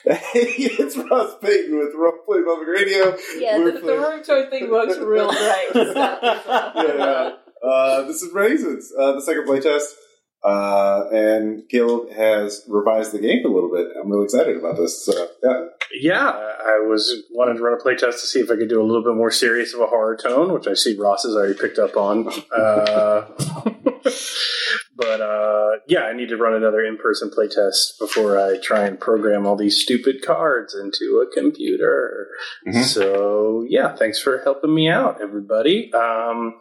it's Ross Payton with Role Play Public Radio. Yeah, We're the, the playing- room tour thing works real great. yeah. Uh, this is Raisins, uh, the second playtest. Uh, and Guild has revised the game a little bit. I'm really excited about this. So, yeah. Yeah, I was wanted to run a playtest to see if I could do a little bit more serious of a horror tone, which I see Ross has already picked up on. Uh, but uh, yeah, I need to run another in-person playtest before I try and program all these stupid cards into a computer. Mhm. So yeah, thanks for helping me out, everybody. Um,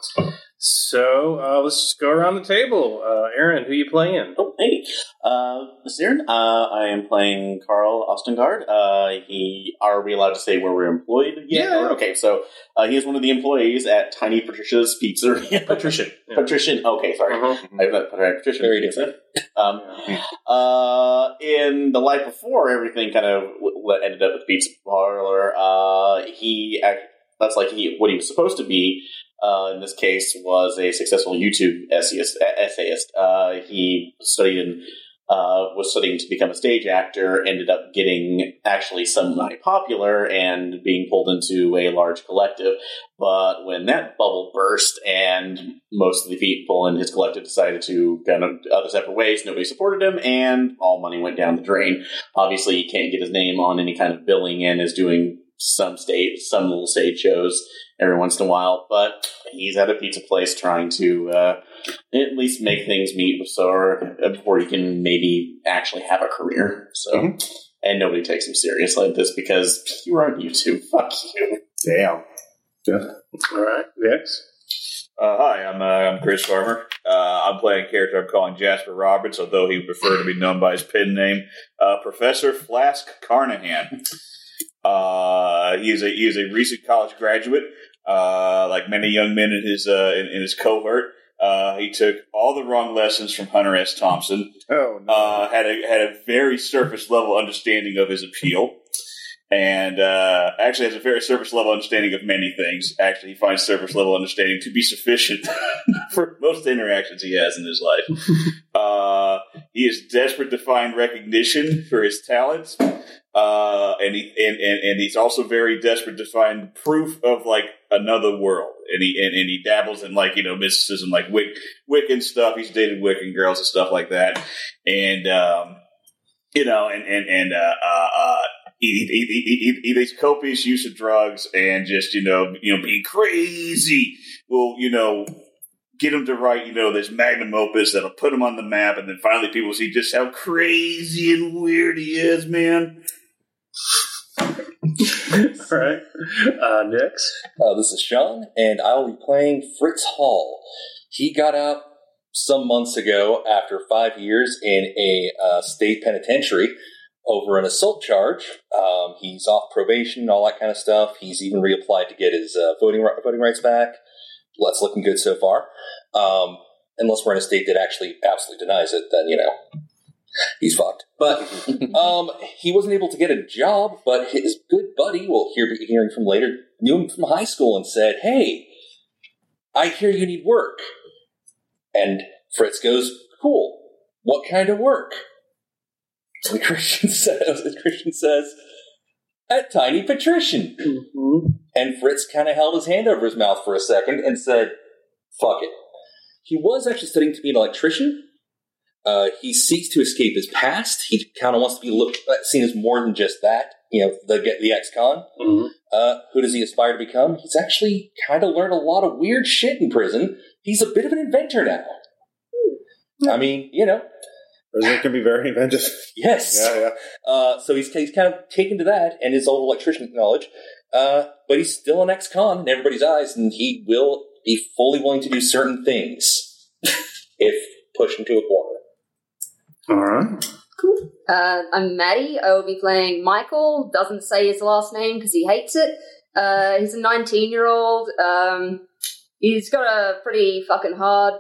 so uh, let's just go around the table. Uh, Aaron, who you playing? Oh, hey. Uh, Zirin, uh, I am playing Carl Ostengard. Uh, he, are we allowed to say where we're employed yet? Yeah. Or- okay, so uh, he is one of the employees at Tiny Patricia's Pizzeria. Patricia. Yeah. Patrician. Okay, sorry. Uh-huh. I have not Patrician. Very Pizza. Um, Yeah. uh, in the life before everything kind of w- w- ended up at the pizza parlor, uh, he act, that's like he, what he was supposed to be. Uh, in this case, was a successful YouTube essayist. e- essayist. Uh, he studied in, uh, was studying to become a stage actor. Ended up getting actually semi popular and being pulled into a large collective. But when that bubble burst and most of the people in his collective decided to kind of other separate ways, nobody supported him, and all money went down the drain. Obviously, he can't get his name on any kind of billing and is doing some state, some little stage shows every once in a while. But he's at a pizza place trying to uh, at least make things meet before uh, before he can maybe actually have a career. So. And nobody takes him serious like this because you are on YouTube. Fuck you. Damn. All right, next. Uh, hi, I'm uh, I'm Chris Farmer. Uh, I'm playing a character I'm calling Jasper Roberts, although he would prefer to be known by his pen name, uh, Professor Flask Carnahan. Uh, he's a he's a recent college graduate, uh, like many young men in his uh, in, in his cohort. Uh, he took all the wrong lessons from Hunter S. Thompson, Oh, no. uh, had a had a very surface level understanding of his appeal, and uh, actually has a very surface level understanding of many things. Actually, he finds surface level understanding to be sufficient for most interactions he has in his life. uh, he is desperate to find recognition for his talents. Uh, and he and, and, and he's also very desperate to find proof of like another world. And he and, and he dabbles in like, you know, mysticism like Wic Wiccan stuff. He's dated Wiccan girls and stuff like that and um, you know, and and and uh, uh, uh, he, he, he, he, he makes copious use of drugs and just you know you know being crazy will you know get him to write you know this magnum opus that'll put him on the map, and then finally people see just how crazy and weird he is, man. All right, uh, next. Uh, this is Sean, and I will be playing Fritz Hall. He got out some months ago after five years in a uh, state penitentiary over an assault charge. Um, he's off probation, and all that kind of stuff. He's even reapplied to get his uh, voting ri- voting rights back. Well, that's looking good so far. Um, unless we're in a state that actually absolutely denies it, then you know he's fucked. But um, he wasn't able to get a job, but his good buddy, we'll hear be hearing from later, knew him from high school and said, "Hey, I hear you need work." And Fritz goes, "Cool. What kind of work?" And Christian says, "Christian says." A tiny patrician. Mm-hmm. And Fritz kind of held his hand over his mouth for a second and said, fuck it. He was actually studying to be an electrician. Uh, he seeks to escape his past. He kind of wants to be looked uh, seen as more than just that. You know, the get the ex-con. Mhm. Uh, who does he aspire to become? He's actually kind of learned a lot of weird shit in prison. He's a bit of an inventor now. I mean, you know, Prison can be very inventive. yes. Yeah, yeah. Uh, so he's, he's kind of taken to that and his old electrician knowledge, uh, but he's still an ex-con in everybody's eyes, and he will be fully willing to do certain things if pushed into a corner. All right. Uh, I'm Maddie. I will be playing Michael. Doesn't say his last name because he hates it. Uh, he's a 19 year old. Um, he's got a pretty fucking hard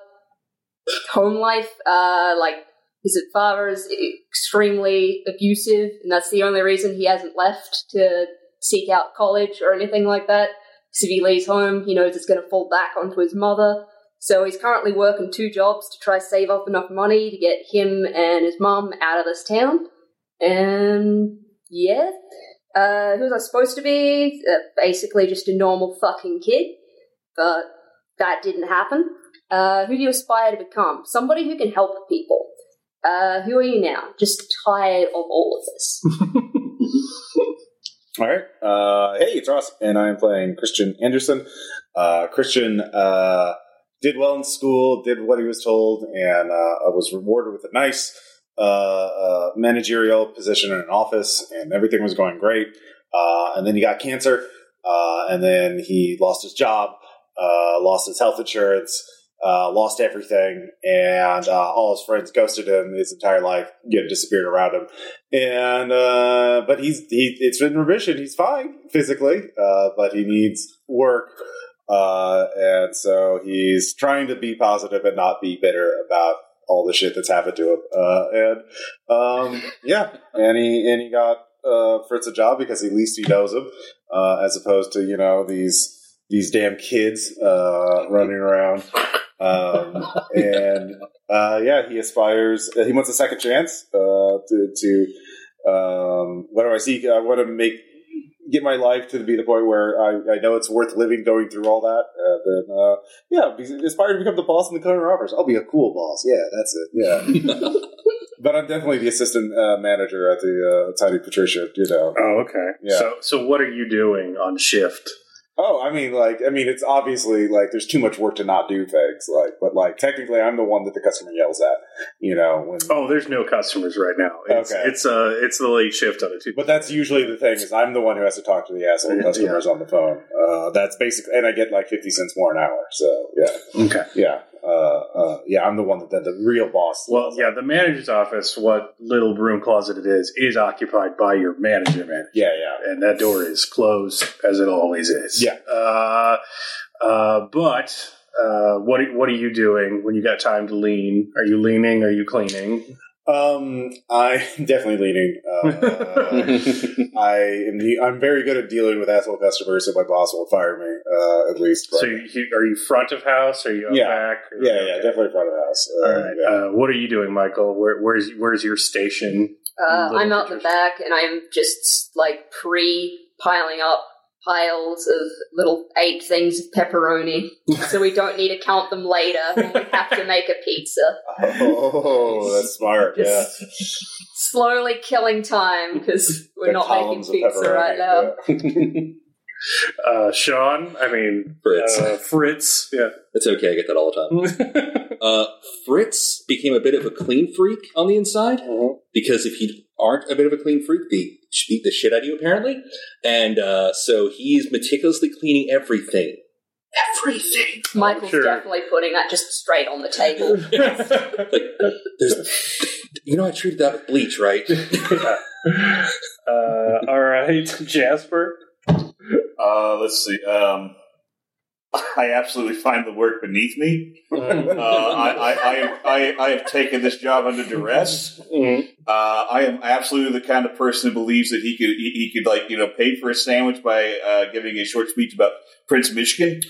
home life. Uh, like his father is extremely abusive, and that's the only reason he hasn't left to seek out college or anything like that. Because if he leaves home, he knows it's going to fall back onto his mother. So he's currently working two jobs to try save up enough money to get him and his mum out of this town. And yeah. Uh, who was I supposed to be? Uh, basically, just a normal fucking kid, but that didn't happen. Uh, who do you aspire to become? Somebody who can help people. Uh, who are you now? Just tired of all of this. All right. Uh, hey, it's Ross, and I'm playing Christian Anderson. Uh, Christian uh, did well in school, did what he was told, and uh, was rewarded with a nice uh, uh, managerial position in an office, and everything was going great. Uh, and then he got cancer, uh, and then he lost his job, uh, lost his health insurance. Uh, lost everything, and uh, all his friends ghosted him his entire life. You know, disappeared around him and uh, but he's he it's in remission. He's fine physically, uh, but he needs work, uh, and so he's trying to be positive and not be bitter about all the shit that's happened to him. Uh, and um, yeah, and he and he got uh, Fritz a job because at least he knows him, uh, as opposed to you know these these damn kids uh, running around. Um, and uh, yeah, he aspires. He wants a second chance uh, to, to um, what do I see? I want to make get my life to be the point where I, I know it's worth living going through all that. Uh, then uh, yeah, be- aspire to become the boss in the Conan Robbers. I'll be a cool boss. Yeah, that's it. Yeah. But I'm definitely the assistant uh, manager at the uh, Tiny Patricia, you know. Oh, okay. Yeah. So, so what are you doing on shift? Oh, I mean, like, I mean, it's obviously like there's too much work to not do things, like, but like technically, I'm the one that the customer yells at, you know. When, Oh, there's no customers right now. It's, Okay. It's uh, it's the late shift on a Tuesday. But that's usually the thing is I'm the one who has to talk to the asshole Yeah. customers on the phone. Uh, that's basically, and I get like fifty cents more an hour. So yeah, okay. yeah, uh, uh, yeah. I'm the one that, that the real boss. Well, yeah, the manager's office, what little room closet it is, is occupied by your manager, man. yeah, yeah. And that door is closed as it always is. Yeah. Uh, uh, but uh, what are, what are you doing when you got time to lean? Are you leaning? Are you cleaning? Um, I'm definitely leaning. Uh, I am. The, I'm very good at dealing with asshole customers, so my boss won't fire me. Uh, at least. but- So you, you- are you front of house? Are you up Yeah. back? yeah, yeah, definitely front of house. Uh, All right. yeah. Uh, what are you doing, Michael? Where, where's where's your station? Uh, Little I'm out the pictures. back and I'm just like pre piling up piles of little eight things of pepperoni so we don't need to count them later when we have to make a pizza. Oh, that's smart. Yeah. Just slowly killing time because we're The not making columns of pizza pepperoni, right now. yeah. Uh, Sean, I mean Fritz. Uh, Fritz, yeah. It's okay, I get that all the time. uh, Fritz became a bit of a clean freak on the inside because if you aren't a bit of a clean freak, they sh- beat the shit out of you apparently. And uh, so he's meticulously cleaning everything. Everything. Michael's sure. definitely putting that just straight on the table. Like there's, you know, I treated that with bleach, right? Uh, all right, Jasper. Uh, let's see. Um, I absolutely find the work beneath me. Mm-hmm. Uh, I, I, I, am, I, I have taken this job under duress. Uh, I am absolutely the kind of person who believes that he could he, he could like you know pay for a sandwich by uh, giving a short speech about Prince Michigan.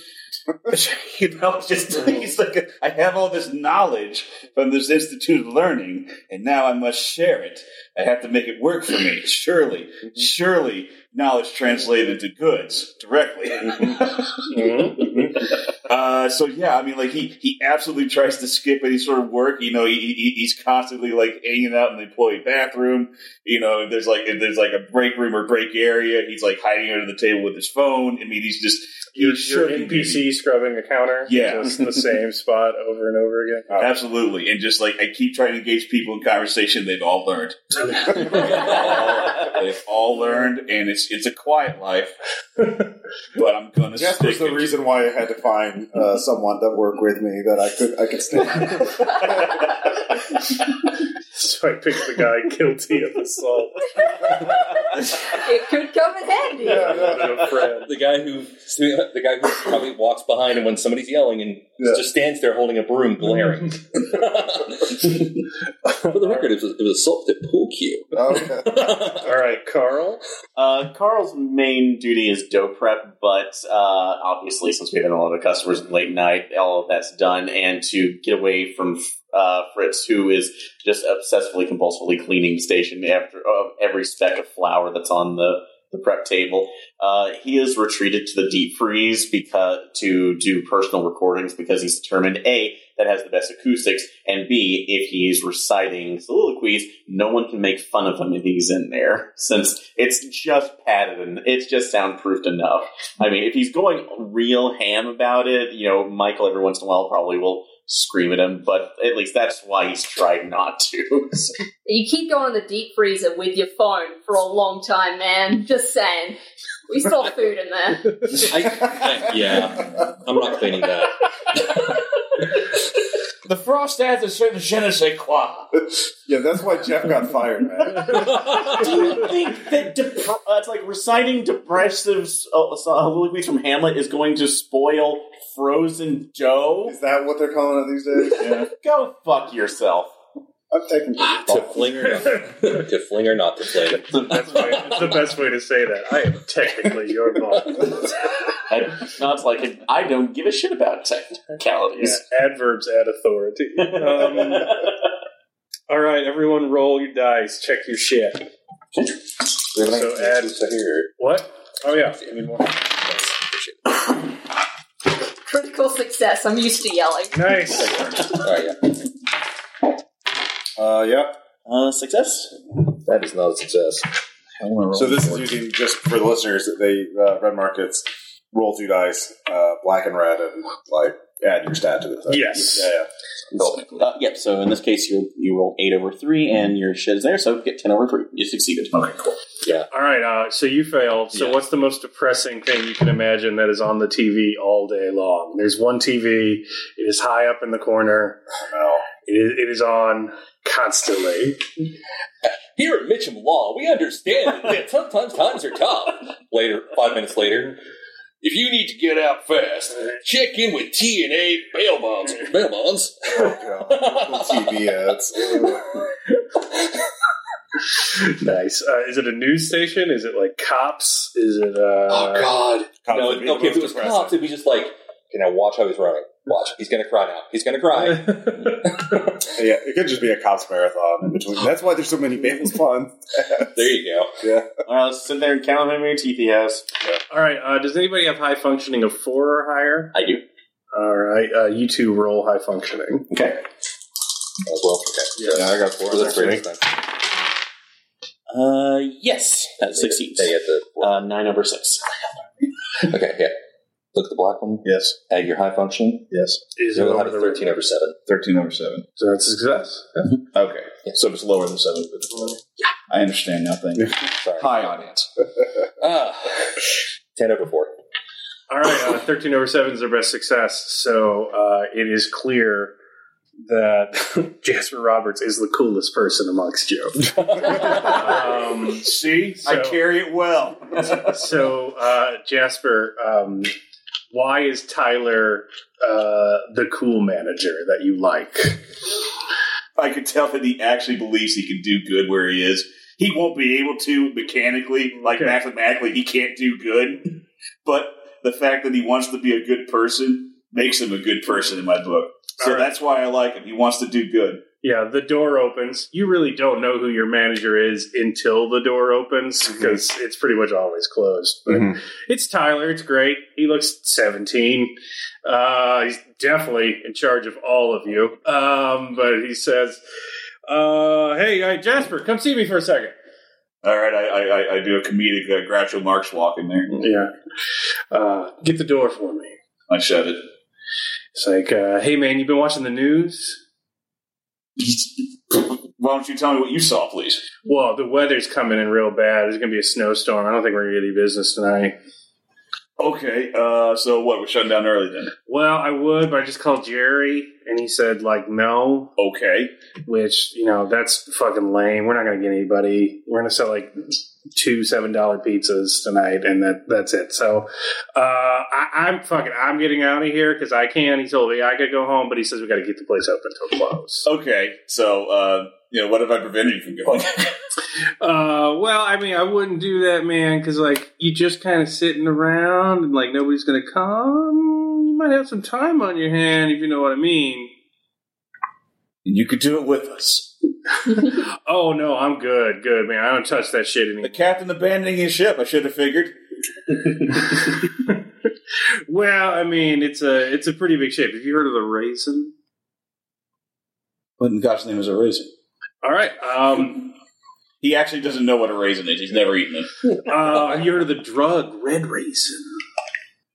you know, it's just he's like I have all this knowledge from this institute of learning, and now I must share it. I have to make it work for me. Surely, Mm-hmm. surely, knowledge translated into goods directly. Mm-hmm. Uh, so yeah, I mean, like he he absolutely tries to skip any sort of work. You know, he, he he's constantly like hanging out in the employee bathroom. You know, if there's like if there's like a break room or break area, he's like hiding under the table with his phone. I mean, he's just Your, he's sure your NPC scrubbing a counter. Yeah. Just the same spot over and over again. Absolutely, and just like I keep trying to engage people in conversation, they've all learned. They've all learned, and it's it's a quiet life. But I'm gonna Jasper's stick the it. reason why I had to find uh, someone that worked with me that I could I could stay. So I picked the guy guilty of assault. it could come in handy. No friend. the guy who the guy who probably walks behind and when somebody's yelling and just stands there holding a broom glaring. For the record, it was it was assault at pool cue. Okay. All right, Carl. Uh, Carl's main duty is dough prep, but uh, obviously, since we have a lot of customers at late night, all of that's done. And to get away from uh, Fritz, who is just obsessively compulsively cleaning the station after of every speck of flour that's on the the prep table. Uh, he is retreated to the deep freeze because to do personal recordings because he's determined a that has the best acoustics, and b if he's reciting soliloquies, no one can make fun of him if he's in there since it's just padded and it's just soundproofed enough. I mean, if he's going real ham about it, you know, Michael every once in a while probably will scream at him, but at least that's why he's tried not to. So- You keep going in the deep freezer with your phone for a long time, man. Just saying. We saw food in there. I- yeah, I'm not cleaning that. The frost adds a certain je ne sais quoi. Yeah, that's why Jeff got fired, man. Do you think that dep- uh, it's like reciting depressive uh, soliloquies from Hamlet is going to spoil frozen dough? Is that what they're calling it these days? Yeah. Go fuck yourself. I'm taking to fling or not, to fling or not to fling. It's the best way, it's the best way to say that. I am technically your boss. I, now it's like I don't give a shit about technicalities. Yeah, adverbs add authority. Um, all right, everyone, roll your dice. Check your shit. So add here. what? Oh yeah, give me more. Critical success. I'm used to yelling. Nice. Oh yeah, Uh, yep. Uh, success. that is not a success. So this is using just for the listeners that they uh, red markets roll two dice, uh, black and red, and like add your stat to this. Yes. Yeah. yeah. Uh, yep. So in this case, you you roll eight over three, and your shit is there. So get ten over three. You succeeded. Okay, cool. All right. Uh, so you failed. So Yeah. what's the most depressing thing you can imagine that is on the TV all day long? There's one TV. It is high up in the corner. No. It is, it is on constantly. Here at Mitcham Law, we understand that sometimes times are tough. Later, five minutes later, if you need to get out fast, check in with T and A bail bonds. Bail bonds. Oh, God. TV ads. nice. Uh, is it a news station? Is it like cops? Is it? Uh, oh God. Cops no, would be the okay, if it most was depressing. cops, it'd be just like, okay, now watch how he's running. Watch, he's gonna cry now. He's gonna cry. yeah, it could just be a cops marathon in between. That's why there's so many Bales puns. There you go. All right, let's sit there and count how many teeth he has. All right. Uh, does anybody have high functioning of four or higher? I do. All right. Uh, you two roll high functioning. Okay. As well. Okay. Yes. I got four. That's great. Uh, yes, that succeeds. They get the four. Uh, nine over six. Okay, yeah. Look at the black one. Yes, Add your high function. yes. Is it You'll have over a the 13 over 7. 13 over 7. So that's a success. Okay. Yeah. So it's lower than 7. But I understand now. Thank you. Sorry. Hi, audience. Uh, 10 over 4. All right, uh, 13 over 7 is their best success. So uh, it is clear that Jasper Roberts is the coolest person amongst you. um, see? So, carry it well. so uh, Jasper, um, why is Tyler uh, the cool manager that you like? I could tell that he actually believes he can do good where he is. He won't be able to mechanically, like Okay. mathematically, he can't do good. But the fact that he wants to be a good person makes him a good person in my book. So All right. that's why I like him. He wants to do good. Yeah, the door opens. You really don't know who your manager is until the door opens because it's pretty much always closed. But Mhm. it's Tyler. It's great. He looks 17. Uh, he's definitely in charge of all of you. Um, but he says, uh, Hey, uh, Jasper, come see me for a second. All right, I, I, I- I do a comedic uh, Groucho Marx walk in there. Yeah. Uh, get the door for me. I shut it. It's like, uh, Hey, man, you been watching the news? Why don't you tell me what you saw, please? Well, the weather's coming in real bad. There's going to be a snowstorm. I don't think we're going to get any business tonight. Okay, uh, so what? We're shutting down early then. Well, I would, but I just called Jerry and he said like no, Okay. which, you know, that's fucking lame. We're not gonna get anybody. We're gonna sell like two seven dollar pizzas tonight and that that's it. So uh I, I'm fucking I'm getting out of here because I can. He told me I could go home, but he says we gotta keep the place open until close. Okay, so, uh, you know, what have I prevented you from going? Uh well, I mean I wouldn't do that, man, because like you just kinda sitting around and like nobody's gonna come. You might have some time on your hand if you know what I mean. You could do it with us. Oh no, I'm good, good man. I don't touch that shit anymore. The captain abandoning his ship, I should have figured. well, I mean, it's a it's a pretty big ship. Have you heard of the raisin? What in God's name is a raisin? All right. Um, He actually doesn't know what a raisin is. He's never eaten it. uh, have you heard of the drug red raisin?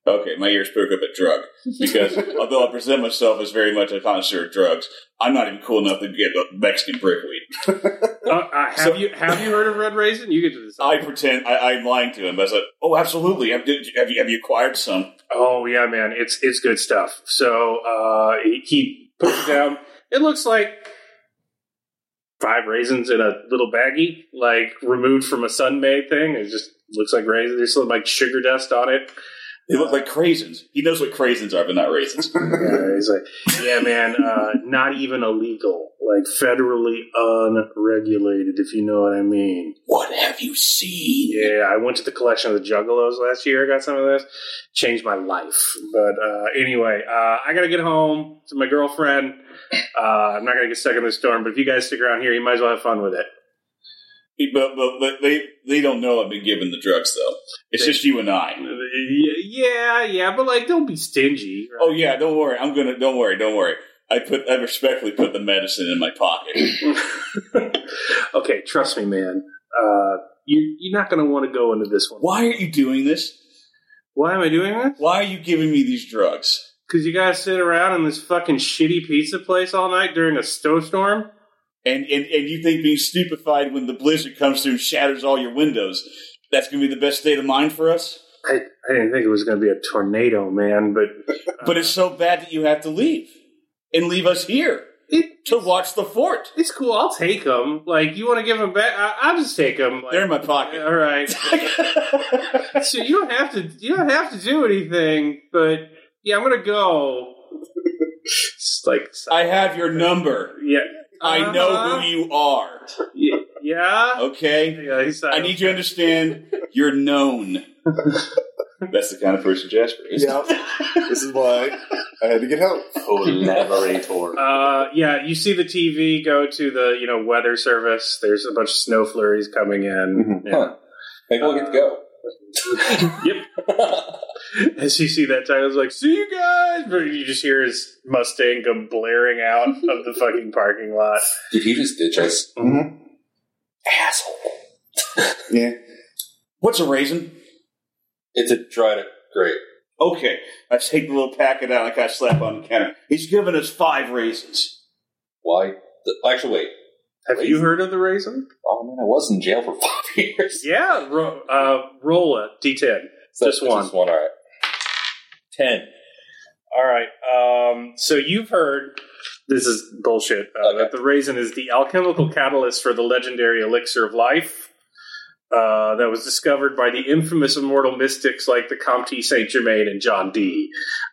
Okay, my ears perk up at drug because although I present myself as very much a connoisseur of drugs, I'm not even cool enough to get a Mexican brickweed. Uh, uh, have So- you have you heard of red raisin? You get to I decide. pretend I, I'm lying to him. I said, "Oh, absolutely. Have, did, have you have you acquired some?" oh yeah, man, it's it's good stuff. So uh, he, he puts it down. It looks like five raisins in a little baggie, like removed from a sunbae thing. It just looks like raisins. There's some like sugar dust on it. They look like craisins. He knows what craisins are, but not raisins. Yeah, he's like, yeah, man, uh, not even illegal, like federally unregulated, if you know what I mean. what have you seen? Yeah, I went to the collection of the Juggalos last year. I got some of this, changed my life. But uh, anyway, uh, I gotta get home to my girlfriend. Uh, I'm not gonna get stuck in this storm, but if you guys stick around here, you might as well have fun with it. He- But, but but they they don't know I've been given the drugs though. It's They- just you and I. Yeah, yeah, but like, don't be stingy. right? Oh yeah, don't worry. I'm gonna. Don't worry. Don't worry. I put. I respectfully put the medicine in my pocket. okay, trust me, man. Uh, you, you're not gonna want to go into this one. Why are you doing this? Why am I doing this? Why are you giving me these drugs? Because you guys sit around in this fucking shitty pizza place all night during a snowstorm? And and and you think being stupefied when the blizzard comes through and shatters all your windows? That's gonna be the best state of mind for us. I, I didn't think it was going to be a tornado, man, but But it's so bad that you have to leave and leave us here it, to watch the fort. it's cool. I'll take them. Like, you want to give them back? I, I'll just take them. They're in my pocket. all right. so you don't have to. You don't have to do anything. But yeah, I'm gonna go. It's like I have your number. yeah, I know who you are. yeah. yeah. Okay. Yeah, he's I silent. need you to understand you're known. That's the kind of person Jasper is. Yeah, this is why I had to get help. Collaborator. Uh, yeah, you see the TV go to the you know weather service. There's a bunch of snow flurries coming in. Yeah. Mm-hmm. Huh. Maybe we'll get to go. yep. As you see that title, it's like "See you guys," but you just hear his Mustang go blaring out of the fucking parking lot. Did he just ditch us? Mhm. Asshole. Yeah, What's a raisin? It's a dried up grape. Okay. I take the little packet out and I kind of slap on the counter. He's given us five raisins. Why? The, actually, wait. Have you heard of the raisin? Oh man, I was in jail for five years. Yeah, ro- uh, roll a d10. So Just one. Just one. All right. Ten. All right. Um, so you've heard this is bullshit. Uh, Okay. That the raisin is the alchemical catalyst for the legendary elixir of life uh, that was discovered by the infamous immortal mystics like the Comte Saint Germain and John Dee.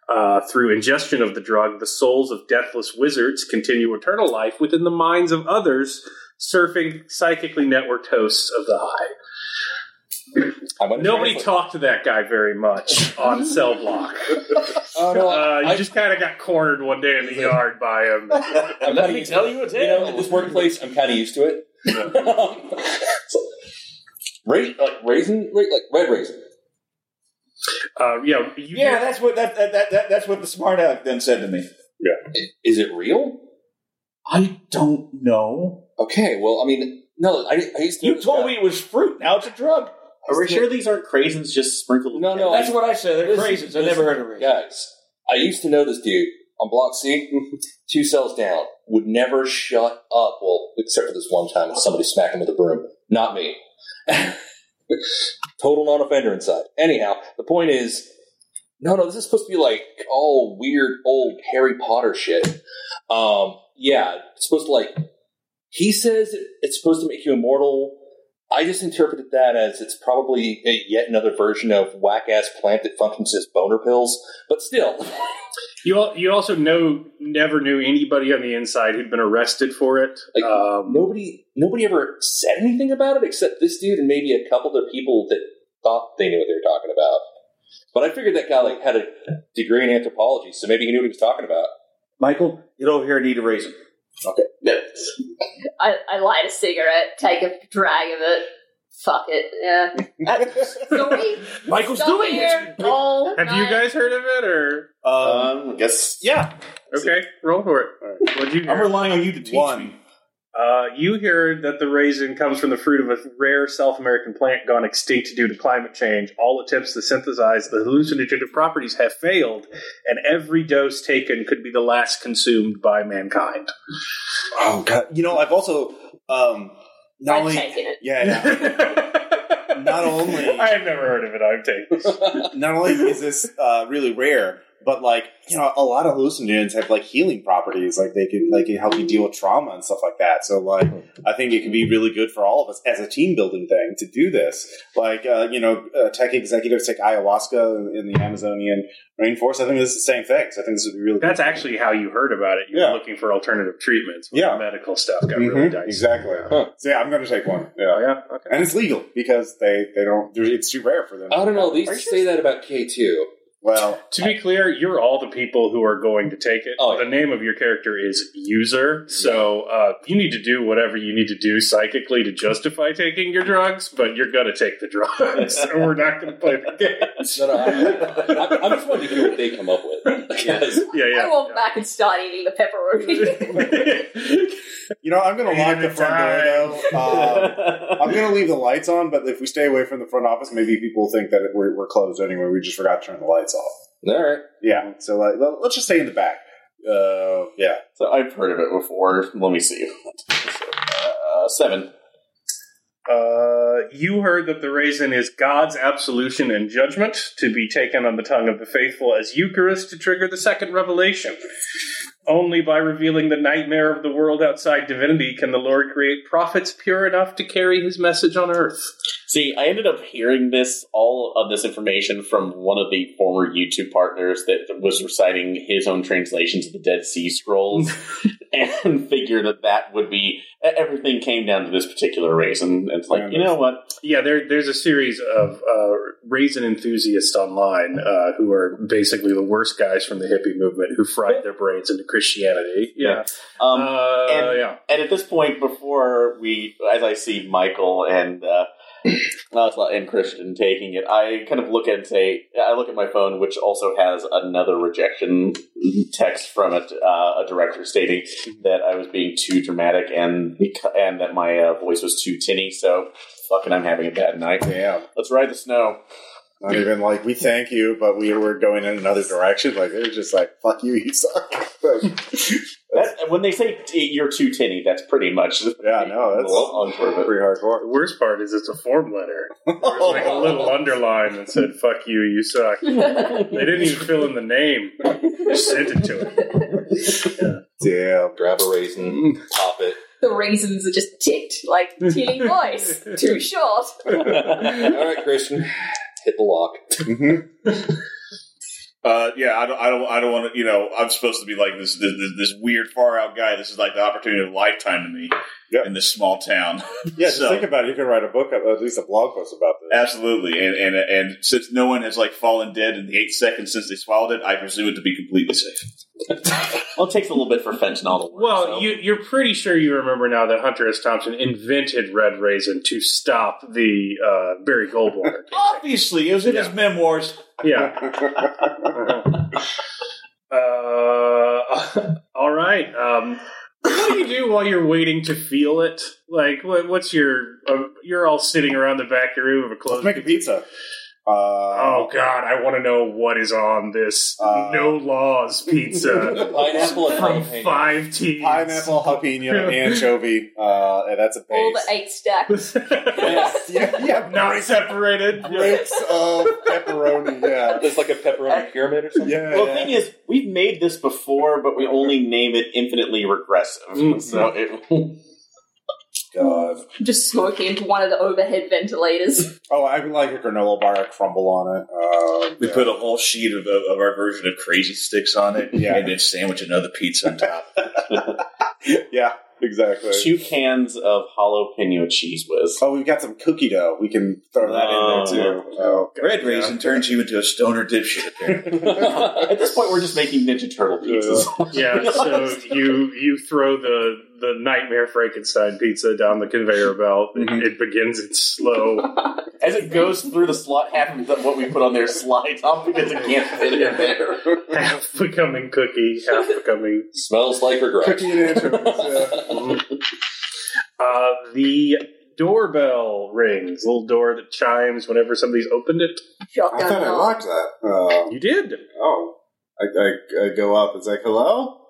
Uh, through ingestion of the drug, the souls of deathless wizards continue eternal life within the minds of others, surfing psychically networked hosts of the Hive. I wonder if Nobody there's, like- talked to that guy very much on cell block. Oh, no, Uh, you I, just kind of got cornered one day in the yard by um, him. Let I'm not me used tell you a You tale. know, at this workplace, I'm kind of used to it. so, ra- like raisin, ra- like red raisin. Uh, yeah, you Yeah, that's what that, that, that, that that's what the smart aleck then said to me. I- Is it real? I don't know. Okay. Well, I mean, no. I, I used to. know You this told guy. me it was fruit. Now it's a drug. Are we sure these aren't craisins just sprinkled? No, no. That's I, what I said. They're Listen, crazies. I never listen, heard of raisins. guys. I used to know this dude on Block C, two cells down. Would never shut up. Well, except for this one time when somebody smacked him with a broom. Not me. Total non-offender inside. Anyhow, the point is, no, no. This is supposed to be like all weird old Harry Potter shit. Um, yeah, it's supposed to like. He says it's supposed to make you immortal. I just interpreted that as it's probably a, yet another version of whack ass plant that functions as boner pills. But still, you al- you also know never knew anybody on the inside who'd been arrested for it. Like, um, nobody nobody ever said anything about it except this dude and maybe a couple other people that thought they knew what they were talking about. But I figured that guy like had a degree in anthropology, so maybe he knew what he was talking about. Michael, get over here and eat a raisin. Okay. Yeah. I, I light a cigarette, take a drag of it. Fuck it. Yeah. So we Michael's stuck doing here it. all Have you night. guys heard of it or? Um, I guess yeah. Okay, roll for it. All What'd you I'm hear? relying on you to teach One. me. Uh, you hear that the raisin comes from the fruit of a rare South American plant gone extinct due to climate change. All attempts to synthesize the hallucinogenic properties have failed, and every dose taken could be the last consumed by mankind. Oh god! You know, I've also um, not I've only taken it. yeah, yeah. not only I have never heard of it. I've taken. not only is this uh, really rare, but like you know, a lot of hallucinogens have like healing properties. Like they can like can help you deal with trauma and stuff like that. So like, I think it could be really good for all of us as a team building thing to do this. Like uh, you know, uh, tech executives take ayahuasca in the Amazonian rainforest. I think this is the same thing. So I think this would be really That's good. actually how you heard about it. You Yeah. were looking for alternative treatments. when Yeah. the medical stuff got Mhm, really dicey. exactly. Huh. So yeah, I'm going to take one. Yeah. Oh, yeah. Okay. And it's legal because they, they don't. It's too rare for them. I don't know. They used Are to you say that about K two. Well, To be clear, you're all the people who are going to take it. Oh, yeah. The name of your character is User, so uh, you need to do whatever you need to do psychically to justify taking your drugs, but you're going to take the drugs, and we're not going to play the game. No, no, I, I, I just wanted to hear what they come up with. Because Yeah, I walked back and started eating the pepperoni. yeah. you know, I'm going to lock the front door though. Um, I'm gonna leave the lights on, but if we stay away from the front office, maybe people will think that we're, we're closed anyway. We just forgot to turn the lights off. all right, Yeah, so like, let- let's just stay in the back. Uh, yeah, so I've heard of it before. Let me see. Uh, seven. Uh, you heard that the raisin is God's absolution and judgment to be taken on the tongue of the faithful as Eucharist to trigger the second revelation. Only by revealing the nightmare of the world outside divinity can the Lord create prophets pure enough to carry his message on earth. See, I ended up hearing this all of this information from one of the former YouTube partners that was reciting his own translations of the Dead Sea Scrolls, and figured that that would be e-, everything came down to this particular race. And it's like, you know what? Yeah, there, there's a series of uh, raisin enthusiasts online uh, who are basically the worst guys from the hippie movement who fried their brains into Christianity. Yeah. Um, uh, and- yeah. and at this point, before we, as I see Michael and uh, Lancelot and Christian taking it, I kind of look at and say, I look at my phone, which also has another rejection text from it, uh, a director stating that I was being too dramatic and beca- and that my uh, voice was too tinny. So, fucking, I'm having a bad night. damn. Let's ride the snow. Not even like we thank you, but we were going in another direction. Like they're just like fuck you, you suck. Like, That, when they say t- you're too tinny, that's pretty much yeah, no, that's on sort of it. pretty hardcore. The worst part is it's a form letter. There was like a little underline that said "fuck you, you suck." They didn't even fill in the name. Just sent it to him. Damn. grab a Mm-hmm. raisin, pop it. the raisins are just ticked, like teeny voice. Too short. All right, Christian, hit the lock. Mhm. Uh, yeah, I don't, I don't, I don't want to. You know, I'm supposed to be like this, this, this weird, far out guy. This is like the opportunity of a lifetime to me Yeah. in this small town. Yeah, just So- think about it. You could write a book, uh, at least a blog post about this. Absolutely, and and and since no one has like fallen dead in the eight seconds since they swallowed it, I presume it to be completely safe. Well, it takes a little bit for fentanyl to work. Well, so. you, you're pretty sure you remember now that Hunter S. Thompson invented Red Raisin to stop the uh, Barry Goldwater. Obviously, it was in his memoirs. yeah. Uh, all right. Um, what do you do while you're waiting to feel it? Like, what, what's your? Uh, you're all sitting around the back room of a Let's closed. make a pizza. Uh, Oh God, I want to know what is on this Uh, no laws pizza Pineapple and from propane. five teams. pineapple, jalapeno, anchovy. Uh, and that's a base. All the eight stacks. Yes. Yeah, yeah. Not separated. Bricks of pepperoni. Yeah. It's like a pepperoni pyramid or something. Oh, Yeah. Well, the thing is, we've made this before, but we only name it infinitely regressive. Mhm. So it, God. Just smoking into one of the overhead ventilators. Oh, I would like a granola bar, a crumble on it. Uh, We yeah. put a whole sheet of, of our version of Crazy Sticks on it, Yeah. and then sandwich another pizza on top. yeah, exactly. Two cans of jalapeno cheese whiz. Oh, we've got some cookie dough. We can throw that in there too. Oh, Red yeah. Raisin turns you into a stoner dipshit, apparently. At this point, we're just making Ninja Turtle pizzas. Yeah, so you you throw the the nightmare Frankenstein pizza down the conveyor belt. It, it begins its slow. As it goes through the slot, half of the- what we put on there slides off because it can't fit in there. half becoming cookie, half becoming Smells like regret. Cookie and anchovies. Yeah. Uh, the doorbell rings. Little door that chimes whenever somebody's opened it. I thought I locked that. Oh, You did. oh. I, I, I go up. It's like, hello?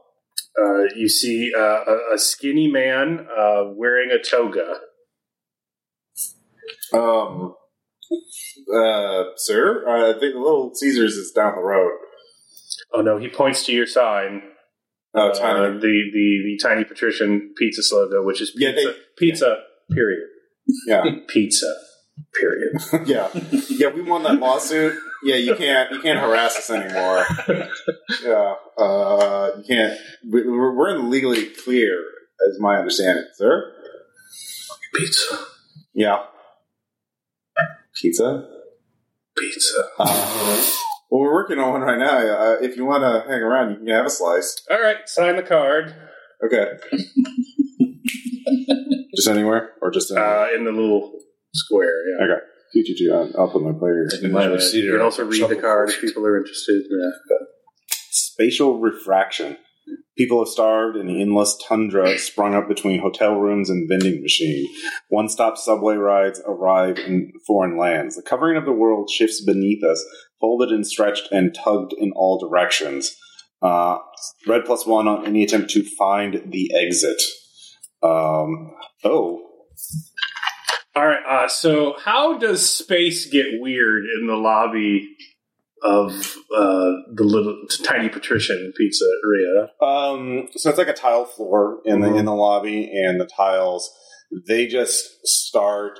Uh, you see uh, a, a skinny man uh, wearing a toga. Um, uh, sir, uh, I think Little Caesars is down the road. Oh no, he points to your sign. Oh, Uh, tiny. the, the the tiny patrician pizza slogan, which is Yeah, pizza, they- pizza period, Yeah. pizza period. yeah, yeah, we won that lawsuit. Yeah, you can't you can't harass us anymore. Yeah, uh, you can't. We, we're we're in legally clear, as my understanding, sir. Pizza, Yeah, pizza. pizza. Uh, well, we're working on one right now. Uh, if you want to hang around, you can have a slice. All right, sign the card Okay. just anywhere, or just anywhere? uh, in the little square. Yeah. Okay. GGG, I'll- I'll put my player. You can also read the card if people are interested. Yeah. Spatial refraction. People have starved in the endless tundra sprung up between hotel rooms and vending machine. One stop subway rides arrive in foreign lands. The covering of the world shifts beneath us, folded and stretched and tugged in all directions. Uh, red plus one on any attempt to find the exit. Um, oh, All right. Uh, so, how does space get weird in the lobby of uh, the little tiny patrician pizzeria? Um, so it's like a tile floor in the in the lobby, and the tiles they just start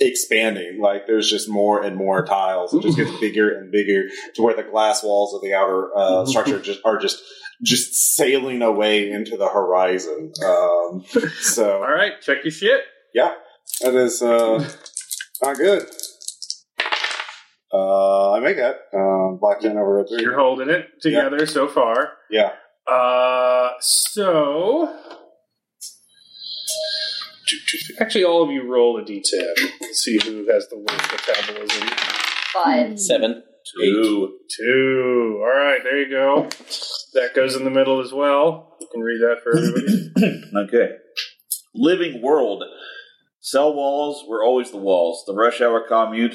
expanding. Like there's just more and more tiles. It just gets bigger and bigger to where the glass walls of the outer uh, structure just are just just sailing away into the horizon. Um, All so right, check your shit. yeah, that is uh, not good. Uh, I make that uh, black ten over red three. You're holding it together so far. Yeah. Uh, so. Actually, all of you roll a d10. Let's see who has the worst metabolism. Five. Seven. Ooh. Two. All right, there you go. That goes in the middle as well. You can read that for everybody. Okay. Living world. Cell walls were always the walls. The rush hour commute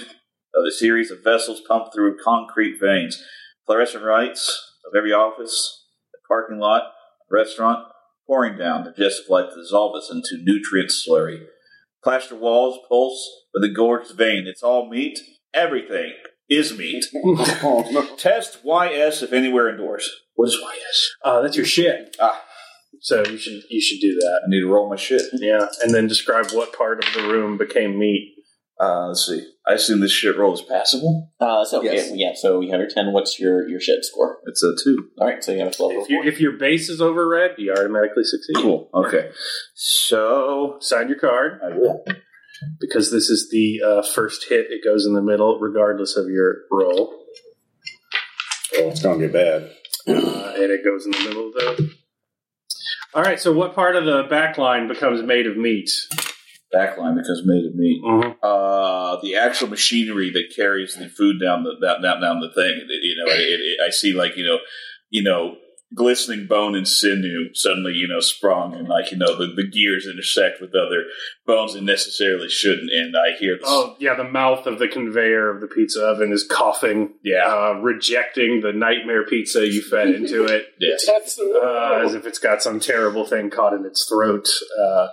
of a series of vessels pumped through concrete veins. Fluorescent lights of every office, the parking lot, restaurant, pouring down digestive light to dissolve us into nutrient slurry. Plaster walls pulse with a gorged vein. It's all meat. Everything is meat. Oh, no. Test YS if anywhere indoors. What is YS? Uh, that's your shit. Ah. So you should you should do I that. need to roll my shit. Yeah, and then describe what part of the room became meat. Uh, let's see. I assume this shit roll is passable. Uh, so Yes. yeah, yeah, so you have your ten. What's your your ship score? It's a two. All right, so you have a twelve. If, overall. you, if your base is over red, you automatically succeed. Cool. Okay. So Sign your card I will. because this is the uh, first hit. It goes in the middle, regardless of your roll, Oh, it's gonna get bad. uh, and it goes in the middle of the. All right. So what part of the back line becomes made of meat? Backline because made of meat. Mm-hmm. Uh, the actual machinery that carries the food down the down down, down the thing. It- you know, it, it, I see like you know, you know, glistening bone and sinew suddenly you know sprung and like you know the, the gears intersect with other bones that necessarily shouldn't. And I hear this. Oh yeah, the mouth of the conveyor of the pizza oven is coughing, Yeah. uh, rejecting the nightmare pizza you fed into it. Yeah. uh, as if it's got some terrible thing caught in its throat. Uh,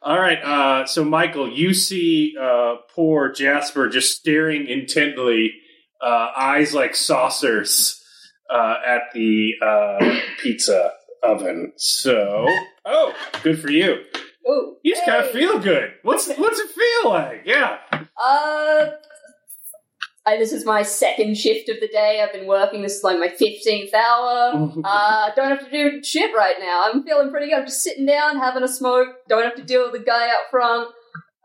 all right, uh, so Michael, you see uh, poor Jasper just staring intently, uh, eyes like saucers, uh, at the uh, pizza oven. So, oh, good for you. Ooh, You just kind hey. of feel good. What's what's it feel like? Yeah. Uh, I, this is my second shift of the day. I've been working. This is like my 15th hour. Uh, I don't have to do shit right now. I'm feeling pretty good. I'm just sitting down, having a smoke. Don't have to deal with the guy out front.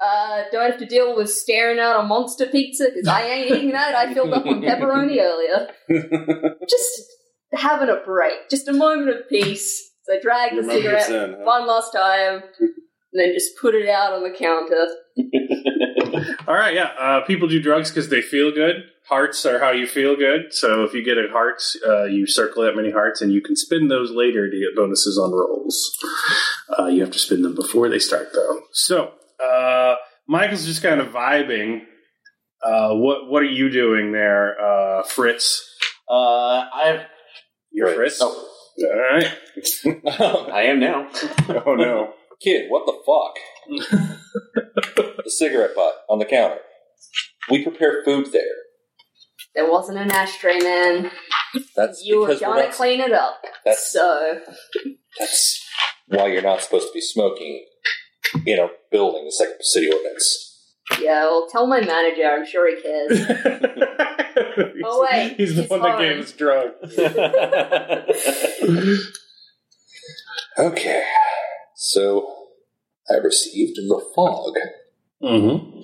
Uh, don't have to deal with staring out a monster pizza because I ain't eating that. I filled up on pepperoni earlier. just having a break, just a moment of peace. So I drag Your the moment cigarette is in, huh? one last time, and then just put it out on the counter. All right, yeah. Uh, people do drugs because they feel good. Hearts are how you feel good. So if you get a heart, uh, you circle that many hearts, and you can spin those later to get bonuses on rolls. Uh, you have to spin them before they start, though. So uh, Michael's just kind of vibing. Uh, what What are you doing there, uh, Fritz? Uh, I've You're Oh. Fritz. All right. Um, I am now. Oh no. Kid, what the fuck? the cigarette butt on the counter. We prepare food there. There wasn't an ashtray, man. That's you were because we're gonna not, clean it up. that's So that's why you're not supposed to be smoking in a building. It's like a city ordinance. yeah, well, tell my manager. I'm sure he cares. Oh, wait, he's the he's one that gave hard. us drugs. Okay. So I received the fog. Mm-hmm.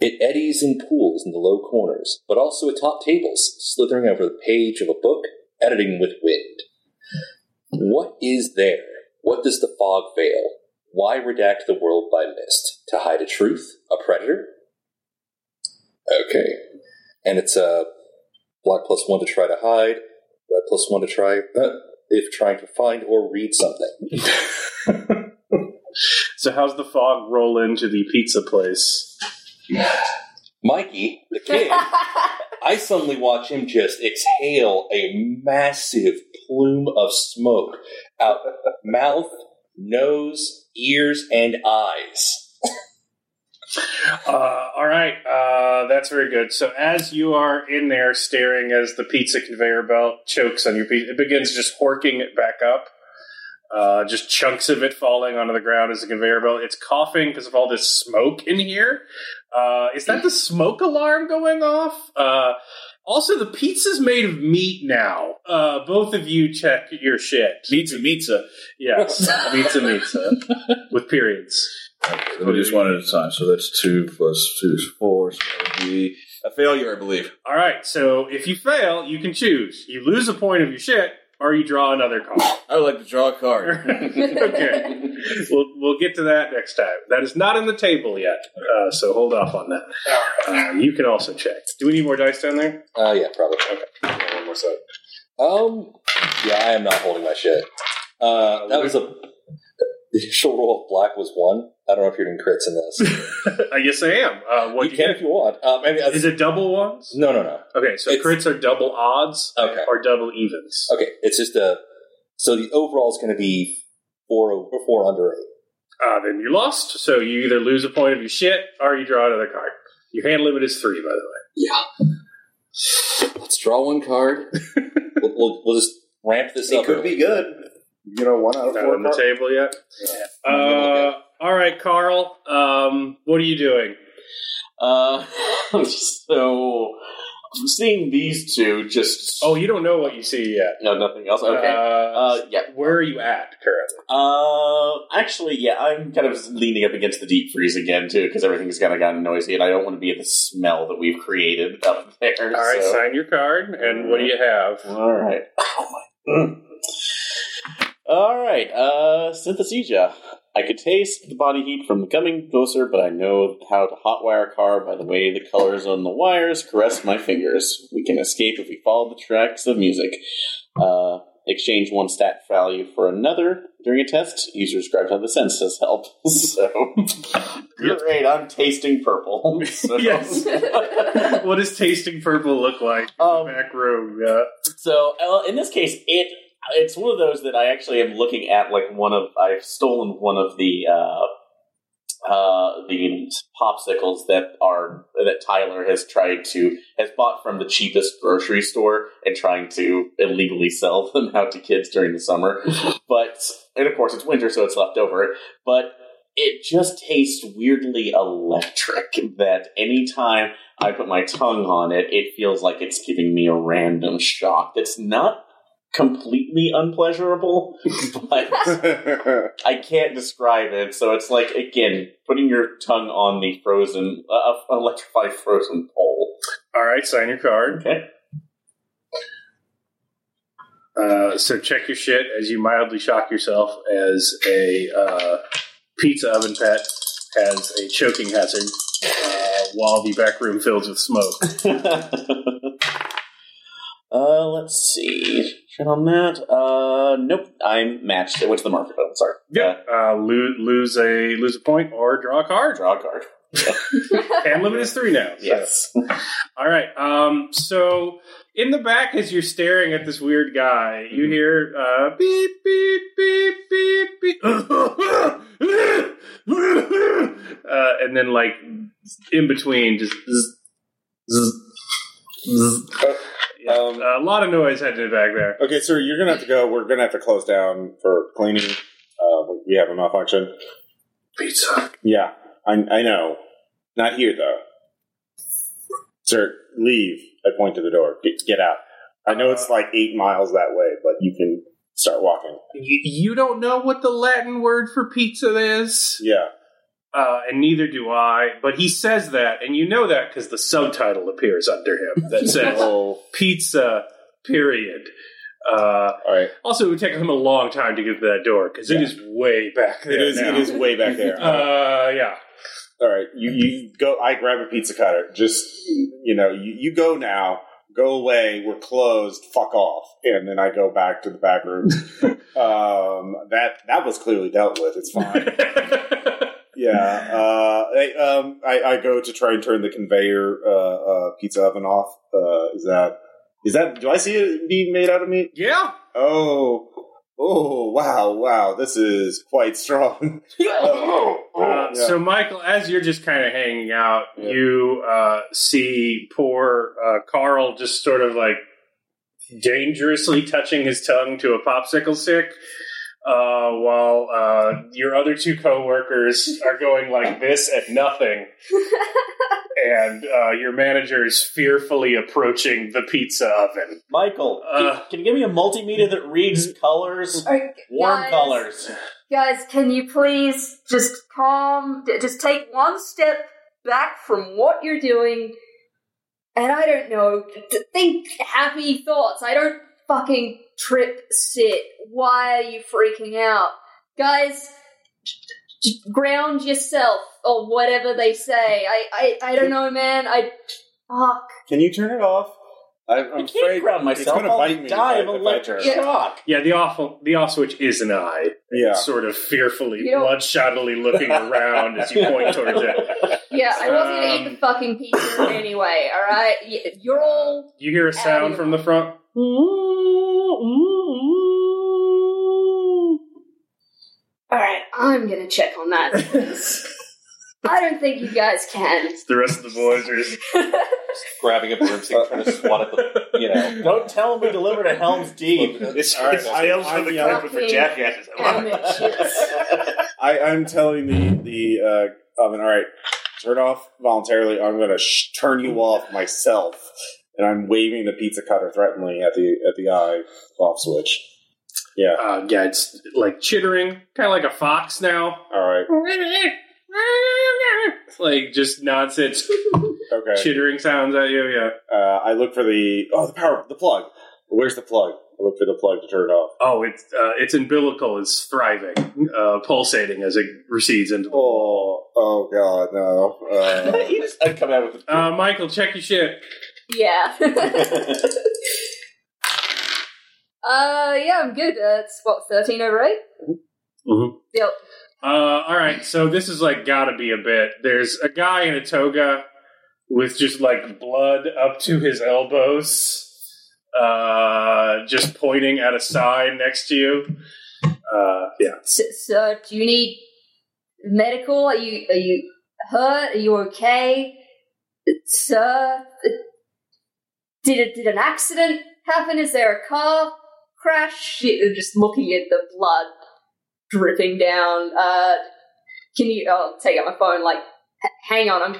It eddies and pools in the low corners, but also at top tables, slithering over the page of a book, editing with wind. What is there? What does the fog veil? Why redact the world by mist? To hide a truth? A predator? Okay. And it's a black plus one to try to hide, red plus one to try uh, if trying to find or read something. So how's the fog roll into the pizza place? Mikey, the kid, I suddenly watch him just exhale a massive plume of smoke out mouth, nose, ears, and eyes. Uh, all right, uh, that's very good. So as you are in there staring as the pizza conveyor belt chokes on your pizza, it begins just horking it back up. Uh, just chunks of it falling onto the ground as a conveyor belt. It's coughing because of all this smoke in here. Uh, is that the smoke alarm going off? Uh, also, the pizza's made of meat now. Uh, both of you check your shit. Pizza, pizza. Yes, pizza, pizza. With periods. Let me do this one at a time. So that's two plus two is four. So that would be a failure, I believe. All right, so if you fail, you can choose. You lose a point of your shit, or you draw another card. I would like to draw a card. okay, we'll, we'll get to that next time. That is not in the table yet, uh, so hold off on that. Uh, you can also check. Do we need more dice down there? Uh, yeah, probably. One more side. Um, yeah, I am not holding my shit. Uh, that was a. The initial roll of black was one. I don't know if you're doing crits in this. Uh, yes, I am. Uh, what you do can you if you want. Uh, maybe get? Is it double ones? no, no, no. Okay, so It's- crits are double odds Okay. or double evens. Okay, it's just a. So the overall is going to be four over four under eight. Uh, then you lost, so you either lose a point of your shit, or you draw another card. Your hand limit is three, by the way. Let's draw one card. we'll, we'll, we'll just ramp this It up. could be good. You know, one out of Not four. on the cards. table yet. Uh, all right, Carl. Um, what are you doing? Uh, so I'm seeing these two just. Oh, you don't know what you see yet. no, nothing else. Okay. Uh, Uh, yeah. where are you at currently? Uh, actually, yeah, I'm kind of leaning up against the deep freeze again too because everything's kind of gotten noisy, and I don't want to be at the smell that we've created up there. All right, so- sign your card, and what do you have? All right. Oh my. Mm. All right. Uh, synesthesia. I could taste the body heat from coming closer, but I know how to hotwire a car by the way the colors on the wires caress my fingers. We can escape if we follow the tracks of music. Uh, exchange one stat value for another during a test. User described how the senses help. So, great. I'm tasting purple. So- Yes. what does tasting purple look like? Um, Back room. Yeah. So uh, in this case, it it's one of those that I actually am looking at like one of I've stolen one of the uh, uh, the popsicles that are that Tyler has tried to has bought from the cheapest grocery store and trying to illegally sell them out to kids during the summer. but and of course it's winter, so it's left over. But it just tastes weirdly electric that anytime I put my tongue on it, it feels like it's giving me a random shock that's not completely unpleasurable, but I can't describe it. So it's like, again, putting your tongue on the frozen, uh, electrified frozen pole. All right, sign your card. Okay. Uh, so check your shit as you mildly shock yourself as a uh, pizza oven pet has a choking hazard uh, while the back room fills with smoke. uh, let's see. Shit on that. Uh, nope. I'm matched. I went to the market. I'm sorry. Yeah, uh, lose, lose a lose a point or draw a Uh, card. draw a card. And limit is three now. so. Yes. All right. Um, so in the back, as you're staring at this weird guy, you hear uh, beep beep beep beep beep, uh, and then like in between, just zzz, zzz, zzz. Yeah, um, a lot of noise happening back there. Okay, sir, you're gonna have to go. We're gonna have to close down for cleaning. Uh, we have a malfunction. Pizza. Yeah, I, I know. Not here though. Sir, leave. I point to the door. Get, get out. I know it's like eight miles that way, but you can start walking. You, you don't know what the Latin word for pizza is. Yeah. uh, and neither do I. But he says that, and you know that because the subtitle appears under him that says Oh, "Pizza." Period. Uh, all right. also, it would take him a long time to get to that door because it Yeah. is way back there. It is. now. It is way back there. Uh, yeah. All right, you you go. I grab a pizza cutter. Just you know, you, you go now. Go away. We're closed. Fuck off. And then I go back to the back room. um, that that was clearly dealt with. It's fine. yeah. Uh, I, um, I, I go to try and turn the conveyor uh, uh, pizza oven off. Uh, is that is that? Do I see it being made out of meat? yeah. Oh. Oh wow! Wow, this is quite strong. oh, Uh, yeah. So, Michael, as you're just kind of hanging out, Yeah. you uh, see poor uh, Carl just sort of like dangerously touching his tongue to a popsicle stick, uh, while uh, your other two coworkers are going like this at nothing, and uh, your manager is fearfully approaching the pizza oven. Michael, Uh. can, can you give me a multimeter that reads colors? Alright, Warm guys, colors. Guys, can you please just calm, d- just take one step back from what you're doing, and I don't know, th- think happy thoughts. I don't fucking trip sit. Why are you freaking out? Guys, j- j- ground yourself, or whatever they say. I, I, I don't know, man. I. ah, Fuck. Can you turn it off? I, I'm I can't afraid ground It's myself. gonna I'll bite me die if I- of if I electric turn it off. shock. Yeah, the awful the off switch is an eye, Yeah. sort of fearfully, You know- bloodshotedly looking around as you point towards it. Yeah, I wasn't gonna eat Um, the fucking pizza anyway, alright? Y- You're all. You hear a sound Ow. from the front. Alright, I'm gonna check on that. I don't think you guys can. The rest of the boys are just, grabbing a broomstick, trying to swat at the, you know. Don't tell me we delivered a Helm's Deep. It's, All right, it's I- Tales I'm from the young. Crypt for Jackasses. I love it. Amateurs. I, I'm telling the the uh, oven. All right, turn off voluntarily. I'm going to sh- turn you off myself, and I'm waving the pizza cutter threateningly at the at the eye off switch. Yeah. uh, yeah, it's like chittering, kind of like a fox now. All right. Like just nonsense Okay. chittering sounds at you. Yeah. Uh, I look for the oh the power the plug. Where's the plug? I look for the plug to turn it off. Oh, it's uh, it's umbilical is thriving, uh, pulsating as it recedes into the wall. Oh oh god no. Uh, you just, I'd come out with a Uh, Michael, check your shit. yeah. uh, yeah, I'm good. Uh, it's what, 13 over 8? Mhm. Yep. Uh, all right, so this is like gotta be a bit. There's a guy in a toga with just like blood up to his elbows, uh, just pointing at a sign next to you. Uh, yeah. So, so, do you need medical? Are you, are you hurt? Are you okay? Sir? Did, it, did an accident happen? Is there a car crash? She- Just looking at the blood dripping down. Uh, can you? I'll take out my phone. Like, "H- hang on, I'm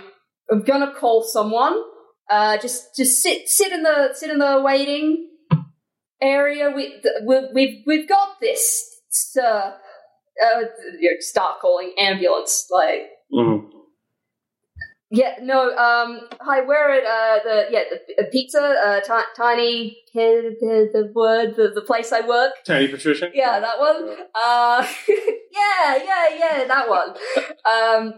I'm gonna call someone. Uh, just just sit sit in the sit in the waiting area. We th- we- we've we've got this, sir. Uh, you know, start calling ambulance. Like, Mhm. yeah, no. Um, hi, we're at uh, the yeah the uh, pizza uh, ti- tiny the, the, the word the, the place I work. Tiny Patricia. Yeah, that one. Uh, yeah, yeah, yeah, that one. Um,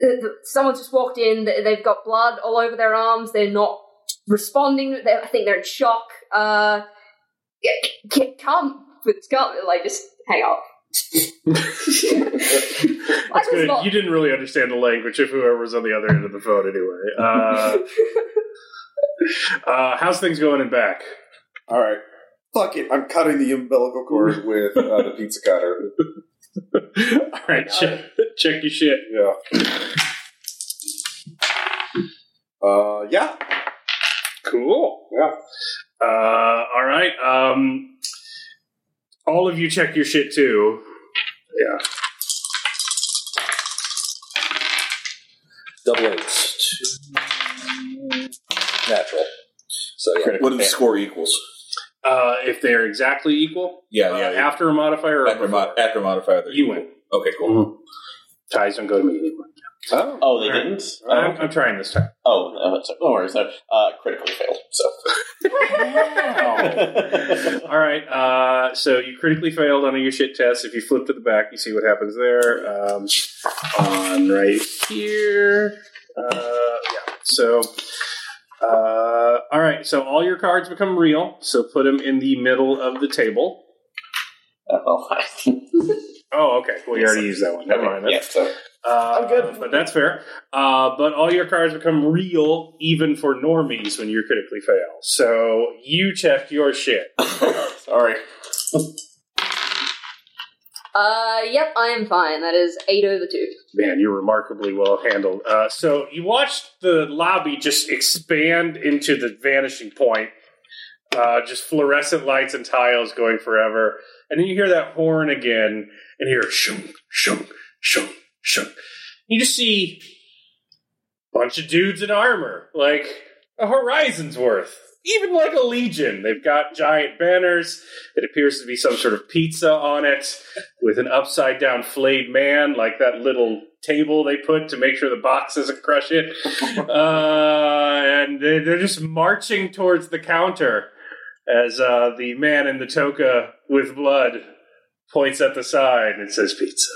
th- th- someone just walked in. th- They've got blood all over their arms. They're not responding. they I think they're in shock. Uh, yeah, c- c- come, it's come. Like just hang up. That's good. You didn't really understand the language of whoever was on the other end of the phone, anyway. Uh, uh, how's things going in back? All right. Fuck it. I'm cutting the umbilical cord with uh, the pizza cutter. All right, check, check your shit. Yeah. Uh, yeah. Cool. Yeah. Uh, all right. Um, all of you check your shit too. Yeah. Double eights. Natural. So yeah. What do the score equals? Uh, if they're exactly equal, Yeah, uh, yeah. yeah. after a modifier, or After, mod- after modifier, they're you equal. win. Okay, cool. Ties don't go to me anymore. Oh. Oh, they didn't. I'm, Oh, I'm trying this time. oh no, that's- no worries. No, uh, critically failed. So Oh. All right. Uh, so you critically failed on your shit test. If you flip to the back, you see what happens there. Um, on right here. Uh, yeah. So, uh, all right. So all your cards become real. So put them in the middle of the table. oh, Oh, okay. Well, you already used that one. Never mind. yeah. So Uh, But that's fair. Uh, but all your cards become real, even for normies, when you critically fail. So you check your shit. sorry. Uh, yep, I am fine. That is eight over two. Man, you're remarkably well handled. Uh, so you watched the lobby just expand into the vanishing point. Uh, just fluorescent lights and tiles going forever. And then you hear that horn again, and you hear shunk, shunk, shunk, shunk. You just see a bunch of dudes in armor, like a horizon's worth. Even like a legion. They've got giant banners. It appears to be some sort of pizza on it with an upside down flayed man, like that little table they put to make sure the box doesn't crush it. uh, and they- they're just marching towards the counter as uh, the man in the toga with blood points at the sign and says pizza.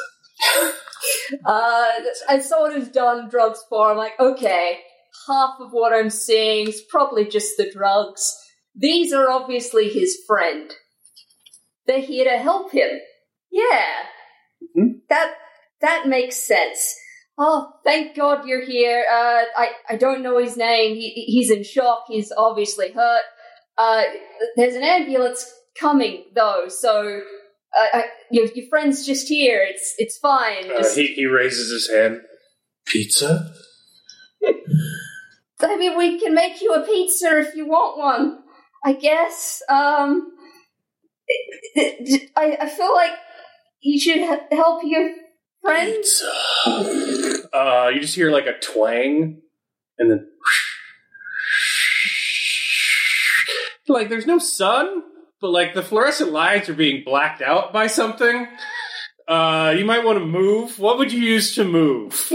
Uh, as someone who's done drugs before, I'm like, okay, half of what I'm seeing is probably just the drugs. These are obviously his friend. They're here to help him. Yeah, that that makes sense. Oh, thank God you're here. Uh, I I don't know his name. He he's in shock. He's obviously hurt. Uh, there's an ambulance coming though, so. Uh, I, your, your friend's just here. It's it's fine. Uh, Just- he, he raises his hand. Pizza? I mean, we can make you a pizza if you want one. I guess. Um, I, I feel like you should he- help your friend. Uh, you just hear like a twang, and then like there's no sun, but like the fluorescent lines are being blacked out by something. Uh, you might want to move. What would you use to move?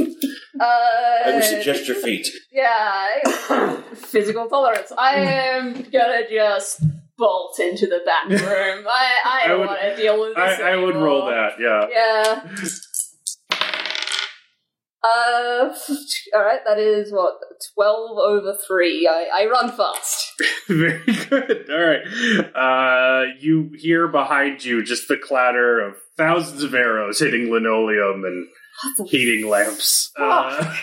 I Uh, would suggest your feet. yeah, I- physical tolerance. I am gonna just bolt into the back room. I, I, I don't would- want to deal with this. I, I would roll anymore. that. Yeah. Yeah. Uh, all right. That is what twelve over three. I, I run fast. Very good. All right. Uh, you hear behind you just the clatter of thousands of arrows hitting linoleum and heating lamps. Uh,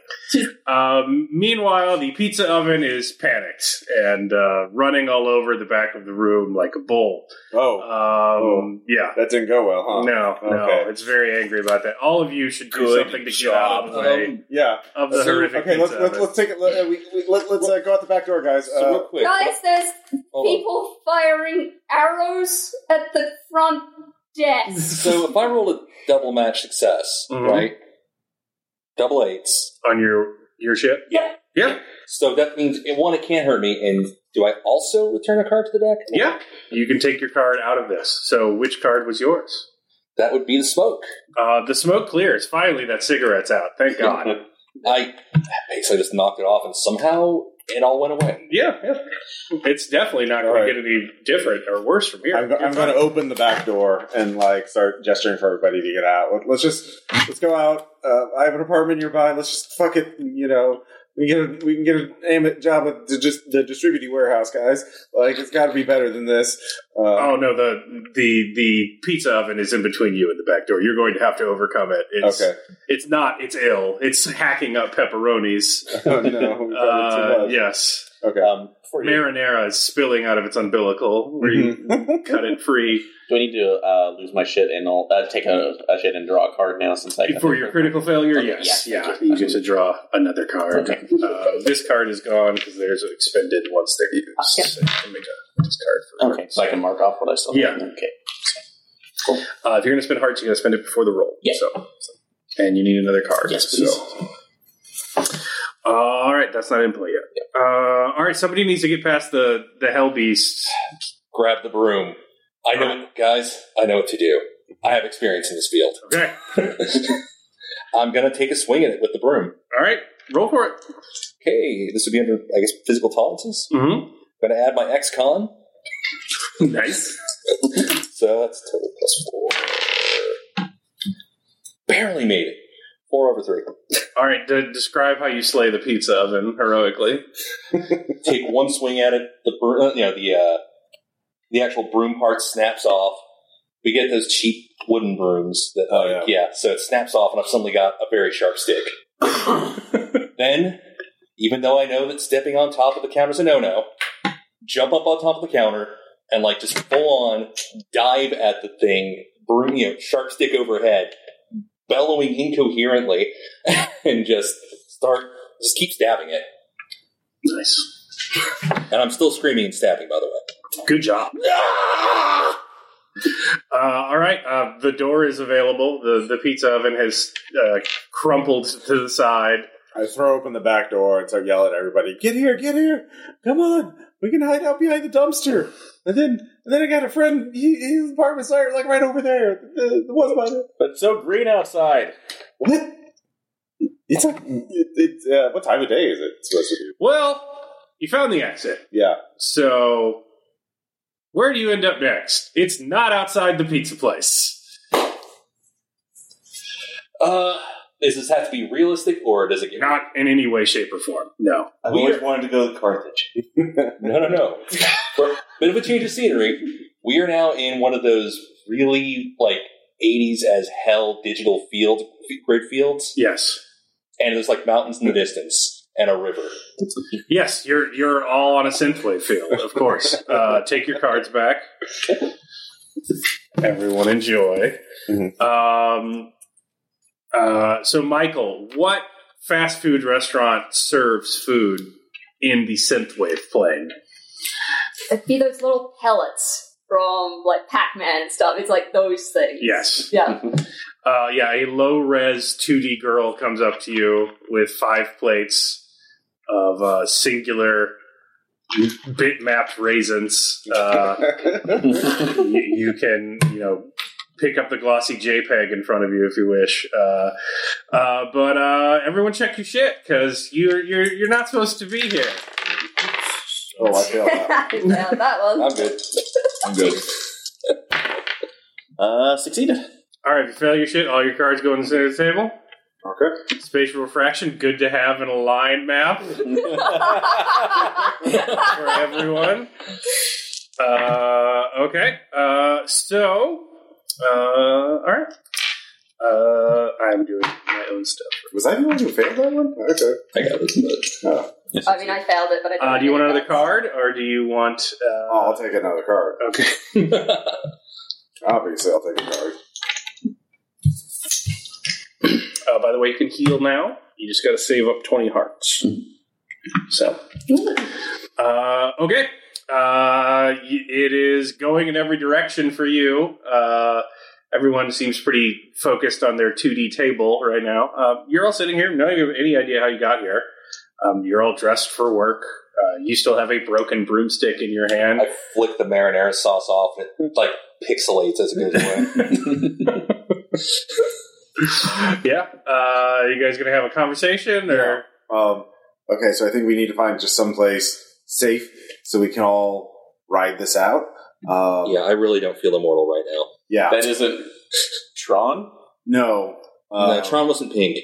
um, meanwhile, the pizza oven is panicked and uh, running all over the back of the room like a bull. Um, Oh, Yeah. that didn't go well, huh? No, no, Okay. it's very angry about that. All of you should do Good something to get job. out Um, of the way Yeah. of the So- horrific Okay. Let's pizza let's, oven. let's take it. Let, uh, we, we, let, let's uh, go out the back door, guys. So real Uh, quick. Guys, there's hold on. people firing arrows at the front death. So if I roll a double match success, Mhm. right? Double eights. on your your ship. Yeah. yeah, So that means it, one, it can't hurt me, and do I also return a card to the deck? yeah. You can take your card out of this. So, which card was yours? That would be the smoke. Uh, the smoke clears. Finally, that cigarette's out. Thank God. I basically just knocked it off, and somehow it all went away. yeah, yeah. It's definitely not going All right. to get any different or worse from here. I'm, go- I'm going to open the back door and like start gesturing for everybody to get out. Let- Let's just let's go out. Uh, I have an apartment nearby. Let's just fuck it. You know, we can get a, we can get a aim at job at the, just the distributing warehouse, guys. Like it's got to be better than this. Uh, Oh no the the the pizza oven is in between you and the back door. You're going to have to overcome it. It's, okay. it's not. It's ill. It's hacking up pepperonis. Oh no. we've got it too Uh, much. yes, Okay. Um, before you, marinara is spilling out of its umbilical. Where Mm-hmm. you cut it free do I need to uh, lose my shit and I'll uh, take a, a shit and draw a card now since I for your critical failure. Okay, yes, yeah, yeah. thank you. You get to draw another card. Okay. Uh, this card is gone because theirs are expended once they're used. yeah. So you can make a discard for Okay, so I can mark off what I still have. Yeah. Okay. Uh, if you're going to spend hearts, you're going to spend it before the roll. Yeah. So, and you need another card. Yes, so. Uh, all right, that's not in play yet. Uh, all right, somebody needs to get past the the hell beast. Grab the broom. I know, guys. I know what to do. I have experience in this field. Okay. I'm gonna take a swing at it with the broom. All right, roll for it. Okay, this would be under, I guess, physical tolerances. Mm-hmm. Gonna add my ex-con, Nice. so that's total plus four. Barely made it. Four over three. All right, de- describe how you slay the pizza oven heroically. take one swing at it. The br- uh, you know the uh, the actual broom part snaps off. We get those cheap wooden brooms that, Oh, like, yeah. So it snaps off, and I've suddenly got a very sharp stick. then, even though I know that stepping on top of the counter is a no-no, jump up on top of the counter and like just full on dive at the thing, broom, you know, sharp stick overhead, bellowing incoherently, and just start just keep stabbing it. Nice. And I'm still screaming and stabbing, by the way. Good job. Ah! Uh, all right, uh, the door is available. The the pizza oven has uh, crumpled to the side. I throw open the back door and start yelling at everybody, get here, get here, come on, we can hide out behind the dumpster. And then, and then I got a friend, he, his apartment's right, like right over there. The, the one by the, But it's so green outside. what? It's like, it, it's, uh, what time of day is it supposed to be? Well, you found the exit. Yeah. So, where do you end up next? It's not outside the pizza place. Uh, does this have to be realistic, or does it get Not in any way, shape, or form. No. I've We always wanted to go to Carthage. No, no, no. For a bit of a change of scenery. We are now in one of those really like '80s as hell digital field grid fields, Yes. and there's like mountains in the distance and a river. Yes, you're you're all on a synthwave field, of course. uh, take your cards back. Everyone enjoy. Mhm. Um, uh, so, Michael, what fast food restaurant serves food in the synthwave plane? It'd be those little pellets from like Pac-Man and stuff. It's like those things. Yes. Yeah. Uh, yeah, a low res 2D girl comes up to you with five plates of uh, singular bitmapped raisins. Uh, you, you can, you know, pick up the glossy JPEG in front of you if you wish. Uh, uh, but uh, everyone, check your shit because you're you're you're not supposed to be here. Oh, I failed that. yeah, that one. I'm good. I'm good. Uh, succeeded. All right, if you fail your shit, all your cards go in the center of the table. Okay. Spatial refraction, good to have in a line map. for everyone. Uh, okay. Uh, so, uh, all right. Uh, I'm doing my own stuff. Was I the one who failed that one? Okay. I got this much. I mean, I failed it, but I. Uh, do you want another car? card, or do you want? Oh, Uh, I'll take another card. okay. Obviously, I'll take a card. Uh, by the way, you can heal now. You just got to save up twenty hearts. So, uh, okay. Uh, y- it is going in every direction for you. Uh, everyone seems pretty focused on their 2D table right now. Uh, you're all sitting here, no you have any idea how you got here. Um, you're all dressed for work. Uh, you still have a broken broomstick in your hand. I flick the marinara sauce off, and it like pixelates as it goes away. yeah. Uh, you guys going to have a conversation? Or Um, okay, so I think we need to find just someplace safe so we can all ride this out. Um, yeah, I really don't feel immortal right now. yeah. That isn't Tron. No. Uh, no, Tron wasn't pink.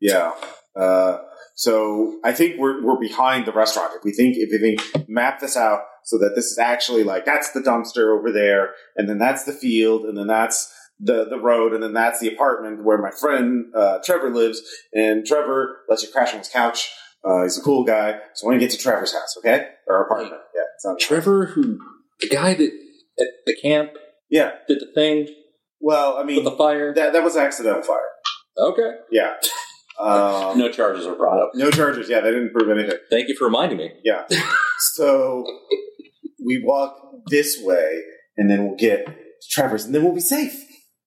Yeah. Uh, so I think we're we're behind the restaurant. If we think if we think map this out so that this is actually like that's the dumpster over there, and then that's the field, and then that's the the road, and then that's the apartment where my friend uh, Trevor lives. And Trevor lets you crash on his couch. Uh, he's a cool guy. So when you get to Trevor's house, okay, or apartment, yeah, it's not Trevor, who the guy that at the camp Yeah. did the thing Well, I with mean the fire. that that was accidental fire. Okay, Yeah. Um, No charges are brought up. no charges. Yeah, they didn't prove anything. thank you for reminding me. Yeah. so we walk this way, and then we'll get to Trevor's, and then we'll be safe.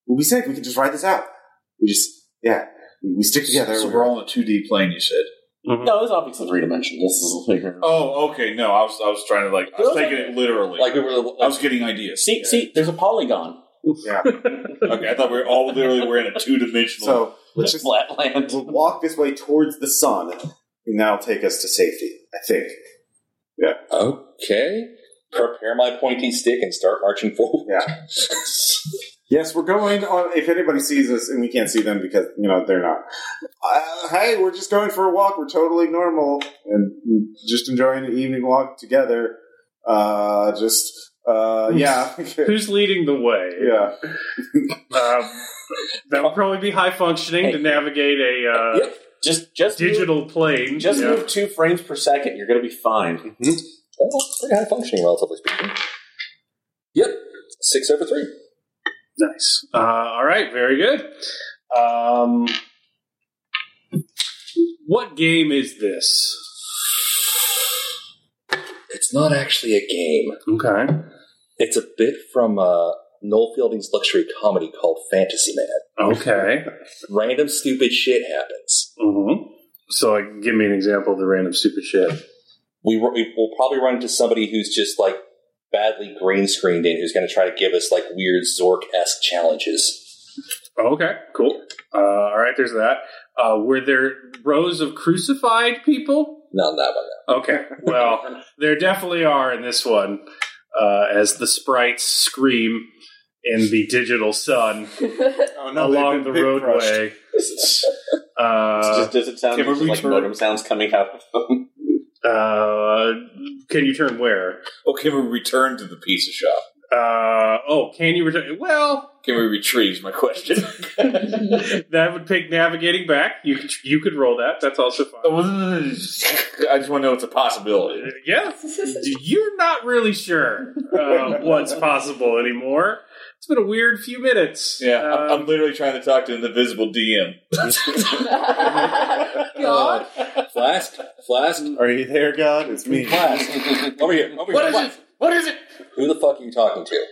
We'll be safe. We can just ride this out. We just, yeah, we we stick together. so we're all on a 2D plane, you said. No, it's obviously three dimensional. This is Oh, okay. No, I was I was trying to like I was taking it literally. Like we were. I was getting ideas. See, see, there's a polygon. yeah. Okay, I thought we were all literally we're in a two dimensional. So let's just Flatland. we'll walk this way towards the sun, and that'll take us to safety. I think. okay. Prepare my pointy stick and start marching forward. Yeah. Yes, we're going on. If anybody sees us, and we can't see them because you know they're not. Uh, hey, we're just going for a walk. We're totally normal and just enjoying an evening walk together. Uh, just uh, yeah, who's leading the way? yeah. Um, that would probably be high functioning to navigate a uh, Yep. Just, just Move, digital plane. just Yeah. move two frames per second. You're gonna be fine. Well, pretty high Oh, functioning, relatively speaking. Yep. Six over three. Nice. Uh, all right. Very good. Um, what game is this? It's not actually a game. Okay. It's a bit from uh, Noel Fielding's luxury comedy called Fantasy Man. Okay. Random stupid shit happens. hmm So, like, give me an example of the random stupid shit. We we will probably run into somebody who's just like badly green screened in, who's going to try to give us like weird Zork esque challenges. Okay. Cool. Uh, all right. There's that. Uh, were there rows of crucified people? Not that one. though. Okay. Well, there definitely are in this one, uh, as the sprites scream in the digital sun Oh, along the roadway. It's Uh, just, does it sound can we just like return- modem sounds coming out of them? uh, can you turn where? oh, can we return to the pizza shop? Uh, oh, can you return? Well, Can we retrieve? Is my question. that would take navigating back. You could, you could roll that. That's also fine. I just want to know it's a possibility. Yeah, you're not really sure uh, what's possible anymore. It's been a weird few minutes. Yeah, I'm- Um, I'm literally trying to talk to an invisible DM. God. Uh, Flask, flask, Are you there, God? It's me. flask. over here, over What here. is Flask. it? What is it? Who the fuck are you talking to?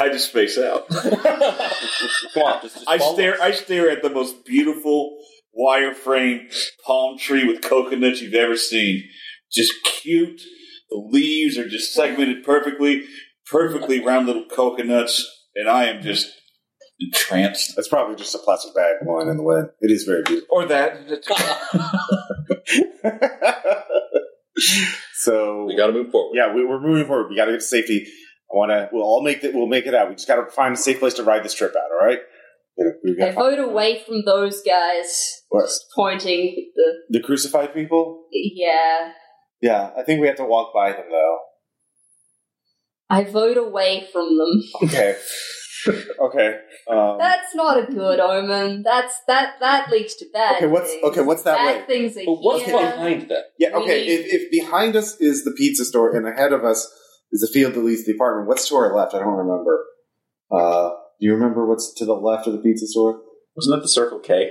I just space out. Come on, just, just I follow stare. us. I stare at the most beautiful wireframe palm tree with coconuts you've ever seen. Just cute. The leaves are just segmented perfectly, perfectly round little coconuts, and I am just entranced. That's probably just a plastic bag blowing in the wind. It is very beautiful. Or that. so We got to move forward. yeah, we, we're moving forward. We got to get to safety. I want to. We'll all make that. We'll make it out. We just got to find a safe place to ride this trip out. All right. We- we I gotta find- vote away from those guys What? pointing at the The crucified people. yeah. Yeah, I think we have to walk by them though. I vote away from them. Okay. okay. Um, That's not a good omen. That's that that leads to bad. okay. What's things. okay? What's that bad way? things are But what's here. behind that? Yeah. We Okay. need- If, if behind us is the pizza store and ahead of us is the field that leads to the apartment, what's to our left? I don't remember. Uh, do you remember what's to the left of the pizza store? Wasn't that the Circle K?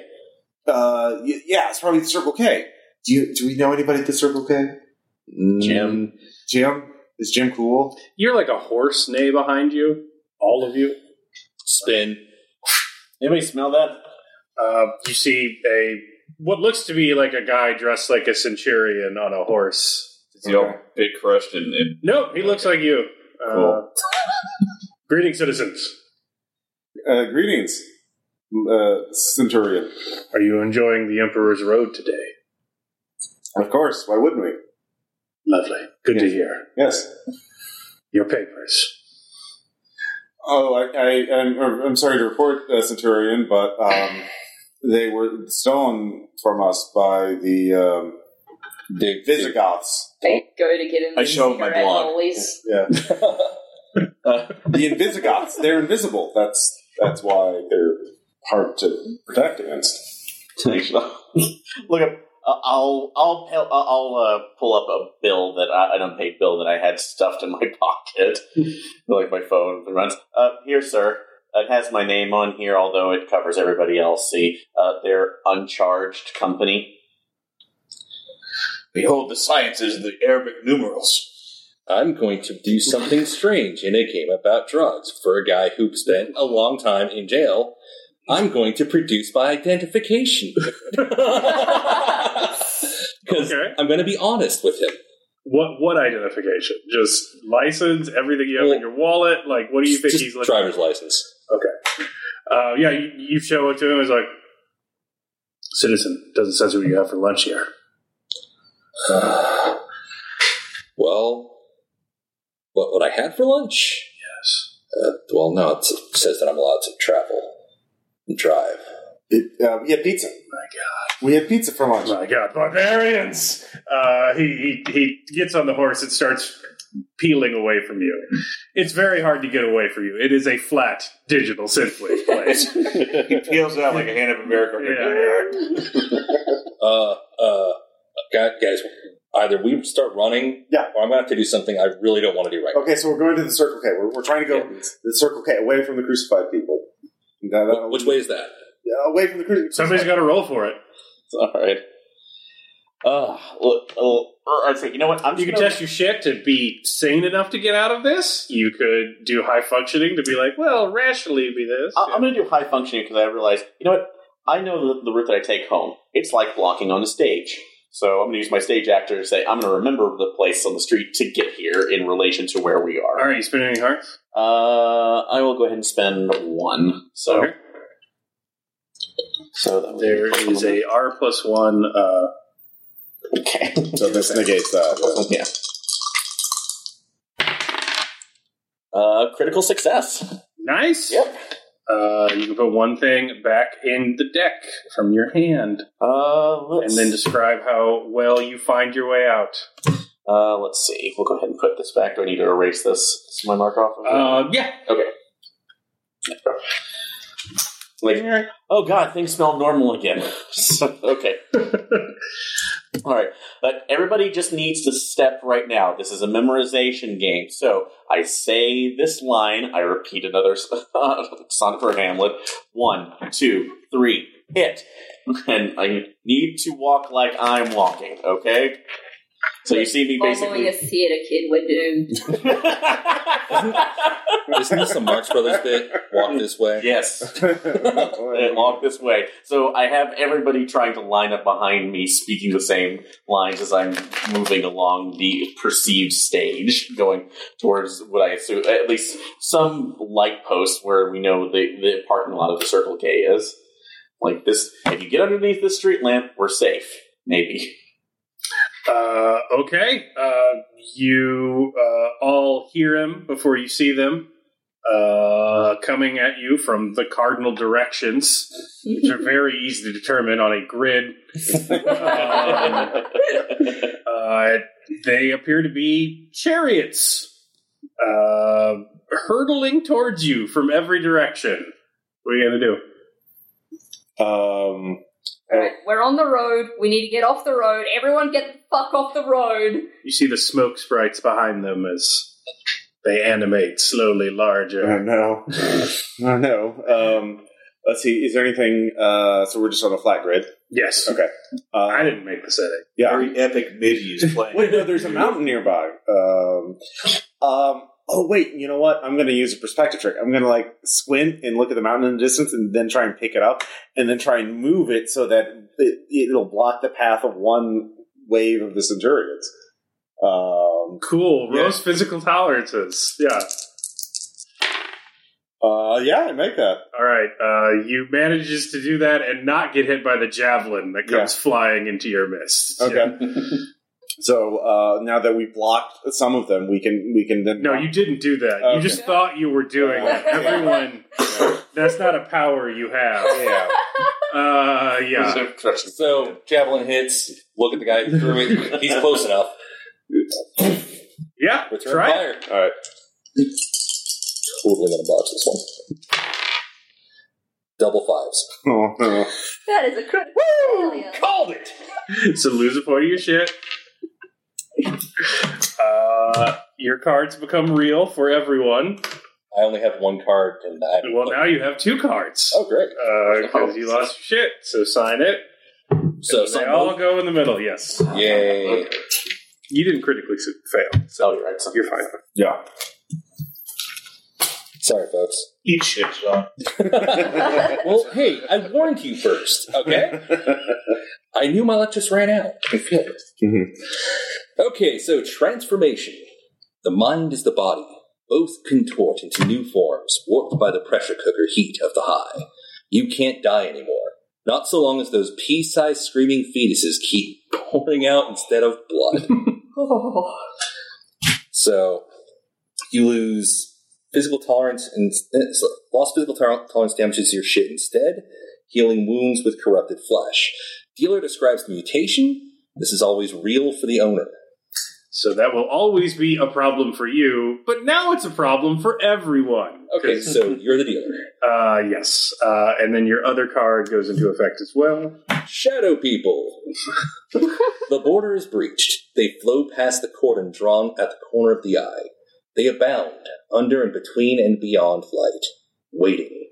Uh, y- yeah, it's probably the Circle K. Do you do we know anybody at the Circle K? Mm, Jim. Jim. Is Jim cool? You're like a horse neigh behind you, all of you. Spin. Anybody smell that? Uh, you see a what looks to be like a guy dressed like a centurion on a horse. It's the old big crushed and, and No, he looks like you. Cool. Uh, greetings, citizens. Uh, greetings, uh, Centurion. Are you enjoying the Emperor's Road today? Of course. Why wouldn't we? Lovely. Good to hear. Yes. Your papers. Oh, I, I, I'm, I'm sorry to report, uh, Centurion, but um, they were stolen from us by the um, Dude, Visigoths. They go to get him. I show him my blog. Yeah, dude. the Invisigoths. They're invisible. That's that's why they're hard to protect against. Look up. Uh, I'll I'll pe- I'll uh, pull up a bill that I, an unpaid bill that I had stuffed in my pocket, like my phone runs. Uh, here, sir. It has my name on here, although it covers everybody else. See, uh, they're uncharged company. behold the sciences of the Arabic numerals. I'm going to do something strange in a game about drugs for a guy who spent a long time in jail. I'm going to produce my identification. Because Okay. I'm going to be honest with him. What what identification? Just license, everything you have in your wallet. Like, what do you think Just he's looking? driver's license. Uh, yeah, you, you show it to him. He's like, citizen doesn't says what you have for lunch here. well, what would I had for lunch? Yes. Uh, well, no, it says that I'm allowed to travel and drive. It, uh, we had pizza. Oh My God. We had pizza for lunch. My God, barbarians! Uh, he, he he gets on the horse and starts peeling away from you. It's very hard to get away from you. It is a flat digital synthwave place. he peels out like a hand of America. Yeah. Uh, uh, guys, guys, either we start running, Yeah. or I'm going to have to do something I really don't want to do right Okay, so we're going to the Circle K. We're, we're trying to go to the Circle K away from the crucified people. That- now. that'll- Wh- Which way is that? Yeah, away from the crucified. Somebody's got to roll for it. All right. Uh, look, uh, I'd say, you know what? I'm just You could gonna- test your shit to be sane enough to get out of this. You could do high functioning to be like, well, rationally it'd be this. I- I'm going to do high functioning because I realize, you know what? I know the, the route that I take home. It's like blocking on a stage. So I'm going to use my stage actor to say, I'm going to remember the place on the street to get here in relation to where we All are. right, you spend any hearts? Uh, I will go ahead and spend one. So, Okay. so that would be There plus is one. a R plus one. Uh, Okay. So this negates that. yeah. Uh, critical success. nice. Yep. Uh, you can put one thing back in the deck from your hand. Uh, let's, and then describe how well you find your way out. uh, let's see. We'll go ahead and put this back. Do I need to erase this? Is my mark off? of it? Uh, yeah, Like, oh god, things smell normal again. So, okay. All right, but everybody just needs to step right now. This is a memorization game. So I say this line, I repeat another Sonic for Hamlet. One, two, three, hit. And I need to walk like I'm walking, okay? So you see me Following basically. a theater kid, we're doomed. Isn't this a Marx Brothers bit? Walk this way. yes. and Away. walk this way. So I have everybody trying to line up behind me, speaking the same lines as I'm moving along the perceived stage, going towards what I assume at least some light post where we know the, the parking lot of the Circle K is. Like this, if you get underneath this street lamp, we're safe. Maybe. Uh, okay. Uh, you uh, all hear him before you see them uh, coming at you from the cardinal directions, which are very easy to determine on a grid. Um, uh, they appear to be chariots uh, hurtling towards you from every direction. What are you going to do? Um, Right, we're on the road. We need to get off the road. Everyone, get the fuck off the road. You see the smoke sprites behind them as they animate slowly oh larger. no, oh no. Um, let's see. Is there anything? Uh, so we're just on a flat grid. Yes. Okay. Uh, I didn't make the setting. yeah. Very epic mid use play. Wait, no, there's a mountain nearby. Um, um, oh, wait, you know what? I'm going to use a perspective trick. I'm going to like squint and look at the mountain in the distance and then try and pick it up and then try and move it so that it, it'll block the path of one wave of the Centurions. Um, Cool. Yeah. Rose physical tolerances. Yeah. uh, yeah, I make that. All right. Uh, you manages to do that and not get hit by the javelin that comes flying into your mist. Okay. so uh, now that we blocked some of them, we can we can then No, you didn't do that. You Okay. just thought you were doing it. Everyone, that's not a power you have. yeah. Uh, yeah. So javelin hits. Look at the guy who threw it. He's close enough. Yeah. Return Try it. fire. All right. Totally gonna botch this one. Double fives. Oh, no. That is a critical failure. Called it. so lose a point of your shit. Uh, your cards become real for everyone. I only have one card, and I. Well, now you have two cards Oh, great. because you lost your shit. So sign it. So they some all go in the middle. Yes, Yay. you didn't critically su- fail, so you're right. you're fine. yeah. Sorry, folks. Eat shit, Sean. well, hey, I warned you first, okay? I knew my luck just ran out. I feel it. Mhm. Okay, so transformation. The mind is the body. Both contort into new forms, warped by the pressure cooker heat of the high. You can't die anymore. Not so long as those pea sized screaming fetuses keep pouring out instead of blood. so, you lose physical tolerance and uh, so lost physical tar- tolerance damages your shit instead, healing wounds with corrupted flesh. Dealer describes the mutation. This is always real for the owner. So that will always be a problem for you, but now it's a problem for everyone. Okay, 'Cause, so you're the dealer. Uh, yes, uh, and then your other card goes into effect as well. Shadow people. the border is breached. They flow past the cordon drawn at the corner of the eye. They abound under and between and beyond light, waiting.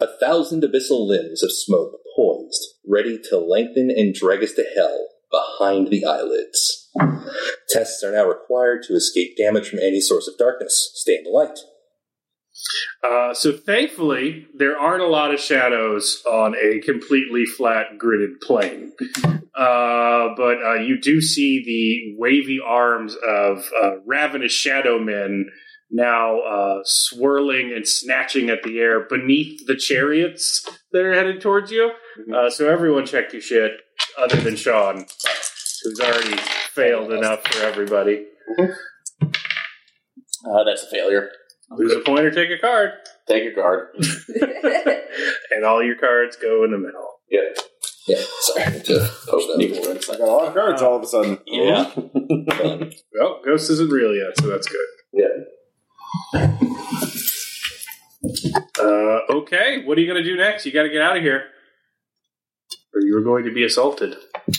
A thousand abyssal limbs of smoke poised, ready to lengthen and drag us to hell behind the eyelids. Tests are now required to escape damage from any source of darkness. Stay in the light. Uh, so thankfully, there aren't a lot of shadows on a completely flat gridded plane. Uh, but uh, you do see the wavy arms of uh, ravenous shadow men now uh, swirling and snatching at the air beneath the chariots that are headed towards you. Uh, so everyone check your shit, other than Sean, who's already failed enough for everybody. Uh, that's a failure. Lose a point or take a card, Take your card. and all your cards go in the middle. Yeah, sorry. I need to push that. Need more insight. I got a lot of cards all of a sudden. Yeah. Oh, Ghost isn't real yet, so that's good. Yeah. Uh, okay, what are you going to do next? You got to get out of here. Or you're going to be assaulted.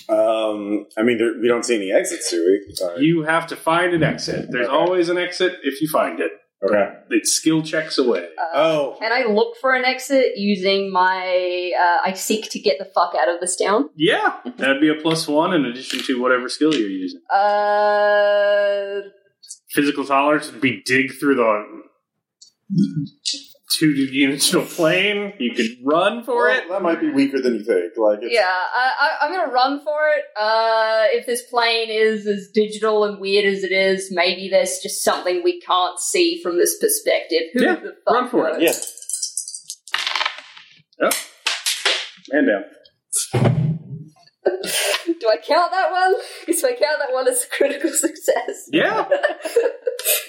Um, I mean, there, we don't see any exits, do we? Sorry. You have to find an exit. There's Okay. always an exit if you find it. okay. It's skill checks away. Uh, Oh, Can I look for an exit using my? Uh, I seek to get the fuck out of this town. Yeah, that'd be a plus one in addition to whatever skill you're using. Uh, Physical tolerance would be dig through the two-dimensional plane. You could run for well, it. that might be weaker than you think. Like, it's, yeah, I, I, I'm gonna run for it. Uh, if this plane is as digital and weird as it is, maybe there's just something we can't see from this perspective. Who Yeah, the fuck run for it, knows? yeah. And down. Do I count that one? Because if I count that one, it's a critical success. Yeah.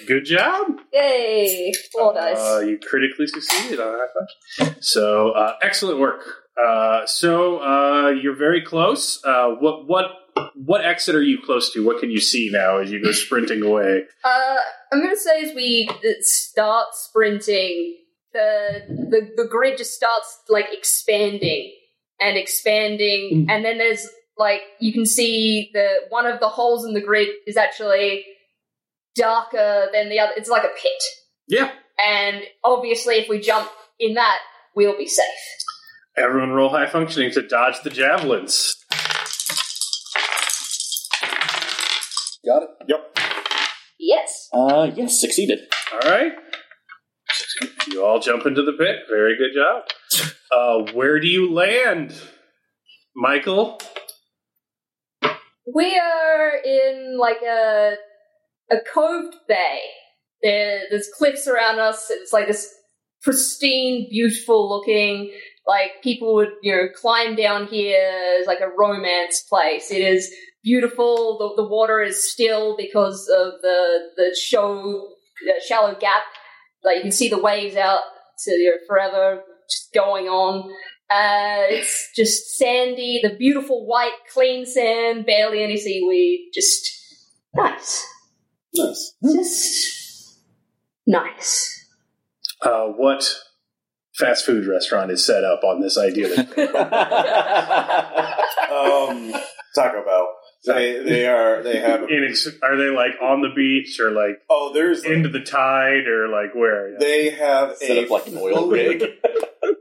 Good job. Yay! Four dice. Uh, you critically succeeded on a high five. So uh, excellent work. Uh, so uh, you're very close. Uh, what what what exit are you close to? What can you see now as you go sprinting away? Uh, I'm gonna say as we uh, start sprinting, the the the grid just starts like expanding and expanding, and then there's like you can see the one of the holes in the grid is actually darker than the other. It's like a pit, Yeah. and obviously, if we jump in that, we'll be safe. Everyone roll high functioning to dodge the javelins. Got it? Yes. Uh, yes, succeeded. All right. You all jump into the pit. Very good job. Uh, where do you land, Michael? We are in like a a coved bay. There, there's cliffs around us. It's like this pristine, beautiful looking. Like people would, you know, climb down here. It's like a romance place. It is beautiful. The, the water is still because of the the show, uh, shallow gap. Like you can see the waves out to you know, forever, just going on. Uh, it's just sandy, the beautiful white, clean sand, barely any seaweed. Just nice. Nice. Just nice. Uh, what fast food restaurant is set up on this idea? Um, Taco Bell. They they are they have. and it's, are they like on the beach or like Oh, there's into the tide or like where? they have Set a up like an oil rig.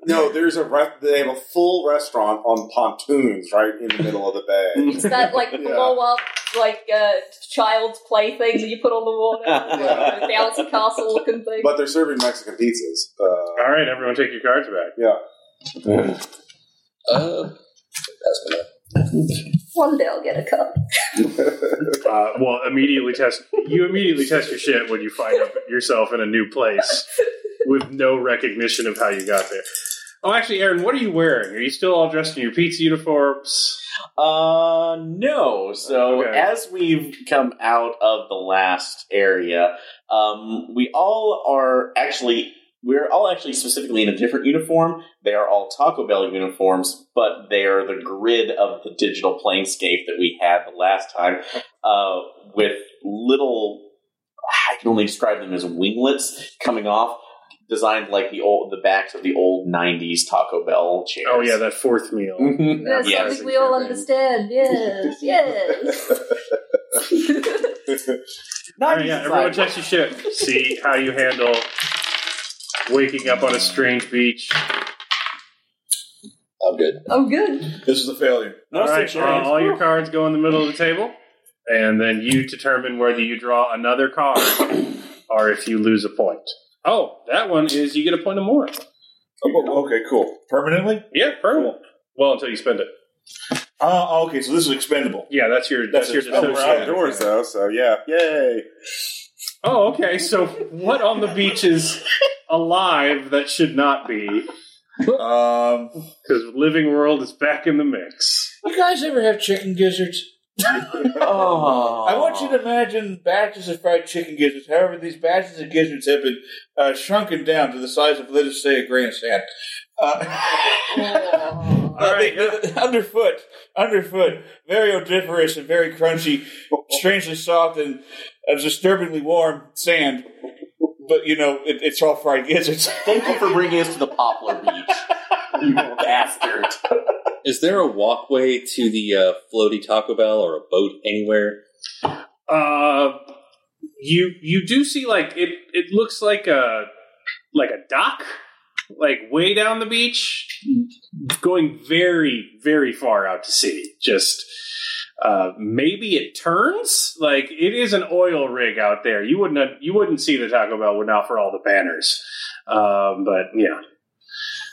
no. There's a re- they have a full restaurant on pontoons right in the middle of the bay. It's that like blow up like uh, child's play thing that you put on the water, Yeah. yeah. bouncy castle looking thing. But they're serving Mexican pizzas. Uh, All right, everyone, take your cards back. Uh, that's been One day I'll get a cup. Uh, well, immediately test. You immediately test your shit when you find up yourself in a new place with no recognition of how you got there. Oh, actually, Aaron, what are you wearing? Are you still all dressed in your pizza uniforms? Uh, no. So Okay. as we've come out of the last area, um, we all are actually we're all actually specifically in a different uniform. They are all Taco Bell uniforms, but they are the grid of the digital planescape that we had the last time, uh, with little I can only describe them as winglets coming off. Designed like the old, the backs of the old '90s Taco Bell chairs. Oh yeah, that fourth meal. Mhm. That's Yes. something we all understand. Yes, yes. All Not right, yeah, easy side. everyone, test your shit. See how you handle waking up on a strange beach. I'm good. I'm good. This is a failure. No all right, such uh, thing. all your cards go in the middle of the table, and then you determine whether you draw another card or if you lose a point. Oh, that one is you get a point or more. Oh, okay, cool. Permanently? Yeah, permanent. Well, until you spend it. Uh, okay, so this is expendable. Yeah, that's your that's, That's your it. Oh, we're dissociative. outdoors though, so yeah, yay! Oh, okay. So what on the beach is alive that should not be? Um, Because living world is back in the mix. You guys ever have chicken gizzards? Oh. I want you to imagine batches of fried chicken gizzards. However, these batches of gizzards have been uh, shrunken down to the size of, let us say, a grain of sand. Uh, Aw. All right, Uh, they- underfoot, underfoot, very odoriferous and very crunchy, strangely soft and uh, disturbingly warm sand. But you know, it, it's all fried gizzards. Uh, Thank you for bringing us to the Poplar Beach, you bastard. Is there a walkway to the uh, floaty Taco Bell or a boat anywhere? Uh, you you do see like it. It looks like a like a dock, like way down the beach, going very very far out to sea. Just uh, maybe it turns. Like it is an oil rig out there. You wouldn't you wouldn't see the Taco Bell would not for all the banners. Um, but yeah.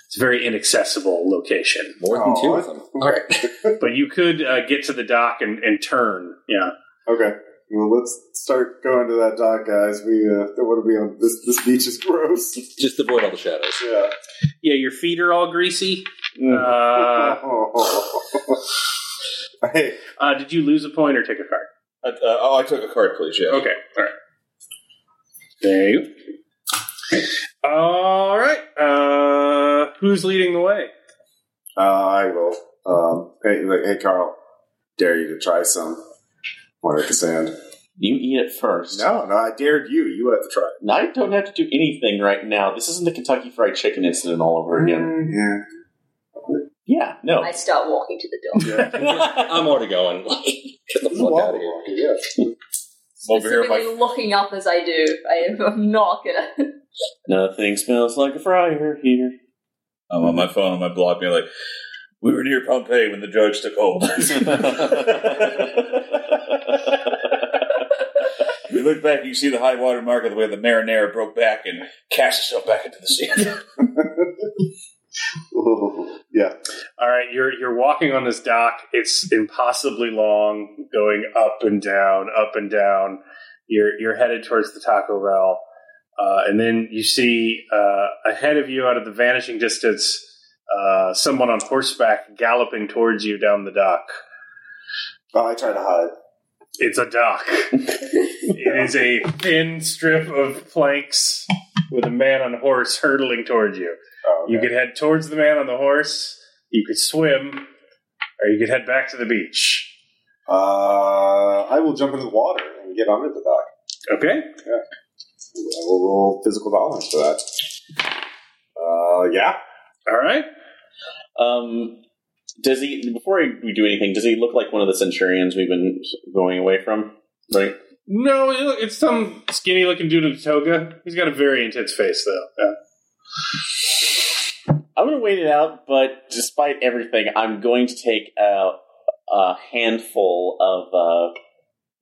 It's a very inaccessible location, More than two of Aw. them. All right. but you could uh, get to the dock and, and turn. Yeah, Okay, well let's start going to that dock, guys. We uh, don't want to be on this. This beach is gross. Just avoid all the shadows. Yeah. yeah. Your feet are all greasy. Mm. Uh, hey, Uh, did you lose a point or take a card? Uh, uh, oh, I took a card, please. Yeah. Okay, all right. There you go. All right. Uh, who's leading the way? uh, I will. Um, hey, like, hey, Carl, dare you to try some water at the sand? You eat it first. No, no, I dared you. You have to try. it. Now you don't have to do anything right now. This isn't the Kentucky Fried Chicken incident all over Mm. again. Yeah, Yeah, no. I start walking to the door. yeah. I'm already going. Like, get the fuck out of here. Yeah. Over here, Specifically looking up as I do. I, I'm not gonna. Nothing smells like a fryer here. I'm on my phone on my blog being like, we were near Pompeii when the drugs took hold. we look back, you see the high water mark of the way the marinara broke back and cast itself back into the sea. yeah. All right, you're you're walking on this dock. It's impossibly long, going up and down, up and down. You're you're headed towards the Taco Bell, uh, and then you see uh, ahead of you, out of the vanishing distance, uh, someone on horseback galloping towards you down the dock. Oh, I try to hide. It's a dock. it is a thin strip of planks with a man on a horse hurtling towards you. Oh, okay. You could head towards the man on the horse. You could swim, or you could head back to the beach. Uh, I will jump into the water and get under the dock. Okay. I will roll physical dominance for that. Uh, yeah. All right. Um, does he? Before we do anything, does he look like one of the centurions we've been going away from? Right. No, it- it's some skinny-looking dude in a toga. He's got a very intense face, though. Yeah. I'm going to wait it out, but despite everything, I'm going to take a, a handful of uh,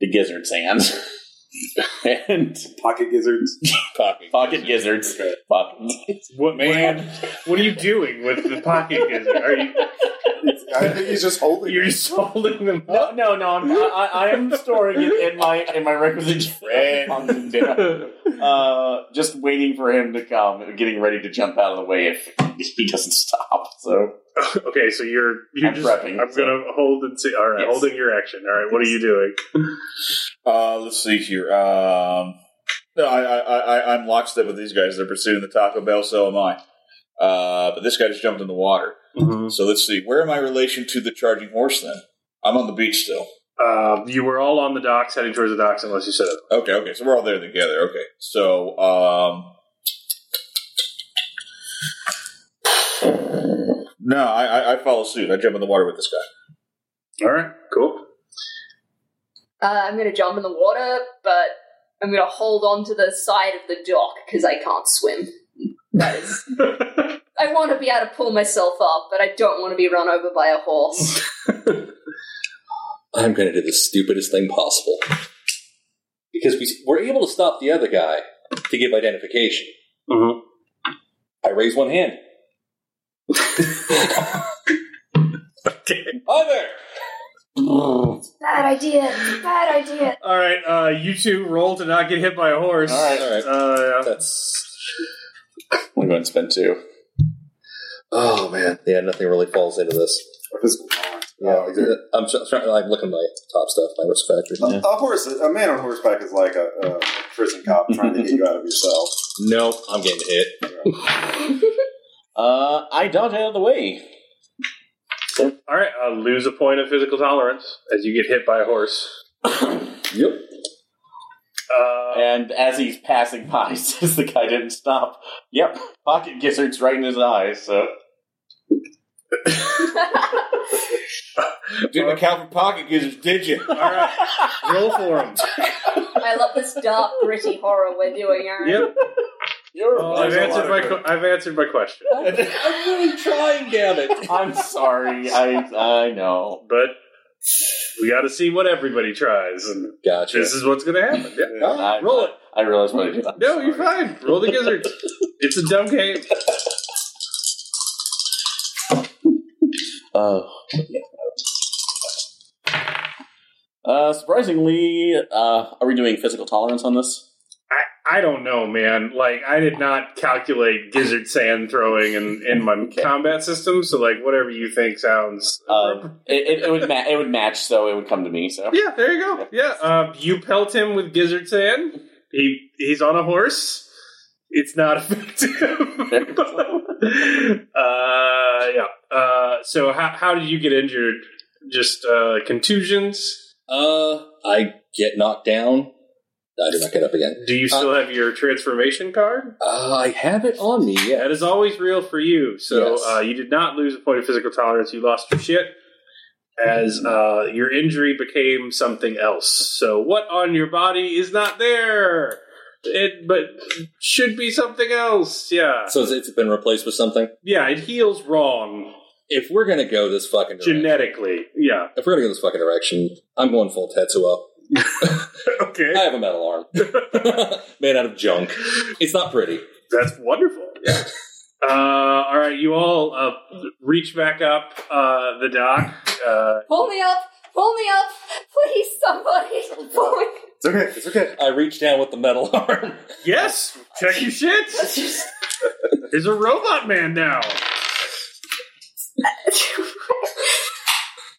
the gizzard sand and Pocket gizzards. Pocket. pocket gizzards. Pocket. What Man. What, what are you doing with the pocket gizzard? Are I you think he's just holding you're it. just holding them No, up? no, no. I'm, I, I am storing it in my in my requisite friend. Uh, just waiting for him to come, getting ready to jump out of the way if he doesn't stop. So okay, so you're you're I'm just. prepping, I'm so- gonna hold and see. All right, Yes. holding your action. All right, what are you doing? Uh, let's see here. Um, no, I, I, I, I- I'm lockstep with these guys. They're pursuing the Taco Bell, so am I. Uh, but this guy just jumped in the water. Mm-hmm. So let's see. Where am I in relation to the charging horse then? I'm on the beach still. Uh, you were all on the docks, heading towards the docks, unless you said it. Okay, okay. So we're all there together. Okay. So, um, no, I, I, I follow suit. I jump in the water with this guy. All right, cool. Uh, I'm going to jump in the water, but I'm going to hold on to the side of the dock because I can't swim. That is. I want to be able to pull myself up, but I don't want to be run over by a horse. I'm going to do the stupidest thing possible. Because we were able to stop the other guy to give identification. Mhm. Mm-hmm. I raise one hand. Hi there! Bad idea. Bad idea. All right, uh, you two roll to not get hit by a horse. All right. All right. Uh, That's. I'm going to spend two. Oh, man. Yeah, nothing really falls into this. Physical dominance. Yeah, uh, Oh, okay. I'm, tr- trying- I'm looking at my top stuff, my risk factors. Uh, a, a horse, a man on horseback is like a, a prison cop trying to get you out of your cell. Nope, I'm getting hit. Uh, I dodge out of the way. all right, uh, lose a point of physical tolerance as you get hit by a horse. Yep. Uh, And as he's passing by, says the guy didn't stop. Yep, pocket gizzards right in his eyes. So Didn't account for pocket gizzards, did you? all right, roll for him. I love this dark, gritty horror we're doing, Aaron. Yep, you're. Oh, I've answered my que- I've answered my question, I'm really trying, damn it. I'm sorry. I I know. but we got to see what everybody tries, and Gotcha. this is what's going to happen. Yeah. I, Roll it. I realize what I did. I'm No, you're sorry. fine. Roll the gizzard. it's a dumb game. Oh. Uh, surprisingly, uh, are we doing physical tolerance on this? I, I don't know, man. Like, I did not calculate gizzard sand throwing in, in my combat system, so, like, whatever you think sounds. Uh, it, it, it would ma- it would match, so it would come to me. So yeah, there you go. Yeah, uh, you pelt him with gizzard sand. He He's on a horse. It's not effective. uh, yeah. Uh, so, how, how did you get injured? Just uh, contusions? Uh, I get knocked down. I do not get up again. Do you still have your transformation card? Uh, I have it on me. Yeah. That is always real for you. So Yes. uh, you did not lose a point of physical tolerance. You lost your shit as uh, your injury became something else. So what on your body is not there? It, but should be something else. Yeah, So it's- it's been replaced with something. yeah. It heals wrong If we're gonna go this fucking direction, genetically. Yeah. if we're gonna go this fucking direction, I'm going full Tetsuo. Okay. I have a metal arm made out of junk. It's not pretty. That's wonderful. Yeah. Uh, all right, you all uh, reach back up uh, the dock. Uh, Pull me up! Pull me up! Please, somebody! Pull me! It's okay. It's okay. I reach down with the metal arm. yes, check your shit. There's a robot man now.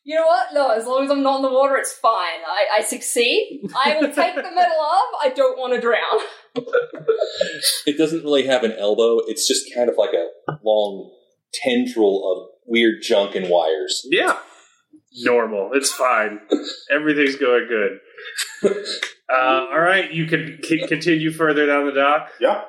You know what? No, as long as I'm not in the water, it's fine. I, I succeed. I will take the metal arm. I don't want to drown. It doesn't really have an elbow. It's just kind of like a long tendril of weird junk and wires. Yeah, normal. It's fine. Everything's going good. Uh, all right, you can c- continue further down the dock. Yeah.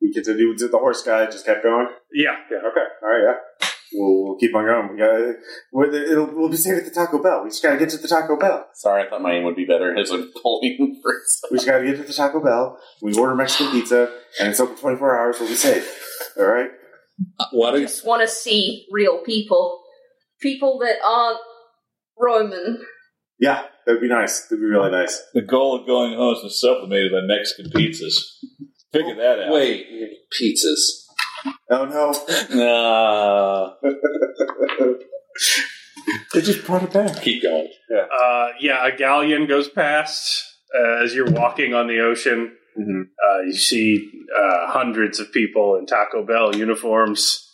We continue. Did the horse guy just kept going? Yeah, yeah. Okay. All right. Yeah. We'll, we'll keep on going. We got. We're the, it'll, we'll be safe at the Taco Bell. We just got to get to the Taco Bell. Sorry, I thought my aim would be better as I'm pulling for some- We just got to get to the Taco Bell. We order Mexican pizza, and it's open twenty four hours. We'll be safe. All right. Why I do just want to see real people. People that aren't Roman. Yeah, that'd be nice. That'd be really nice. The goal of going home has been supplemented by Mexican pizzas. Figure that out. wait pizzas? Oh no! Nah. They just brought it back. Keep going. Uh, yeah, a galleon goes past uh, as you're walking on the ocean. Mhm. Uh, you see uh, hundreds of people in Taco Bell uniforms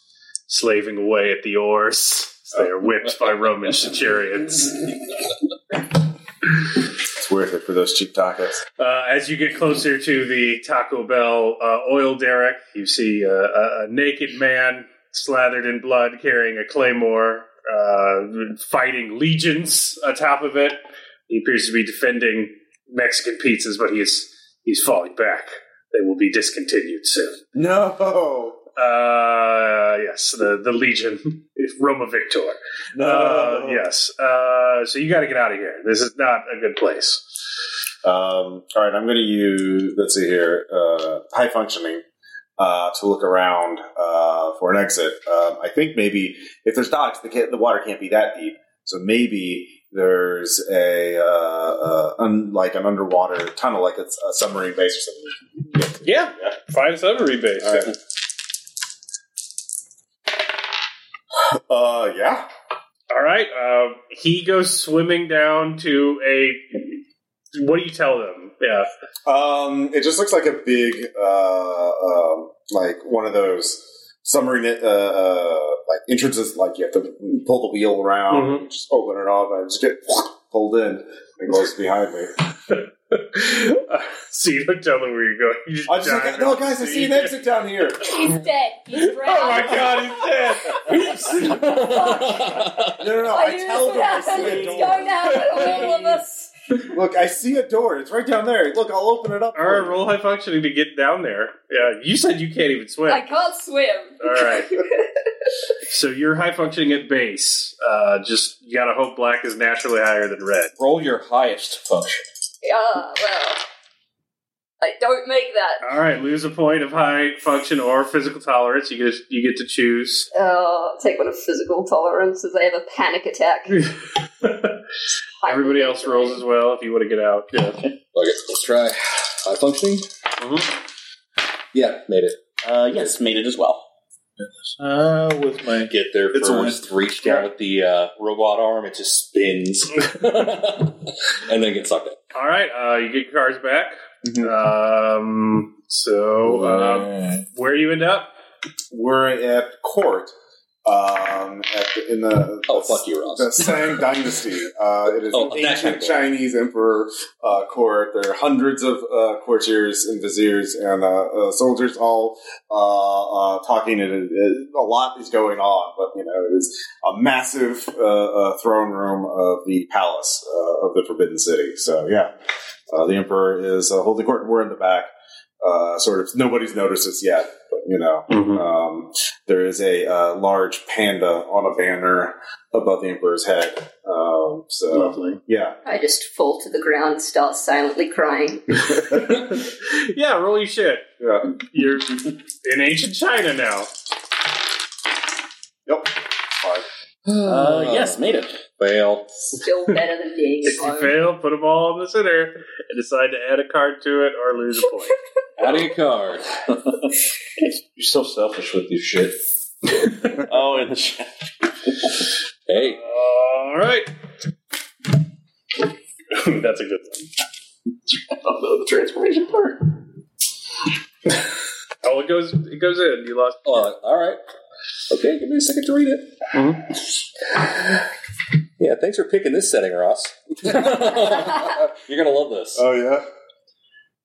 slaving away at the oars. as They are whipped by Roman centurions. It's worth it for those cheap tacos. Uh, as you get closer to the Taco Bell uh, oil derrick, you see uh, a, a naked man slathered in blood carrying a claymore, uh, fighting legions atop of it. He appears to be defending Mexican pizzas, but he's he's falling back. They will be discontinued soon. No, Uh, yes, the the legion, Roma Victor. no. Oh. Uh, yes. Uh, so you got to get out of here. This is not a good place. Um, all right, I'm going to use, let's see here, uh, high functioning uh, to look around uh, for an exit. Um, I think maybe if there's docks, the, ca- the water can't be that deep. So maybe there's a, uh, uh, un, like an underwater tunnel, like it's a submarine base or something. Yeah, find a submarine base. All right. Uh, yeah. All right. Um, he goes swimming down to a. What do you tell them? Yeah. Um, it just looks like a big, uh, um, like one of those submarine, uh, uh, like entrances. Like you have to pull the wheel around, Mm-hmm. and just open it up, and just get pulled in. It goes behind me. Uh, so you don't tell them where you're going. You just I just dive like, no, guys, I into see an the- exit down here. He's dead. He's drowned. Oh my god, he's dead! No, no, no. I, I knew tell them this would I happen. see a He's going door. down for the middle of us. Look, I see a door. It's right down there. Look, I'll open it up. All for right, you. roll high functioning to get down there. Yeah, you said you can't even swim. I can't swim. All right. so you're high functioning at base. Uh, just you gotta hope black is naturally higher than red. Roll your highest function. Yeah, well. I don't make that. All right, lose a point of high function or physical tolerance. You get you get to choose. Oh, take one of physical tolerance as I have a panic attack. Everybody else rolls as well if you want to get out. Yeah. Okay, let's try high functioning. Mm-hmm. Yeah, made it. Uh, yes, made it as well. Uh, with my Get there It's a first. reach down with the uh, robot arm. It just spins, and then get sucked in. All right, uh, you get your cars back. Mm-hmm. Um, so um, where you end up? We're at court. Um, at the, in the Oh fuck you, Ross. The Sang Dynasty. Uh, it is Oh, an that ancient temple. Chinese emperor uh, court. There are hundreds of uh, courtiers and viziers and uh, uh, soldiers all uh, uh, talking. And it, it, a lot is going on, but you know it is a massive uh, uh, throne room of the palace uh, of the Forbidden City. So yeah, uh, the emperor is uh, holding court. We're in the back. uh, sort of nobody's noticed this yet, but you know, Mm-hmm. um, there is a uh, large panda on a banner above the emperor's head. Um, so Lovely. yeah, I just fall to the ground and start silently crying. yeah, roll your shit. yeah. You're in ancient China now. Yep. Fine. Uh, Oh. yes, made it. Ah. Fail. Still better than being If you alone. fail, put them all on the center and decide to add a card to it or lose a point. Out of your card. You're so selfish with your shit. Oh, in the chat. Hey, All right. That's a good one. I don't know the transformation part. Oh, it goes. It goes in. You lost. Oh, uh, all right. Okay, give me a second to read it. Yeah, thanks for picking this setting, Ross. You're gonna love this. Oh yeah.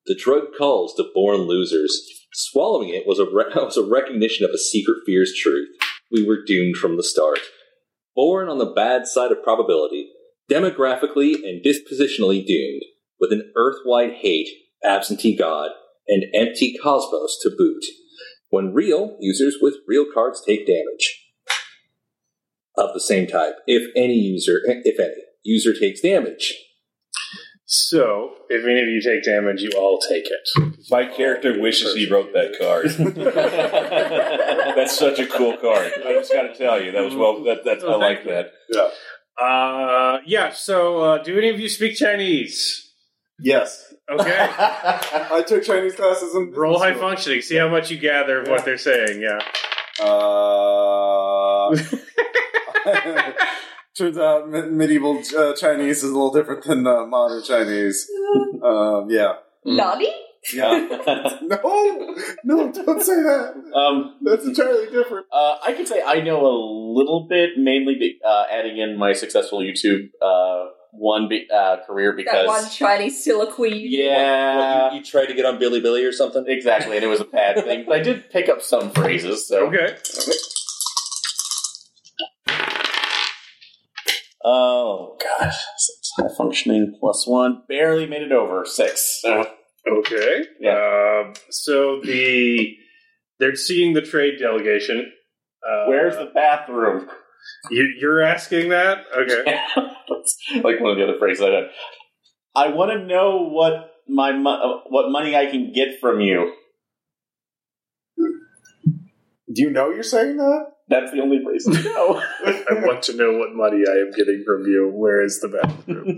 The drug calls to born losers. Swallowing it was a re- was a recognition of a secret fear's truth. We were doomed from the start. Born on the bad side of probability, demographically and dispositionally doomed, with an earth-wide hate, absentee god, and empty cosmos to boot. When real, users with real cards take damage of the same type. If any user, if any user takes damage, So, if any of you take damage, you all take it. My character wishes he wrote that card. that's such a cool card. I just got to tell you, that was well. That, that I like that. Uh, yeah. So, uh, do any of you speak Chinese? Yes. Okay. I took Chinese classes in Roll high business school. functioning. See how much you gather of what they're saying. Yeah. Uh, turns out me- medieval uh, Chinese is a little different than uh, modern Chinese. Um, yeah. Nani? Yeah. no, no, don't say that. Um, That's entirely different. Uh, I can say I know a little bit, mainly be, uh, adding in my successful YouTube uh, one be, uh, career That because one Chinese soliloquy. yeah, What, you, you tried to get on Billy Billy or something. exactly, and it was a bad thing. But I did pick up some phrases, so Okay. oh gosh, six high functioning plus one, barely made it over six. So, Okay. Um, so the they're seeing the trade delegation. Uh, where's the bathroom? you, you're asking that? Okay. That's like one of the other phrases I did. I want to know what my mo- uh, what money I can get from you. Do you know you're saying that? That's the only phrase I know. I want to know what money I am getting from you. Where is the bathroom?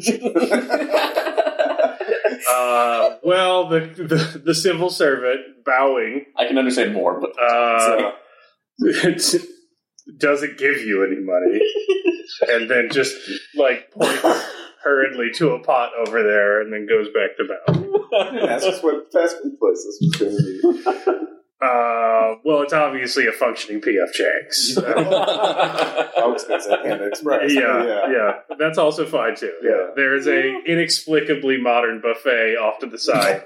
uh, well, the, the the civil servant bowing I can understand more, but uh, doesn't give you any money, and then just like points hurriedly to a pot over there, and then goes back to bow. That's just what fast food places was going to be. Uh, well, it's obviously a functioning PF Chang's. So, I was going to say Panda Express. yeah, yeah, that's also fine too. Yeah. there is a inexplicably modern buffet off to the side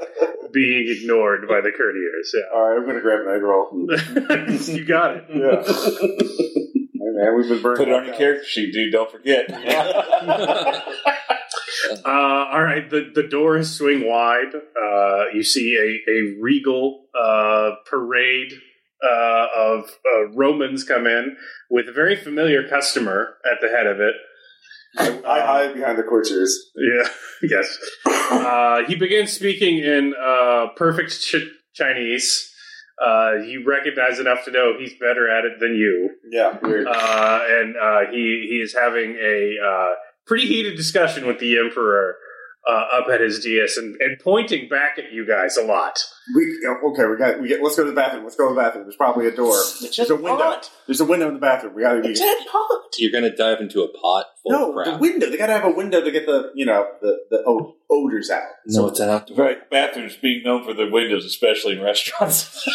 being ignored by the courtiers. All right, I'm going to grab an egg roll. Yeah, you got it. Yeah. hey, man, we've been burning. Put it on out. your character sheet, dude. Don't forget. Uh, all right, the the doors swing wide. Uh, you see a a regal uh, parade. Uh, of uh, Romans come in with a very familiar customer at the head of it, I hide behind the courtiers. Yeah. Yes. Uh, he begins speaking in uh, perfect ch- Chinese. Uh, you recognize enough to know he's better at it than you, Yeah, weird. uh, and uh, he he is having a uh, pretty heated discussion with the emperor uh, up at his dais and, and pointing back at you guys a lot. We okay. We got. We get. Let's go to the bathroom. Let's go to the bathroom. There's probably a door. There's a window. There's a window in the bathroom. We gotta be. You're gonna dive into a pot full No, of crap. the window. They gotta have a window to get the you know the the o- odors out. no, it's an outdoor. Right, bathrooms being known for their windows, especially in restaurants,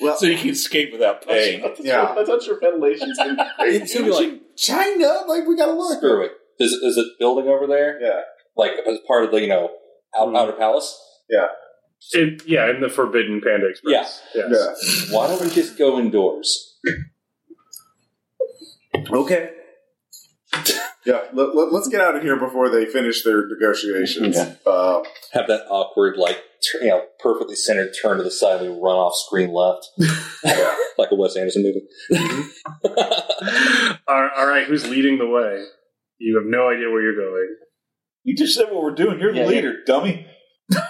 Well, so you can escape without paying. yeah. that's not your ventilation's gonna be great. It's gonna be like, China, like we gotta look. screw it. There's, there's a building over there, Yeah, Hmm. like as part of the you know out, outer palace. It, yeah, in the Forbidden Panda Express. Yes. yeah. Why don't we just go indoors? Okay. Yeah, let, let, us get out of here before they finish their negotiations. Uh, Have that awkward like you know, perfectly centered turn to the side and run off screen left, like a Wes Anderson movie. all all right, who's leading the way? You have no idea where you're going. You just said what we're doing. You're Yeah, the leader, dummy.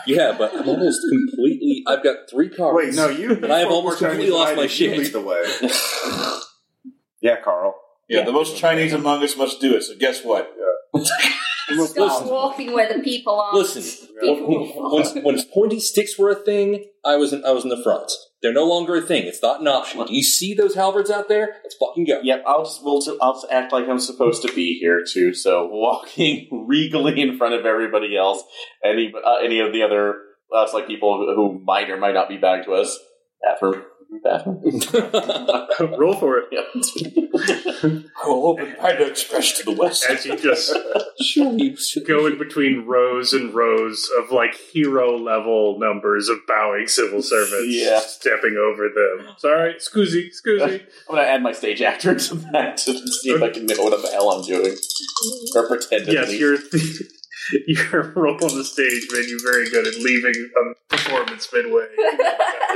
yeah, but I'm almost completely. I've got three cards. Wait, no, you. And I have before almost we're completely lost my Chinese, you shit. Lead the way. yeah, Carl. Yeah, Yeah. the most Chinese among us must do it. So guess what? Start walking where the people are. Listen, Yeah. when, when pointy sticks were a thing, I was in, I was in the front. They're no longer a thing. It's not an option. Do you see those halberds out there? Let's fucking go. Yep, I'll just we'll ju- I'll just act like I'm supposed to be here too. So walking regally in front of everybody else, any uh, any of the other uh, like people who- who might or might not be back to us. Bathroom, bathroom. Roll for it. Yep. I will open Panda Express to the west. As you just Surely you should- go in between rows and rows of like hero level numbers of bowing civil servants Yeah. stepping over them. Sorry, scoozy, scoozy. I'm gonna add my stage actor to that to see if I can know what the hell I'm doing or pretend. at yes, least. your your role on the stage made you very good at leaving a performance midway.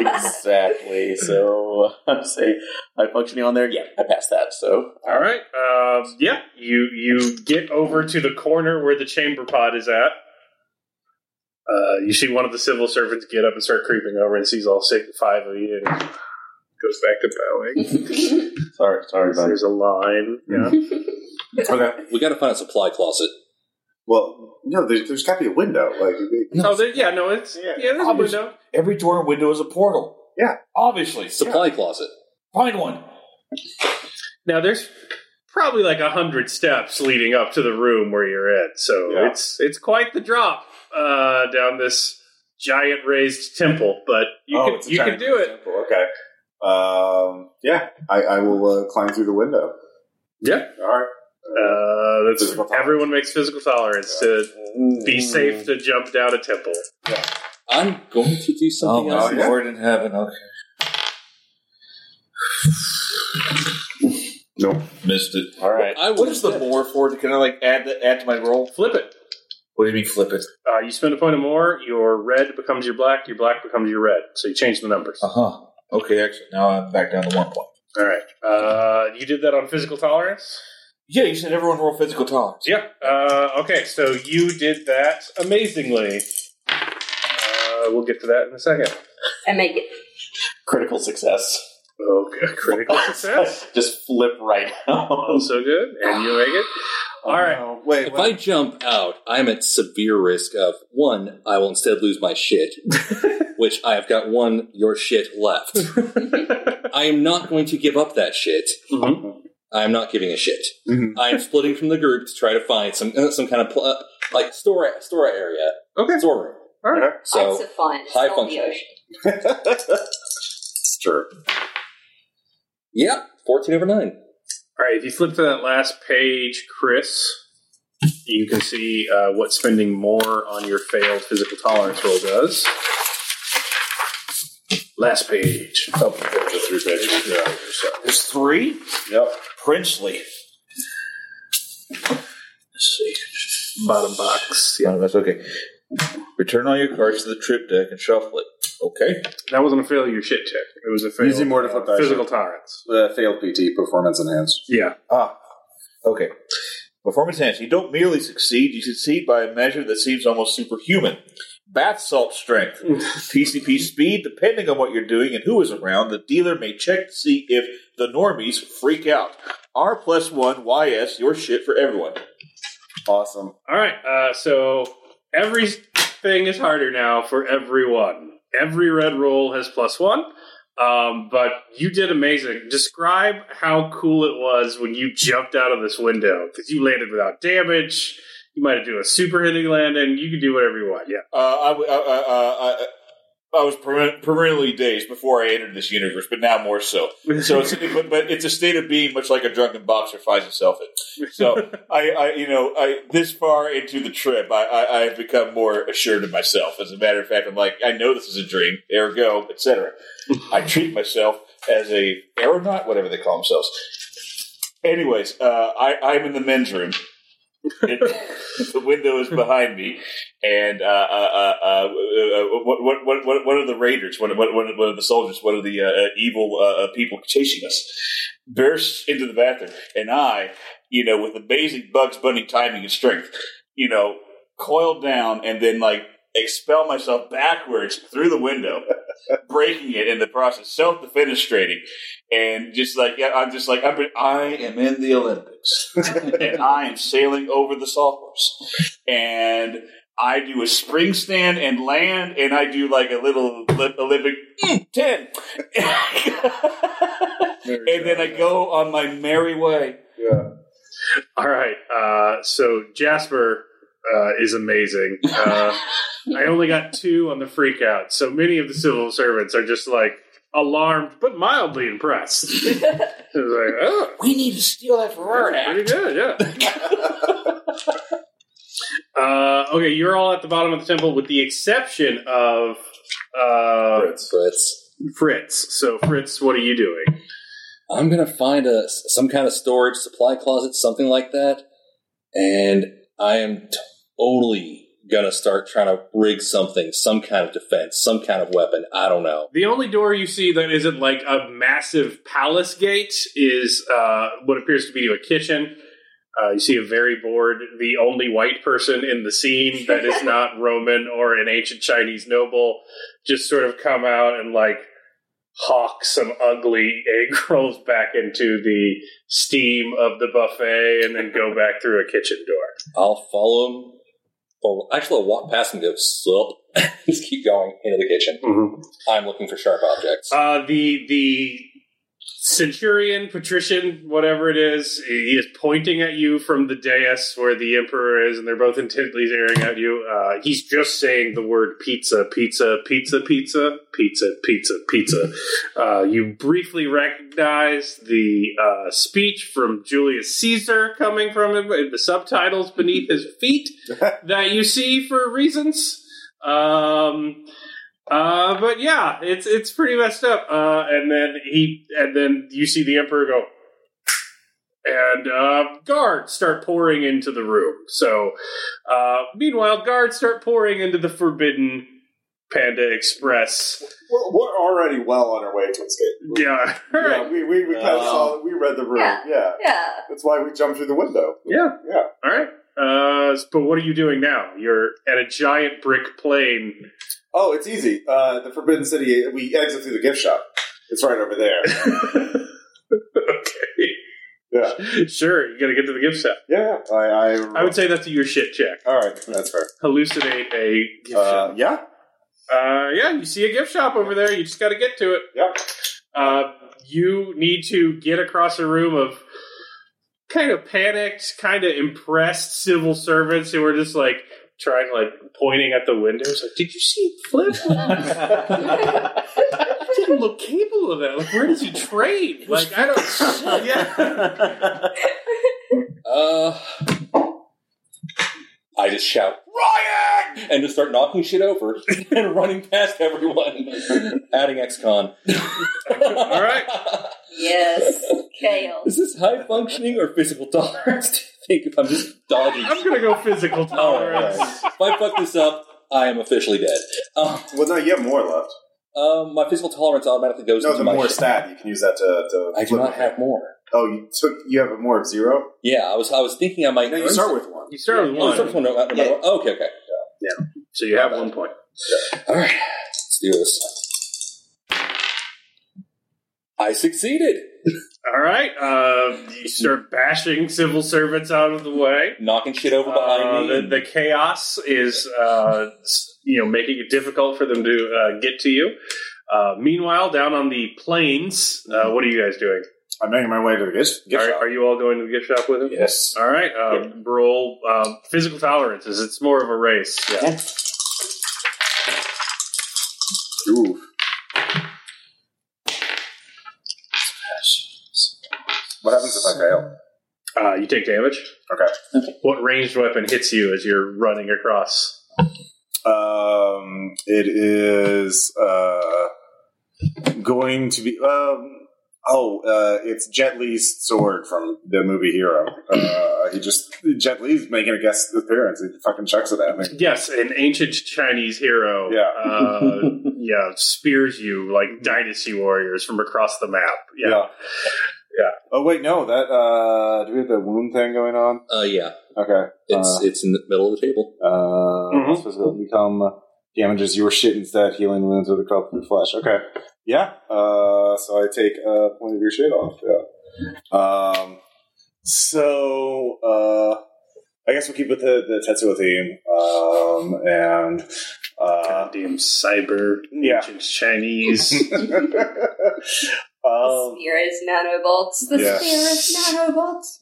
exactly. So I say my functioning on there. Yeah, I passed that. So All right. Um, yeah, you you get over to the corner where the chamber pod is at. Uh, you see one of the civil servants get up and start creeping over and sees all six, five of you and goes back to bowing. sorry, sorry, buddy. There's a line. Yeah. Okay. we got to find a supply closet. Well, no, there, there's got to be a window. Like, Oh, there, yeah, no, it's yeah, Yeah. there's a Obviously. window. Every door and window is a portal. Yeah. Obviously. Supply closet. Find one. Now there's probably like a hundred steps leading up to the room where you're at, so Yeah. it's it's quite the drop uh, down this giant raised temple. But you oh, can it's a you can giant do it. temple, Okay. Um, yeah, I, I will uh, climb through the window. Yeah. All right. Uh, that's Physical tolerance. everyone makes physical tolerance to be safe to jump down a temple. I'm going to do something Oh, else. yeah. Lord in heaven. Okay. No. Missed it. All right. I What is the more for? Can I like add the, add to my roll? Flip it. What do you mean flip it? Uh, you spend a point or more. Your red becomes your black. Your black becomes your red. So you change the numbers. Uh huh. Okay, excellent. Now I'm back down to one point. All right. Uh, you did that on physical tolerance. Yeah, you said everyone roll physical tolerance. Yeah. Uh, okay, so you did that amazingly. Uh, we'll get to that in a second. and make it. Critical success. Okay, critical success. Just flip right now. Also good, and you make it. All right. Uh, Wait, If wait. I jump out, I'm at severe risk of one, I will instead lose my shit, which I have got one your shit left. I am not going to give up that shit. Mm-hmm. I'm not giving a shit. Mhm. I am splitting from the group to try to find some uh, some kind of pl- uh, like store store area, Okay. store room. All right. So That's a fine. It's high not function. the ocean. sure. yeah, fourteen over nine. All right. If you flip to that last page, Chris, you can see uh, what spending more on your failed physical tolerance roll does. Last page. The three pages. Yeah. so. There's three. Yep. Princely. Let's see. Bottom box. Yeah, that's okay. Return all your cards to the trip deck and shuffle it. Okay. That wasn't a failure shit check. It was a failed, Using more to flip that physical tolerance. Uh, failed PT performance enhanced. Yeah. Ah, okay. Performance enhanced. You don't merely succeed, you succeed by a measure that seems almost superhuman. Bath salt strength. TCP speed, depending on what you're doing and who is around, the dealer may check to see if the normies freak out. R plus one YS, your shit for everyone. Awesome. All right. Uh, so everything is harder now for everyone. Every red roll has plus one. Um, but you did amazing. Describe how cool it was when you jumped out of this window because you landed without damage. You might have do a super hitting landing. You could do whatever you want. Yeah. Uh, I, w- I- I- I- I- I was perin- perennially dazed before I entered this universe, but now more so. So it's but, but it's a state of being much like a drunken boxer finds himself in. So I, I you know, I this far into the trip, I, I, I have become more assured of myself. As a matter of fact, I'm like, I know this is a dream, ergo, etc. I treat myself as a aeronaut, whatever they call themselves. Anyways, uh, I, I'm in the men's room. It- the window is behind me, and uh, uh, uh, uh, what, what, what, what, what are the raiders? What, what, what, what are the soldiers? What are the uh, uh, evil uh, uh, people chasing us? Bursts into the bathroom, and I, you know, with amazing Bugs Bunny timing and strength, you know, coil down and then like expel myself backwards through the window, breaking it in the process, self defenestrating, and just like yeah, I'm just like I'm, I am in the Olympics, and I am sailing over the sawhorse, and I do a spring stand and land, and I do like a little Oli- Olympic mm, ten, and then I go on my merry way. Yeah. All right. Uh, so Jasper uh, is amazing. Uh, I only got two on the freak out. So many of the civil servants are just like alarmed, but mildly impressed. It's like, oh, We need to steal that Ferrari. pretty good, yeah. uh, okay, you're all at the bottom of the temple with the exception of uh, Fritz. Fritz. So, Fritz, what are you doing? I'm gonna find a some kind of storage supply closet, something like that, and I am totally gonna start trying to rig something, some kind of defense, some kind of weapon. I don't know. The only door you see that isn't like a massive palace gate is uh, what appears to be a kitchen. Uh, you see a very bored, the only white person in the scene that is not Roman or an ancient Chinese noble just sort of come out and like hawk some ugly egg rolls back into the steam of the buffet and then go back through a kitchen door. I'll follow him. Or actually, I'll walk past him and go, sup. Just keep going into the kitchen. I'm looking for sharp objects. Uh, the the centurion, patrician, whatever it is, he is pointing at you from the dais where the emperor is, and they're both intently staring at you. Uh, he's just saying the word pizza, pizza, pizza, pizza, pizza, pizza, pizza. Uh, you briefly recognize the uh, speech from Julius Caesar coming from him, and the subtitles beneath his feet that you see for reasons. Um, uh, but yeah, it's it's pretty messed up. Uh, and then he, and then you see the emperor go, and uh, guards start pouring into the room. So, uh, meanwhile, guards start pouring into the forbidden Panda Express. We're, we're already well on our way to escape. Yeah, all Yeah, right. we we, we kind of saw we read the room. Yeah. Yeah. Yeah. that's why we jumped through the window. Yeah. yeah. all right. Uh, but what are you doing now? You're at a giant brick plane. Oh, it's easy. Uh, the Forbidden City. We exit through the gift shop. It's right over there. okay. Yeah. Sure, you gotta get to the gift shop. yeah, I. I, I would say that's a your shit check. All right, that's fair. Hallucinate a gift shop. Uh, yeah, Uh, yeah, you see a gift shop over there. You just got to get to it. yeah. Uh, you need to get across a room of kind of panicked, kind of impressed civil servants who are just like trying, like pointing at the windows. Like, did you see it flip? I didn't look capable of that. Like, where did you trade? Like, I don't. yeah. Uh, I just shout, Ryan! And just start knocking shit over and running past everyone, adding XCon. All right. Yes. Chaos. Is this high functioning or physical tolerance? Do you think if I'm just dodging? I'm gonna go physical Oh, tolerance. If I fuck this up, I am officially dead. Um, Well, no, you have more left. um, my physical tolerance automatically goes No, into the my more shit. stat you can use that to. to I do flip not it. have more. Oh, you took. You have a more of zero. Yeah, I was I was thinking I might. No, you earn start with one. You start with some- oh, one, start with one. no- no matter Yeah. what. Oh, okay, okay. so you have one point. All right, let's do this. I succeeded. All right. Uh, you start bashing civil servants out of the way. Knocking shit over behind Uh, me. the, the chaos is, uh, s- you know, making it difficult for them to uh, get to you. Uh, meanwhile, down on the plains, uh, what are you guys doing? I'm making my way to the gift, Mm-hmm. gift are, shop. are you all going to the gift shop with him? Yes. All right. Um, Roll um, physical tolerances. It's more of a race. Yeah. Ooh. What happens if I fail? Uh, you take damage. Okay. What ranged weapon hits you as you're running across? Um, it is uh, going to be. Um, Oh, uh, it's Jet Li's sword from the movie Hero. Uh, he just Jet Li's making a guest appearance. He fucking chucks it at me. Yes, an ancient Chinese hero. Yeah. uh, yeah, spears you like dynasty warriors from across the map. Yeah, Yeah. Oh wait, no. That uh, do we have the wound thing going on? Uh, yeah, Okay. it's uh, it's in the middle of the table. uh, so it's gonna become Uh, damages your shit instead, healing wounds with a cup of flesh. Okay. Yeah. Uh, so I take a point of your shit off. Yeah. Um. So uh, I guess we'll keep with the the Tetsuo theme. Um. And uh. goddamn cyber Yeah. ancient Chinese. The um, sphere is nanobots. The yeah. sphere is nanobots.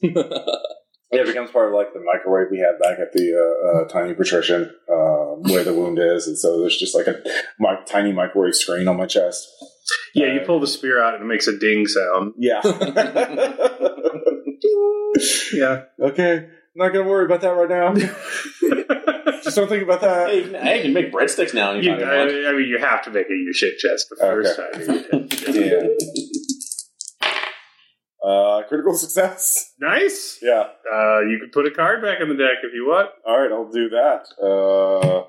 Yeah, it becomes part of like the microwave we had back at the uh, uh, tiny patrician um, where the wound is, and so there's just like a mi- tiny microwave screen on my chest. yeah, you pull the spear out and it makes a ding sound. Yeah. Yeah, okay, I'm not gonna worry about that right now. just don't think about that. Hey, I can make breadsticks now. you, You know, I, I mean, you have to make it your shit chest the Okay. first time. you attempt it. Yeah. Uh, critical success. Nice. Yeah. Uh, you can put a card back in the deck if you want. All right, I'll do that. Uh,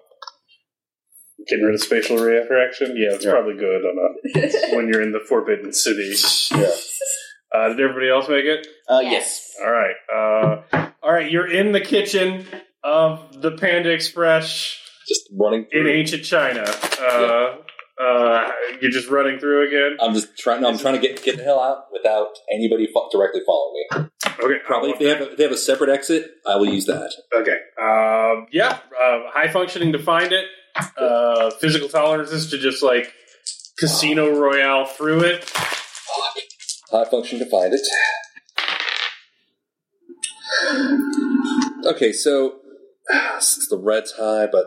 Getting rid of spatial reaction. Yeah, it's Yeah. probably good on a, when you're in the Forbidden City. yeah. Uh, did everybody else make it? uh, yes. All right. Uh, all right. You're in the kitchen of the Panda Express Just running. in Through. ancient China. Uh, uh, you're just running through again. I'm just trying. No, I'm trying to get get the hell out without anybody fo- directly following me. Okay. Probably if they have a, if they have a separate exit, I will use that. Okay. Um, yeah. Uh, high functioning to find it. Uh, physical tolerances to just like Casino Royale through it. High function to find it. Okay, so ah, since the red's high, but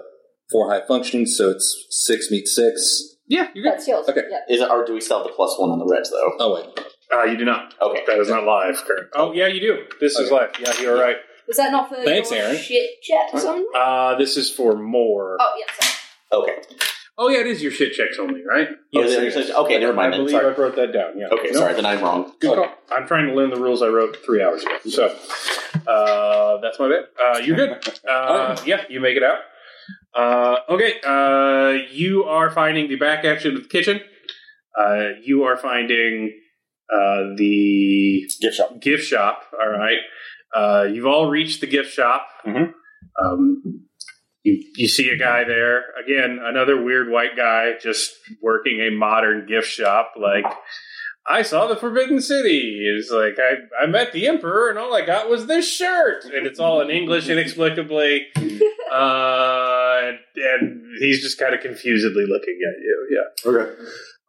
four high functioning, so it's six meet six. Yeah, you That's yours. Okay. Yeah. Is it, or do we sell the plus one on the reds though? Oh wait, Uh, you do not. Okay. That is not live. Current. Oh yeah, you do. This is Okay. live. Yeah, you're right. Was that not for Thanks, your Aaron. shit chat or something? Uh, this is for more. Oh, yeah, sorry. Okay. Oh yeah, it is your shit checks only, right? is it it your shit- is. okay, never mind I then, believe sorry. I wrote that down. Yeah. Okay. Nope. Sorry, then I'm wrong. Good call. I'm trying to learn the rules I wrote three hours ago. So uh, that's my bad. Uh, you're good. Uh, yeah, you make it out. Uh, okay, uh, you are finding the back action of the kitchen. Uh, you are finding uh, the Gift shop. gift shop. All right. Uh, you've all reached the gift shop. Mhm. Um, you, you see a guy there again, another weird white guy, just working a modern gift shop. Like I saw the Forbidden City. It's like I, I met the Emperor, and all I got was this shirt, and it's all in English inexplicably. uh, and, and he's just kind of confusedly looking at you. Yeah. Okay.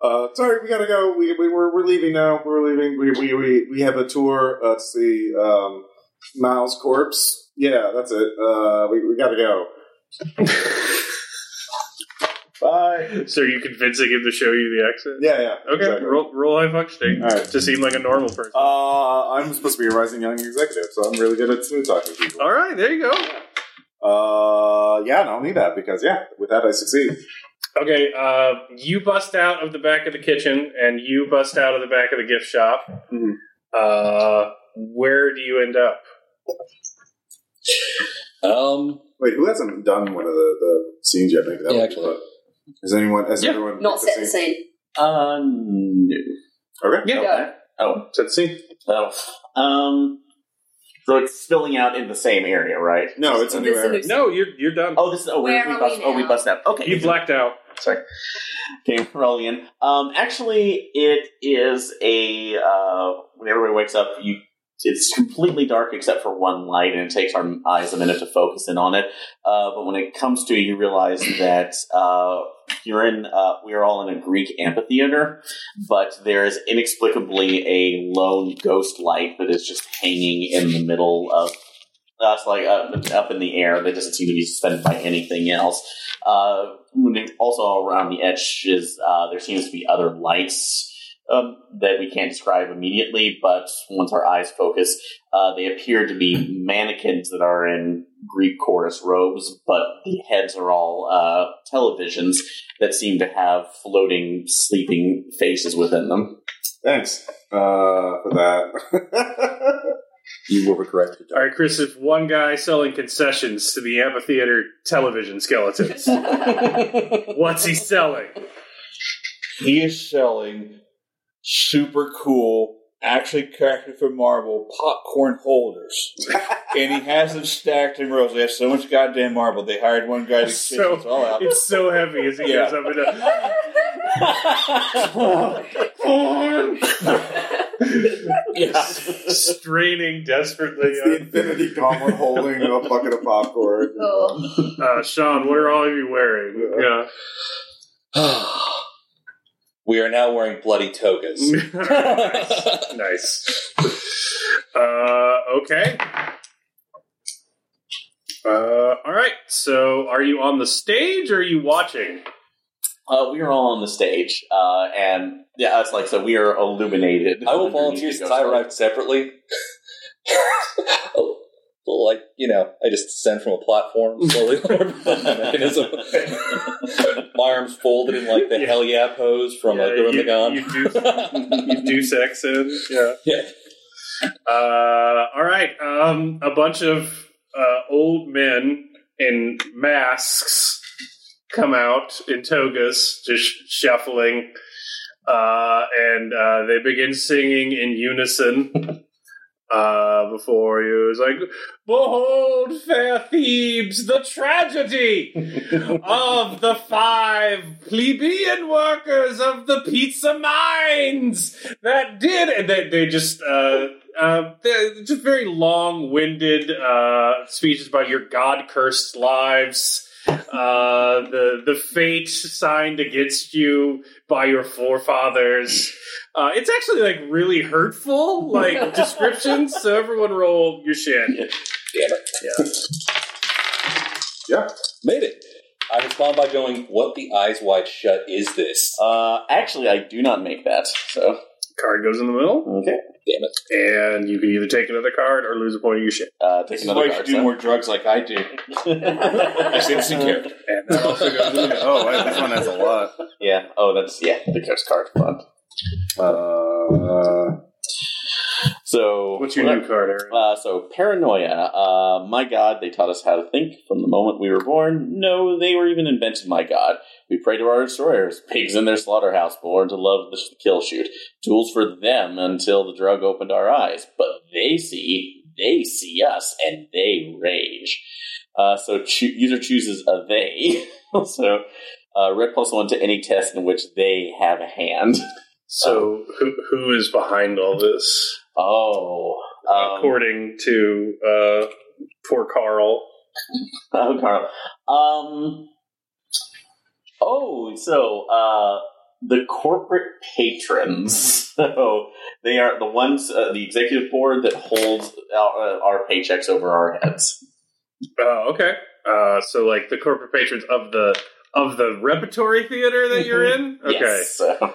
Uh, sorry, we gotta go. We, we we're, we're leaving now. We're leaving. We we, we, we have a tour. Uh, it's the um, Miles corpse. Yeah, that's it. Uh, we we gotta go. Bye. So are you convincing him to show you the accent? Yeah, yeah. Okay, exactly. roll, roll high functioning All right. to seem like a normal person. Uh, I'm supposed to be a rising young executive, so I'm really good at smooth talking people. All right, there you go. Uh, yeah, and I'll need that because yeah, with that I succeed. Okay, uh, you bust out of the back of the kitchen, and you bust out of the back of the gift shop. Mhm. Uh, where do you end up? um, Wait, who hasn't done one of the, the scenes yet? Maybe that Yeah, would be actually. fun. Has anyone? Has Yeah. everyone Not set the same? scene. Uh, no. Okay. Yeah. Yeah. Oh, Let's see. oh. Um. So it's spilling out in the same area, right? No, it's a new This is a area. new- No, you're you're done. Oh, this is oh, we- Where we, are bust, we oh, we now? bust out. Okay, you blacked out. Sorry. Okay, rolling in. Um, actually, it is a uh, when everybody wakes up, you it's completely dark except for one light, and it takes our eyes a minute to focus in on it. Uh, but when it comes to, it, you realize that uh, you're in. Uh, we are all in a Greek amphitheater, but there is inexplicably a lone ghost light that is just hanging in the middle of. That's like up, up in the air. That doesn't seem to be suspended by anything else. Uh, also around the edges, uh, there seems to be other lights um, that we can't describe immediately, but once our eyes focus, uh, they appear to be mannequins that are in Greek chorus robes, but the heads are all uh, televisions that seem to have floating, sleeping faces within them. Thanks uh, for that. you will regret it. All right, Chris, if one guy selling concessions to the amphitheater television skeletons, what's he selling? He is selling super cool, actually crafted from marble, popcorn holders. and he has them stacked in rows. They have so much goddamn marble. They hired one guy to It's shit this all so, out. it's so heavy as he Yeah. goes up and down. straining desperately. It's the infinity gauntlet holding a bucket of popcorn. Oh. Uh, Sean, what are all of you wearing? Uh, Yeah. we are now wearing bloody togas. nice. Uh, okay. Uh, all right. So, are you on the stage or are you watching? Uh, we are all on the stage, uh, and yeah, it's like so we are illuminated. I will volunteer since I arrived separately. like, you know, I just descend from a platform slowly on my mechanism. my arms folded in like the Yeah. hell yeah pose from uh, Gurren you, Lagann. you do, you do sex in. Yeah. Yeah. Uh, all right. Um, a bunch of uh, old men in masks come out in togas, just shuffling, uh, and uh, they begin singing in unison. Uh, before you, it's like, behold, fair Thebes, the tragedy of the five plebeian workers of the pizza mines that did and they, they just uh, uh, they're just very long-winded uh, speeches about your god-cursed lives uh, the the fate signed against you by your forefathers. Uh, it's actually like really hurtful, like descriptions. So everyone roll your shit. Made it. I respond by going, What the eyes wide shut is this? Uh, actually, I do not make that. So Card goes in the middle, okay, and you can either take another card or lose a point of your shit. uh, take This is why another you should card. do so. more drugs like I do. I said it's in character. And that also goes in the middle. Oh, wow, this one has a lot. Yeah. Oh, that's yeah. The ghost card. Fun. Uh, So What's your new card, Aaron? Uh, so paranoia. Uh, my God, they taught us how to think from the moment we were born. No, they were even invented. My God, we pray to our destroyers, pigs in their slaughterhouse, born to love the kill shoot. Tools for them until the drug opened our eyes. But they see, they see us, and they rage. Uh, so cho- user chooses a they. so uh, red plus one to any test in which they have a hand. So, uh, who who is behind all this? Oh. um, According to uh, poor Carl, Oh, Carl. Um. Oh, so uh, the corporate patrons. So they are the ones, uh, the executive board that holds our, uh, our paychecks over our heads. Oh, okay. Uh, so like the corporate patrons of the of the repertory theater that you're in. Okay. Mm-hmm. Yes. So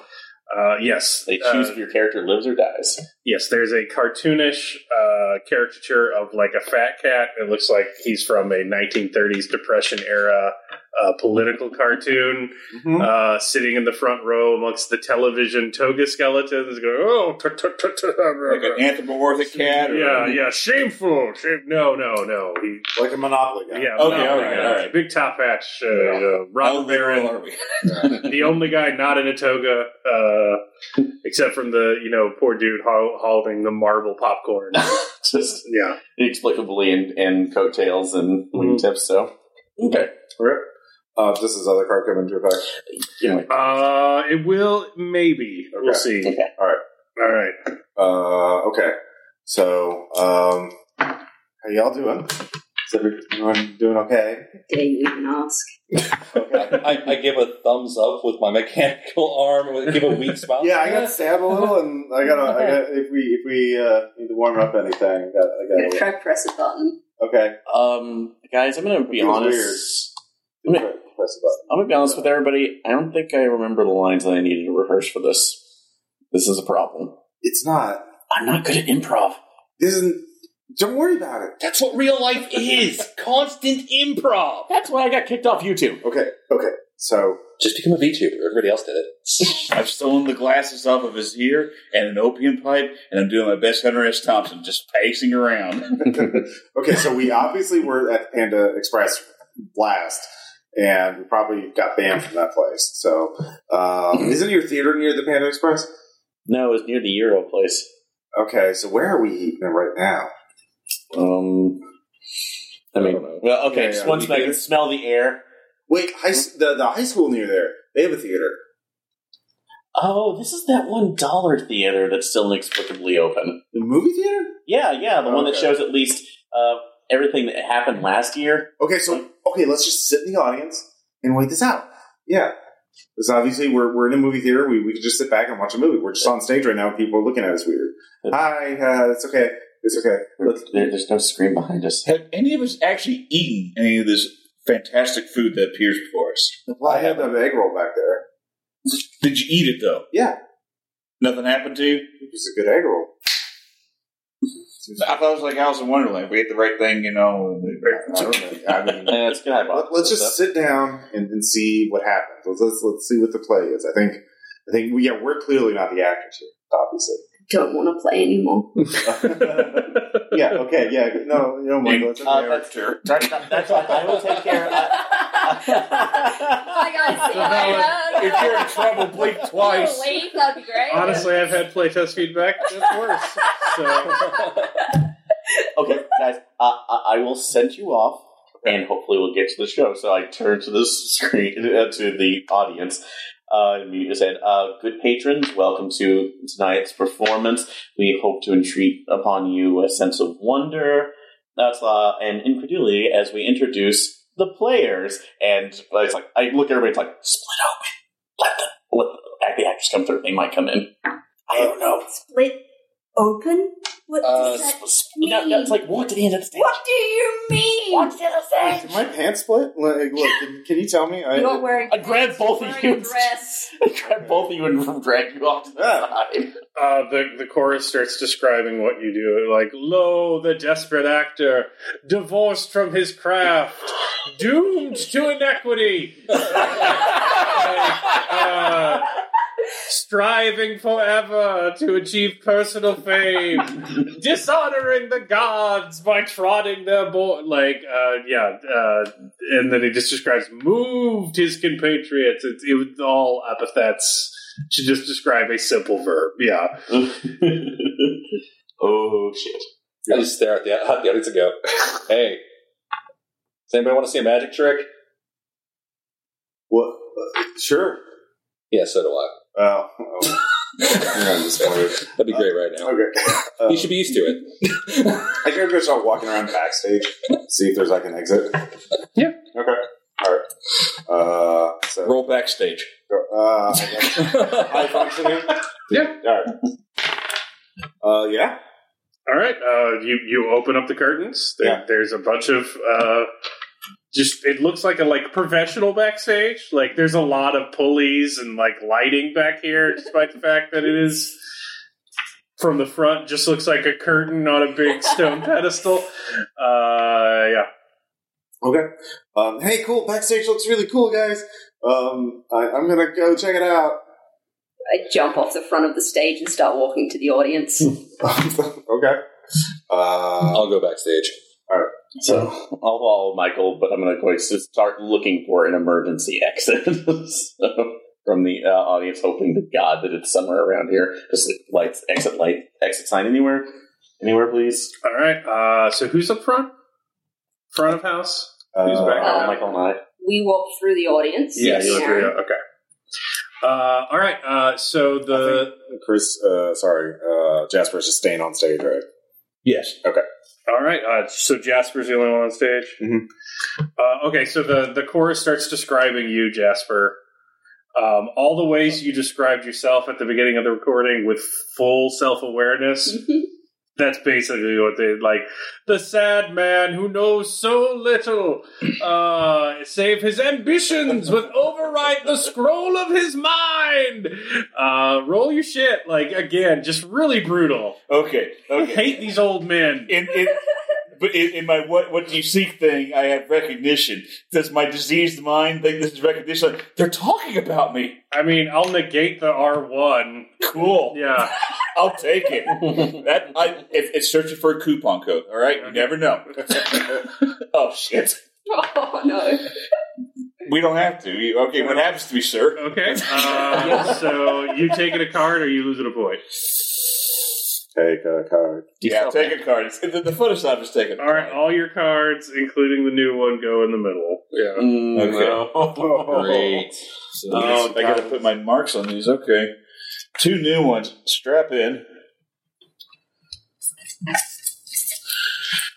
Uh, yes. they choose Uh, if your character lives or dies. yes. There's a cartoonish uh, caricature of like a fat cat. It looks like he's from a 1930s Depression era uh, political cartoon, uh, sitting in the front row amongst the television toga skeletons. Going, oh, tut, tut, tut, tut, rah, Like rah." an anthropomorphic cat. Or yeah, yeah, shameful. Shame. No, no, no. He like a Monopoly guy. Yeah. Okay, Monopoly all right, guy. all right. Big top hat. Uh, uh, How Robin literal Baron, are we? the only guy not in a toga, uh, except from the you know poor dude hol- holding the marble popcorn. Just yeah. inexplicably in, in coattails and Mm-hmm. wingtips. So okay. Uh, does this other card come into effect? Uh, it will maybe. We'll Okay. see. Okay. All right. All right. Uh, okay. So, um, how y'all doing? Is everyone doing okay? Dare you even ask? I, I give a thumbs up with my mechanical arm, with- give a weak smile. Yeah, I got stabbed a little, and I got. I got. If we if we uh, need to warm up anything, I got. I I'm gonna got. try press a button. Okay. Um, guys, I'm gonna be Feels honest. Press the button. I'm gonna be honest with everybody. I don't think I remember the lines that I needed to rehearse for this. This is a problem. It's not. I'm not good at improv. This isn't. Don't worry about it. That's what real life is. Constant improv. That's why I got kicked off YouTube. Okay, okay. So Just become a VTuber. Everybody else did it. I've stolen the glasses off of his ear and an opium pipe, and I'm doing my best Hunter S. Thompson, just pacing around. okay, so we obviously were at Panda Express last, and we probably got banned from that place. So um, isn't your theater near the Panda Express? No, it's near the Euro place. Okay, so where are we eating them right now? Um, I mean, well, okay, Yeah, just yeah, one we second. I can did. smell the air. Wait, high, s- the the high school near there. They have a theater. Oh, this is that one dollar theater that's still inexplicably open. The movie theater? Yeah, yeah, the one that Okay. shows at least uh, everything that happened last year. Okay, so okay, let's just sit in the audience and wait this out. Yeah. Because obviously we're, we're in a movie theater. We, we can just sit back and watch a movie. We're just on stage right now. and People are looking at us weird. Hi, uh, it's okay. It's okay. Let's- There, there's no screen behind us. Have any of us actually eaten any of this fantastic food that appears before us? Well, I had that egg roll back there. Did you eat it though? Yeah, Nothing happened to you? it was a good egg roll. I thought it was like Alice in Wonderland. We ate the right thing, you know. and I the- don't know. I mean, Yeah, it's a good hypothesis. Let, let's just sit down and, and see what happens. Let's, let's let's see what the play is. I think I think we, yeah we're clearly not the actors here, obviously. Don't want to play anymore. yeah. Okay. Yeah. No. No. Michael. It's okay. Uh, that's, that's, not- that's not- I will take care of Hi that. guys. So that Yeah, if you're in yeah. trouble, blink twice. Little wave, that'd be great. Honestly, I've had playtest feedback that's worse. So okay, guys, uh, I I will send you off, and hopefully we'll get to the show. So I turn to the screen, uh, to the audience. Uh, and we said, uh, good patrons, welcome to tonight's performance. We hope to entreat upon you a sense of wonder that's, uh, and incredulity as we introduce the players. And it's like, I look at everybody, it's like, split open. Let the, let the, the actors come through. They might come in. I don't know. Split open? What Uh, does that mean? No, no, it's like, walk to the end of the stage. what do you mean? Walk to the stage. Did my pants split? Like, look, can, can you tell me? I, You're not wearing. I pants, grabbed both you're of wearing you. a Dress. grab both of you and drag you off to the side. uh, the the chorus starts describing what you do, like "Lo, the desperate actor, divorced from his craft, doomed to inequity, uh, striving forever to achieve personal fame, dishonoring the gods by trotting their boy." Like, uh, yeah, uh, and then he just describes moved his compatriots. It, it was all epithets to just describe a simple verb. Yeah. oh shit! I just stare at the, at the audience and go, hey, does anybody want to see a magic trick? Well, uh, sure. Yeah, so do I. Oh, oh. Yeah, I'm disappointed. That'd be great right now. Okay. Uh, You should be used to it. I can go start walking around backstage, see if there's like an exit. Yeah. Okay. All right. Uh, so Roll backstage. uh, I guess high functioning. Yeah. All right. Uh, yeah. All right. Uh, you you open up the curtains. There, Yeah. There's a bunch of uh, just. It looks like a like professional backstage. Like there's a lot of pulleys and like lighting back here, despite the fact that it is from the front. Just looks like a curtain on a big stone pedestal. Uh, yeah. Okay. Um, hey, cool. Backstage looks really cool, guys. Um, I, I'm gonna go check it out. I jump off the front of the stage and start walking to the audience. Hmm. okay. Uh, I'll go backstage. So I'll follow Michael, but I'm going to go to start looking for an emergency exit so, from the uh, audience, hoping to God that it's somewhere around here. Just lights, exit light, exit sign anywhere, anywhere, please. All right. Uh, so who's up front? Front of house. Who's uh, back? Uh, Michael and I. we walk through the audience. Yeah, you look through. yeah, Okay. Uh, all right. Uh, so the Chris, uh, sorry, uh, Jasper's just staying on stage, right? Yes. Okay. All right. Uh, so Jasper's the only one on stage. Mhm. Uh, okay. So the the chorus starts describing you, Jasper. Um, all the ways you described yourself at the beginning of the recording with full self awareness That's basically what they like. The sad man who knows so little, uh, save his ambitions, would overwrite the scroll of his mind. Uh, roll your shit. Like again, just really brutal. Okay, I okay. hate these old men. In, in, but in, in my what what do you seek thing, I have recognition. Does my diseased mind think this is recognition? Like, They're talking about me. I mean, I'll negate the R one. Cool. Yeah. I'll take it. That I if it's searching for a coupon code. All right, you never know. oh shit. Oh no. We don't have to. You- Okay, what happens to me, sir? Okay. Uh, so you taking a card or you losing a point? Take a card. Yeah, take a card. It's, the, the photo stop is taken. All right, all your cards, including the new one, go in the middle. Yeah. Great. So Um, Oh, I gotta put my marks on these. Okay. Two new ones. Strap in.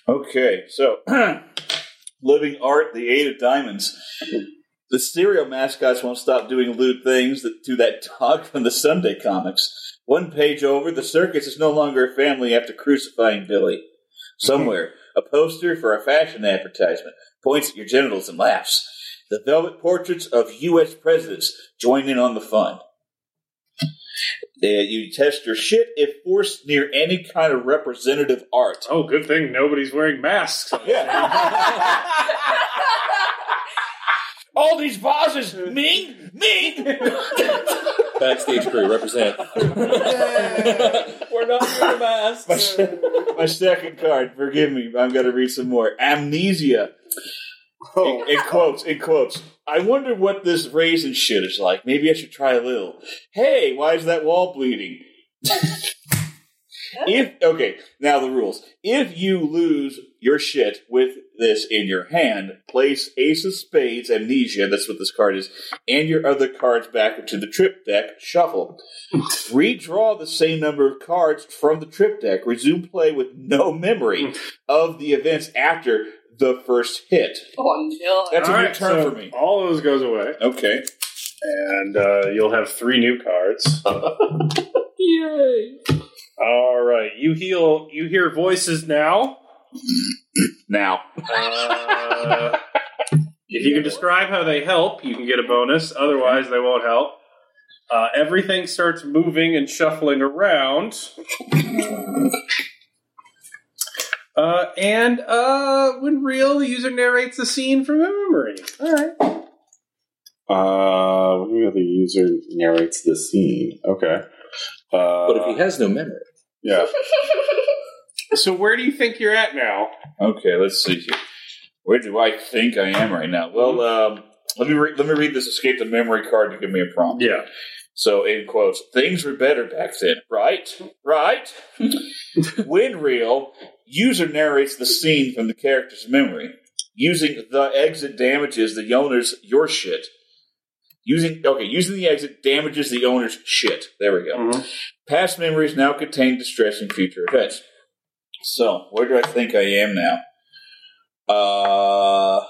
Okay, so Living Art, The Eight of Diamonds. The serial mascots won't stop doing lewd things that, to that dog from the Sunday comics. One page over, the circus is no longer a family after crucifying Billy. Somewhere, a poster for a fashion advertisement points at your genitals and laughs. The velvet portraits of U.S. presidents join in on the fun. Uh, you test your shit if forced near any kind of representative art. Oh, good thing nobody's wearing masks. Yeah. All these vases, Ming, Ming. Backstage crew represent. We're not wearing masks. my, se- my second card. Forgive me. I'm going to read some more. Amnesia. In, in quotes. In quotes. I wonder what this raisin shit is like. Maybe I should try a little. Hey, why is that wall bleeding? if okay, now the rules. If you lose your shit with this in your hand, place Ace of Spades, Amnesia. That's what this card is, and your other cards back into the trip deck. Shuffle. Redraw the same number of cards from the trip deck. Resume play with no memory of the events after the first hit. Oh no. That's All a new right, turn so for me. All of those goes away, Okay. and uh, you'll have three new cards. Yay. All right, you heal. You hear voices now. Now. Uh, if you can describe how they help, you can get a bonus. Otherwise, they won't help. Uh, everything starts moving and shuffling around. Uh, and uh, when real, the user narrates the scene from memory. All right. Uh, where the user narrates the scene. Okay. Uh, But if he has no memory, yeah, So where do you think you're at now? Okay, let's see here. Where do I think I am right now? Well, um, let me re- let me read this escape the memory card to give me a prompt. Yeah. So in quotes, things were better back then, right? Right? when real, user narrates the scene from the character's memory. Using the exit damages the owner's your shit. Using okay, using the exit damages the owner's shit. There we go. Uh-huh. Past memories now contain distressing future events. So, where do I think I am now? Uh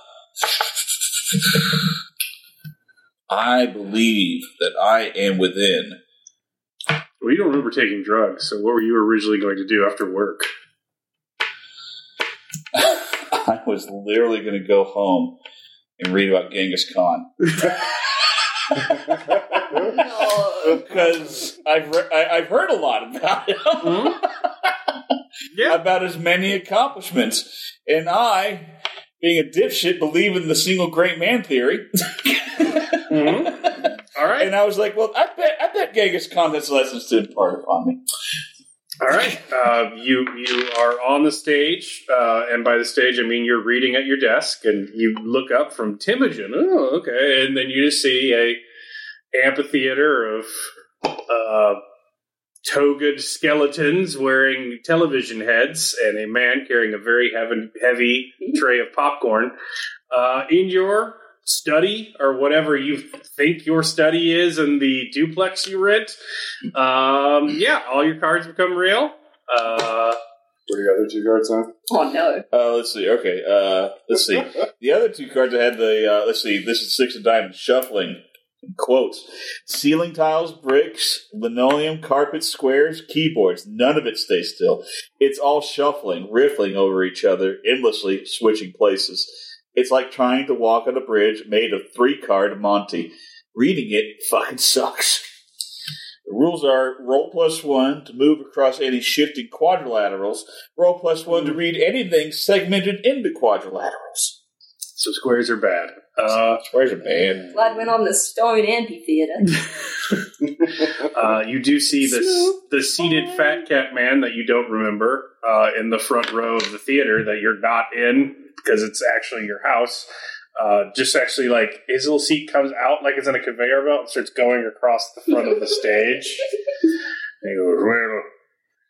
I believe that I am within Well, you don't remember taking drugs, so what were you originally going to do after work? I was literally going to go home and read about Genghis Khan Oh, No. because I've re- I, I've heard a lot about him, Hmm? Yeah. about his many accomplishments, and I, being a dipshit, believe in the single great man theory, Hmm? All right. and I was like, well, I bet I bet Genghis Khan has lessons to impart upon me. All right. Uh, you you are on the stage, uh, and by the stage I mean you're reading at your desk, and you look up from Timogen. Oh, okay. And then you just see a amphitheater of uh, togaed skeletons wearing television heads, and a man carrying a very heavy, heavy tray of popcorn uh, in your study or whatever you think your study is in the duplex you rent. Um, yeah, all your cards become real. Uh, what are your other two cards on? Oh no. Uh, let's see. Okay. Uh, let's see. the other two cards I had the uh, let's see. This is six of diamonds shuffling. quotes ceiling tiles, bricks, linoleum, carpet, squares, keyboards. None of it stays still. It's all shuffling, riffling over each other, endlessly switching places. It's like trying to walk on a bridge made of three card Monty. Reading it fucking sucks. The rules are roll plus one to move across any shifting quadrilaterals, roll plus one to read anything segmented into quadrilaterals. So squares are bad. Uh, Squares are bad. Glad went on the stone amphitheater. uh, you do see the the seated fat cat man that you don't remember uh, in the front row of the theater that you're not in because it's actually your house. Uh, just actually like his little seat comes out like it's in a conveyor belt and starts going across the front of the stage. And he goes, "Well,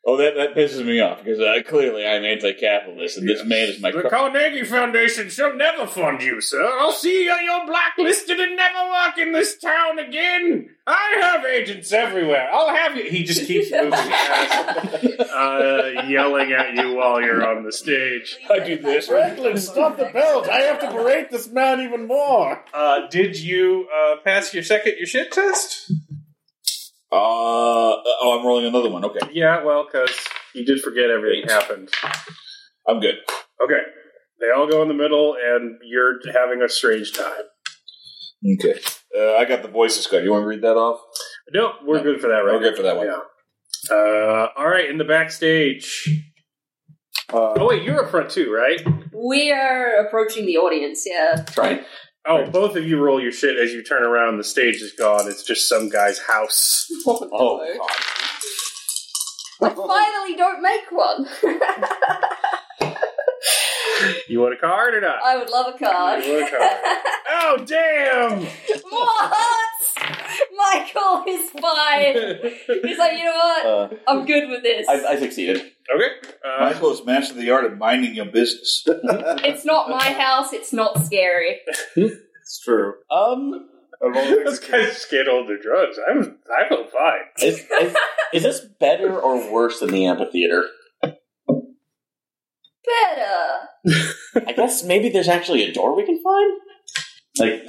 Oh, that, that pisses me off because uh, clearly I'm anti-capitalist, and this man is my. The Car- Carnegie Foundation shall never fund you, sir. I'll see you, you're blacklisted and never work in this town again. I have agents everywhere. I'll have you. He just keeps moving his ass, uh, yelling at you while you're on the stage. I do this. Franklin, stop the belt. I have to berate this man even more. Uh, did you uh, pass your second your shit test? Uh, oh, I'm rolling another one. Okay, Yeah, well, because you did forget everything happened. I'm good. Okay. They all go in the middle, and you're having a strange time. Okay, uh, I got the voices card. You want to read that off? No, we're No. good for that, right? We're good for that one. Yeah. Uh, all right, in the backstage. oh wait, you're up front too, right? we are approaching the audience, yeah. Trying. Oh, both of you roll your shit as you turn around. The stage is gone. It's just some guy's house. Oh, no. I finally don't make one. You want a card or not? I would love a card. You want a card? oh damn! what? Michael is fine. He's like, you know what? Uh, I'm good with this. I, I succeeded. Okay. Uh, Michael is master of the art of minding your business. it's not my house. It's not scary. It's true. Um, Of all those things, guys get all their drugs. I'm I feel fine. is, is, is this better or worse than the amphitheater? Better. I guess maybe there's actually a door we can find. Like,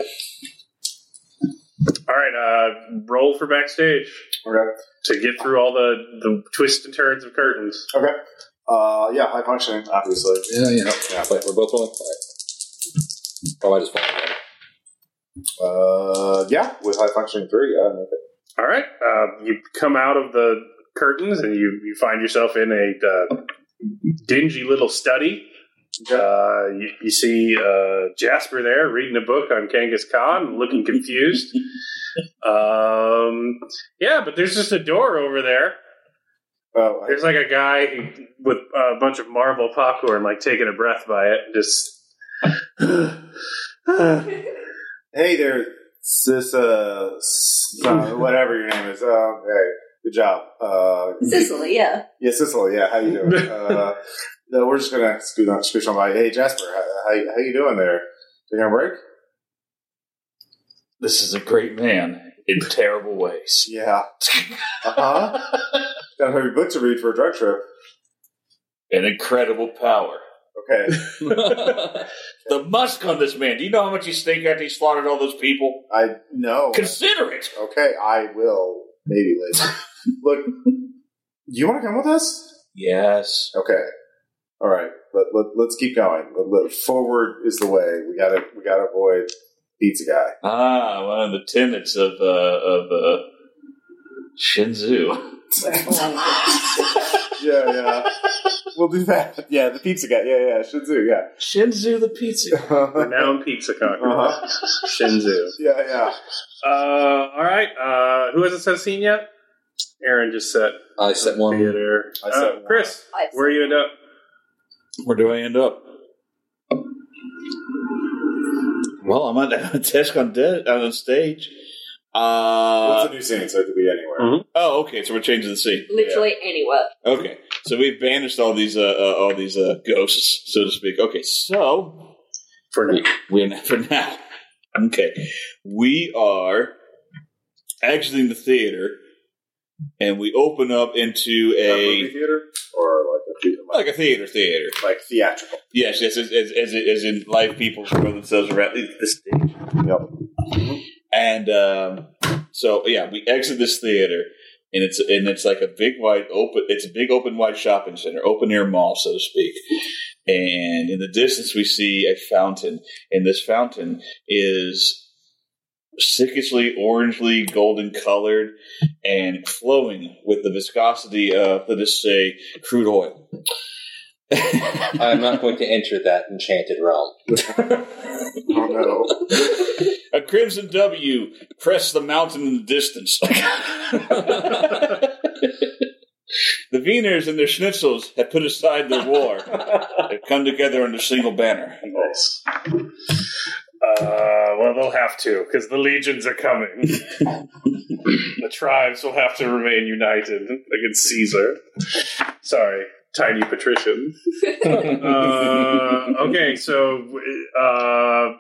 All right. Uh, roll for backstage okay. to get through all the the twists and turns of curtains. Okay. Uh, yeah, high functioning, obviously. Yeah, yeah. Yeah. Wait, we're both rolling. All right. Oh, I just rolled. Uh, yeah, with high functioning three, yeah, I make it. All right. Uh, you come out of the curtains and you, you find yourself in a uh, dingy little study. Uh, you, you see uh, Jasper there reading a book on Kangas Khan, looking confused. um, yeah, but there's just a door over there. Oh, I- There's like a guy who, with a bunch of marble popcorn, like taking a breath by it, just. hey there, sis, uh, s- uh, whatever your name is. Uh, hey, good job. Uh, Sicily, yeah. yeah, Sicily. Yeah, how you doing? Uh, no, we're just gonna scoot on, scooch on by. Hey, Jasper, how, how, how you doing there? Taking a break? This is a great man in terrible ways. Yeah. Uh huh. Got a heavy book to read for a drug trip. An incredible power. Okay, the musk on this man. Do you know how much he stank after he slaughtered all those people? I know. Consider it. Okay, I will maybe later. Look, do you want to come with us? Yes. Okay. All right. Let, let, let's keep going. Let, let- forward is the way. We gotta we gotta avoid pizza guy. Ah, one of the tenets of uh, of uh, Shinzu. Oh, Yeah, yeah. we'll do that. Yeah, the pizza guy. Yeah, yeah. Shinzu. Yeah. Shinzu the pizza. Renowned pizza cook, Uh-huh. Shinzu. Yeah, yeah. Uh, all right. Uh, who hasn't set scene yet? Aaron just set I set one. theater. I set Uh, one. Chris, I've where you end up? Where do I end up? Well, I'm on a desk on de- uh, on stage. Well, Uh, it's a new scene, so it could be anywhere. Mhm. oh, okay. So we're changing the scene. Literally anywhere. Okay, so we've banished all these uh, uh, all these uh, ghosts, so to speak. Okay, so For we, we're not for now. Okay, we are exiting the theater, and we open up into A movie a theater or like a theater, like, like a theater theater. like theatrical. Yes, yes, as as, as, as in live people throw themselves around the stage. Yep. And um, so yeah, we exit this theater, and it's and it's like a big wide open. It's a big open wide shopping center, open air mall, so to speak. And in the distance, we see a fountain, and this fountain is sickishly orangely golden colored and flowing with the viscosity of let us say crude oil. I'm not going to enter that enchanted realm. Oh no. A crimson W pressed the mountain in the distance. the Veners and their schnitzels have put aside their war. They've come together under single banner. Nice. Uh, well, they'll have to because the legions are coming. the tribes will have to remain united against Caesar. Sorry, tiny patrician. uh, okay, so uh,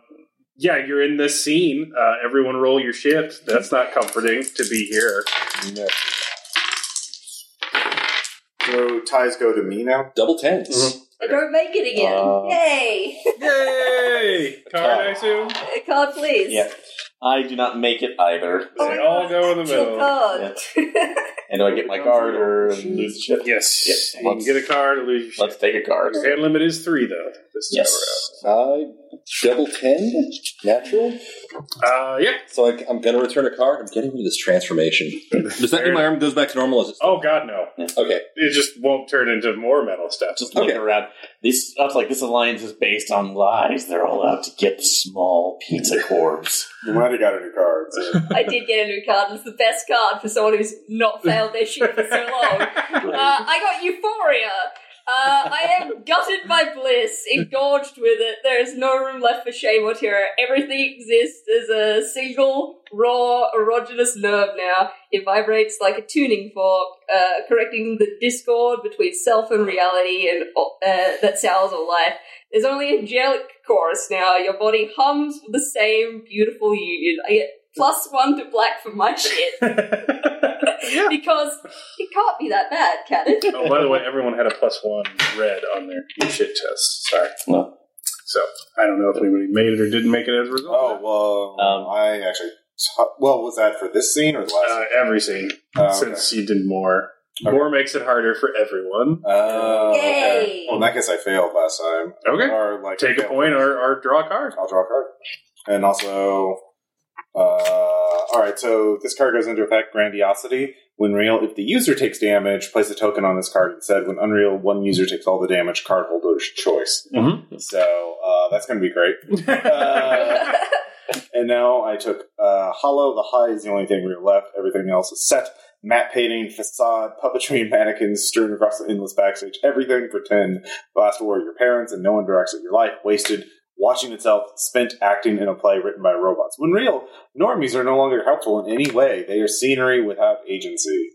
yeah, you're in this scene. Uh, everyone, roll your shit. That's not comforting to be here. So ties go to me now. Double tens. Don't make it again. Uh, Yay! Yay! Card, I assume. A card, please. Yeah. I do not make it either. Oh, They all go in the Actual middle. card. And do I get my card or lose the ship? Yes, Yeah, you can let's- get a card or lose your shit. Let's take a card. Your hand limit is three, though. This time Yes. I double ten natural. around. Uh, yeah. So I, I'm going to return a card. I'm getting rid of this transformation. Does that mean my arm goes back to normal? Is it, Oh God, no! okay. It just won't turn into more metal stuff. Just look Okay. around. This I was like, this alliance is based on lies. They're all out to get the small pizza corps. Mm. You might have got a new card. so- I did get a new card. It's the best card for someone who's not failed their shit for so long. Uh, I got Euphoria. Uh, I am gutted by bliss, engorged with it. There is no room left for shame or terror. Everything exists as a single, raw, erogenous nerve now. It vibrates like a tuning fork, uh, correcting the discord between self and reality and uh, that sours all life. There's only angelic chorus now. Your body hums with the same beautiful union. I get plus one to black for my shit yeah. because it can't be that bad, can it? Oh, by the way, everyone had a plus one red on their shit test. Sorry. No. So I don't know if anybody made it or didn't make it as a result. Oh well, Um, I actually. T- well, was that for this scene or the last? uh, every scene Oh, okay. since you did more. Okay. More makes it harder for everyone. Oh, okay. Yay! Well, in that case, I failed last time. Okay. Or like Take a failed. point or, or draw a card. I'll draw a card. And also, uh, all right. So this card goes into effect. Grandiosity. When real, if the user takes damage, place a token on this card instead. When unreal, one user takes all the damage. Card holder's choice. Mm-hmm. So uh, that's going to be great. Uh, and now I took uh, Hollow. The high is the only thing we were left. Everything else is set. Matte painting, facade, puppetry, and mannequins strewn across the endless backstage. Everything pretend. The last war of your parents, and no one directs at your life. Wasted, watching itself, spent acting in a play written by robots. When real, normies are no longer helpful in any way. They are scenery without agency.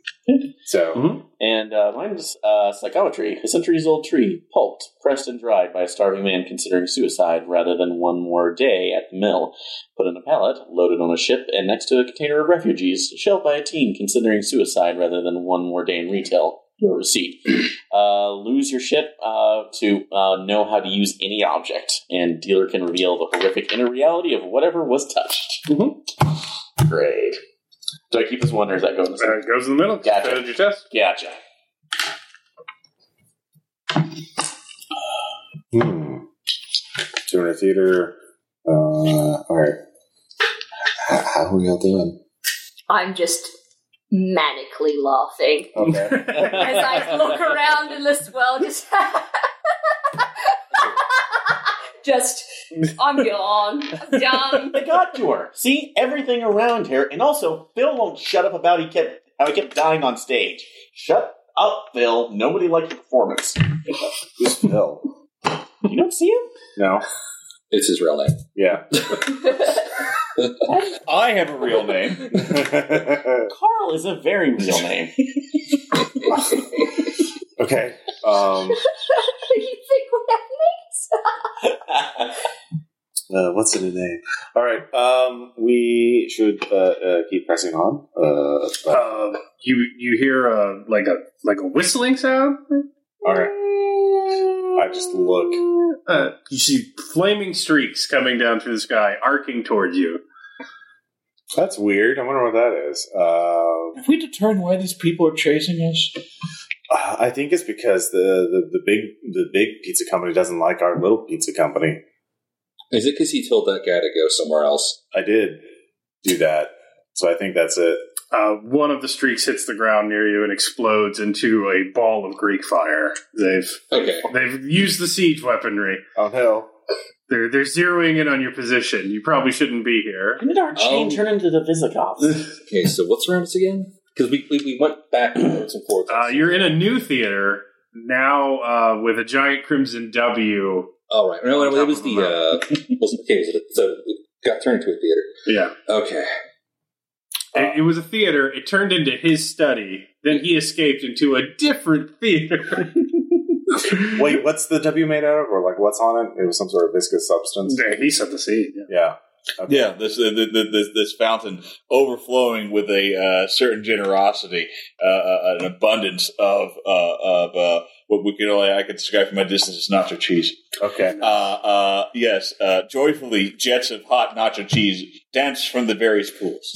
So, And uh, mine's uh, psychometry. A centuries old tree, pulped, pressed, and dried by a starving man considering suicide rather than one more day at the mill. Put in a pallet, loaded on a ship, and next to a container of refugees, shelved by a teen considering suicide rather than one more day in retail. Your receipt. Uh, lose your ship uh, to uh, know how to use any object, and dealer can reveal the horrific inner reality of whatever was touched. Great. Do I keep this one, or is that going? Uh, it goes in the middle. Gotcha. Failed your test. Gotcha. hmm. Doing a theater. Uh, all right. H- how are y'all doing? I'm just manically laughing Okay. as I look around in this world. Just, just I'm gone. I'm done. They got to her. See everything around here, and also Phil won't shut up about he kept how he kept dying on stage. Shut up, Phil. Nobody liked your performance. Who's Phil? You don't see him? No. It's his real name. Yeah. I have a real name. Carl is a very real name. okay. Um, you think we have uh, what's in the name? All right. Um, we should uh, uh, keep pressing on. Uh, but- Um, you you hear a like a like a whistling sound. all right. I just look. Uh, you see flaming streaks coming down through the sky, arcing towards you. That's weird. I wonder what that is. Uh, Have we determined why these people are chasing us? I think it's because the, the, the big the big pizza company doesn't like our little pizza company. Is it because he told that guy to go somewhere else? I did do that, so I think that's it. Uh, one of the streaks hits the ground near you and explodes into a ball of Greek fire. They've Okay. they've used the siege weaponry. Oh hell! They're they're zeroing in on your position. You probably shouldn't be here. When did our chain Um, turn into the Visigoths? Okay, so what's around us again? Because we, we, we went backwards and forwards. Uh, you're in a new theater now uh, with a giant crimson W. All right. No, no, no, it was the. Uh, was, okay, so it, so it got turned into a theater. Yeah, Okay. it, it was a theater. It turned into his study. Then he escaped into a different theater. Wait, what's the W made out of, or like what's on it? It was some sort of viscous substance. Yeah, he set the scene. yeah. Yeah. Yeah, this uh, th- th- this this fountain overflowing with a uh, certain generosity, uh, uh, an abundance of uh, of uh, what we could only I could describe from my distance as nacho cheese. Okay. Uh, uh, yes, uh, joyfully jets of hot nacho cheese dance from the various pools.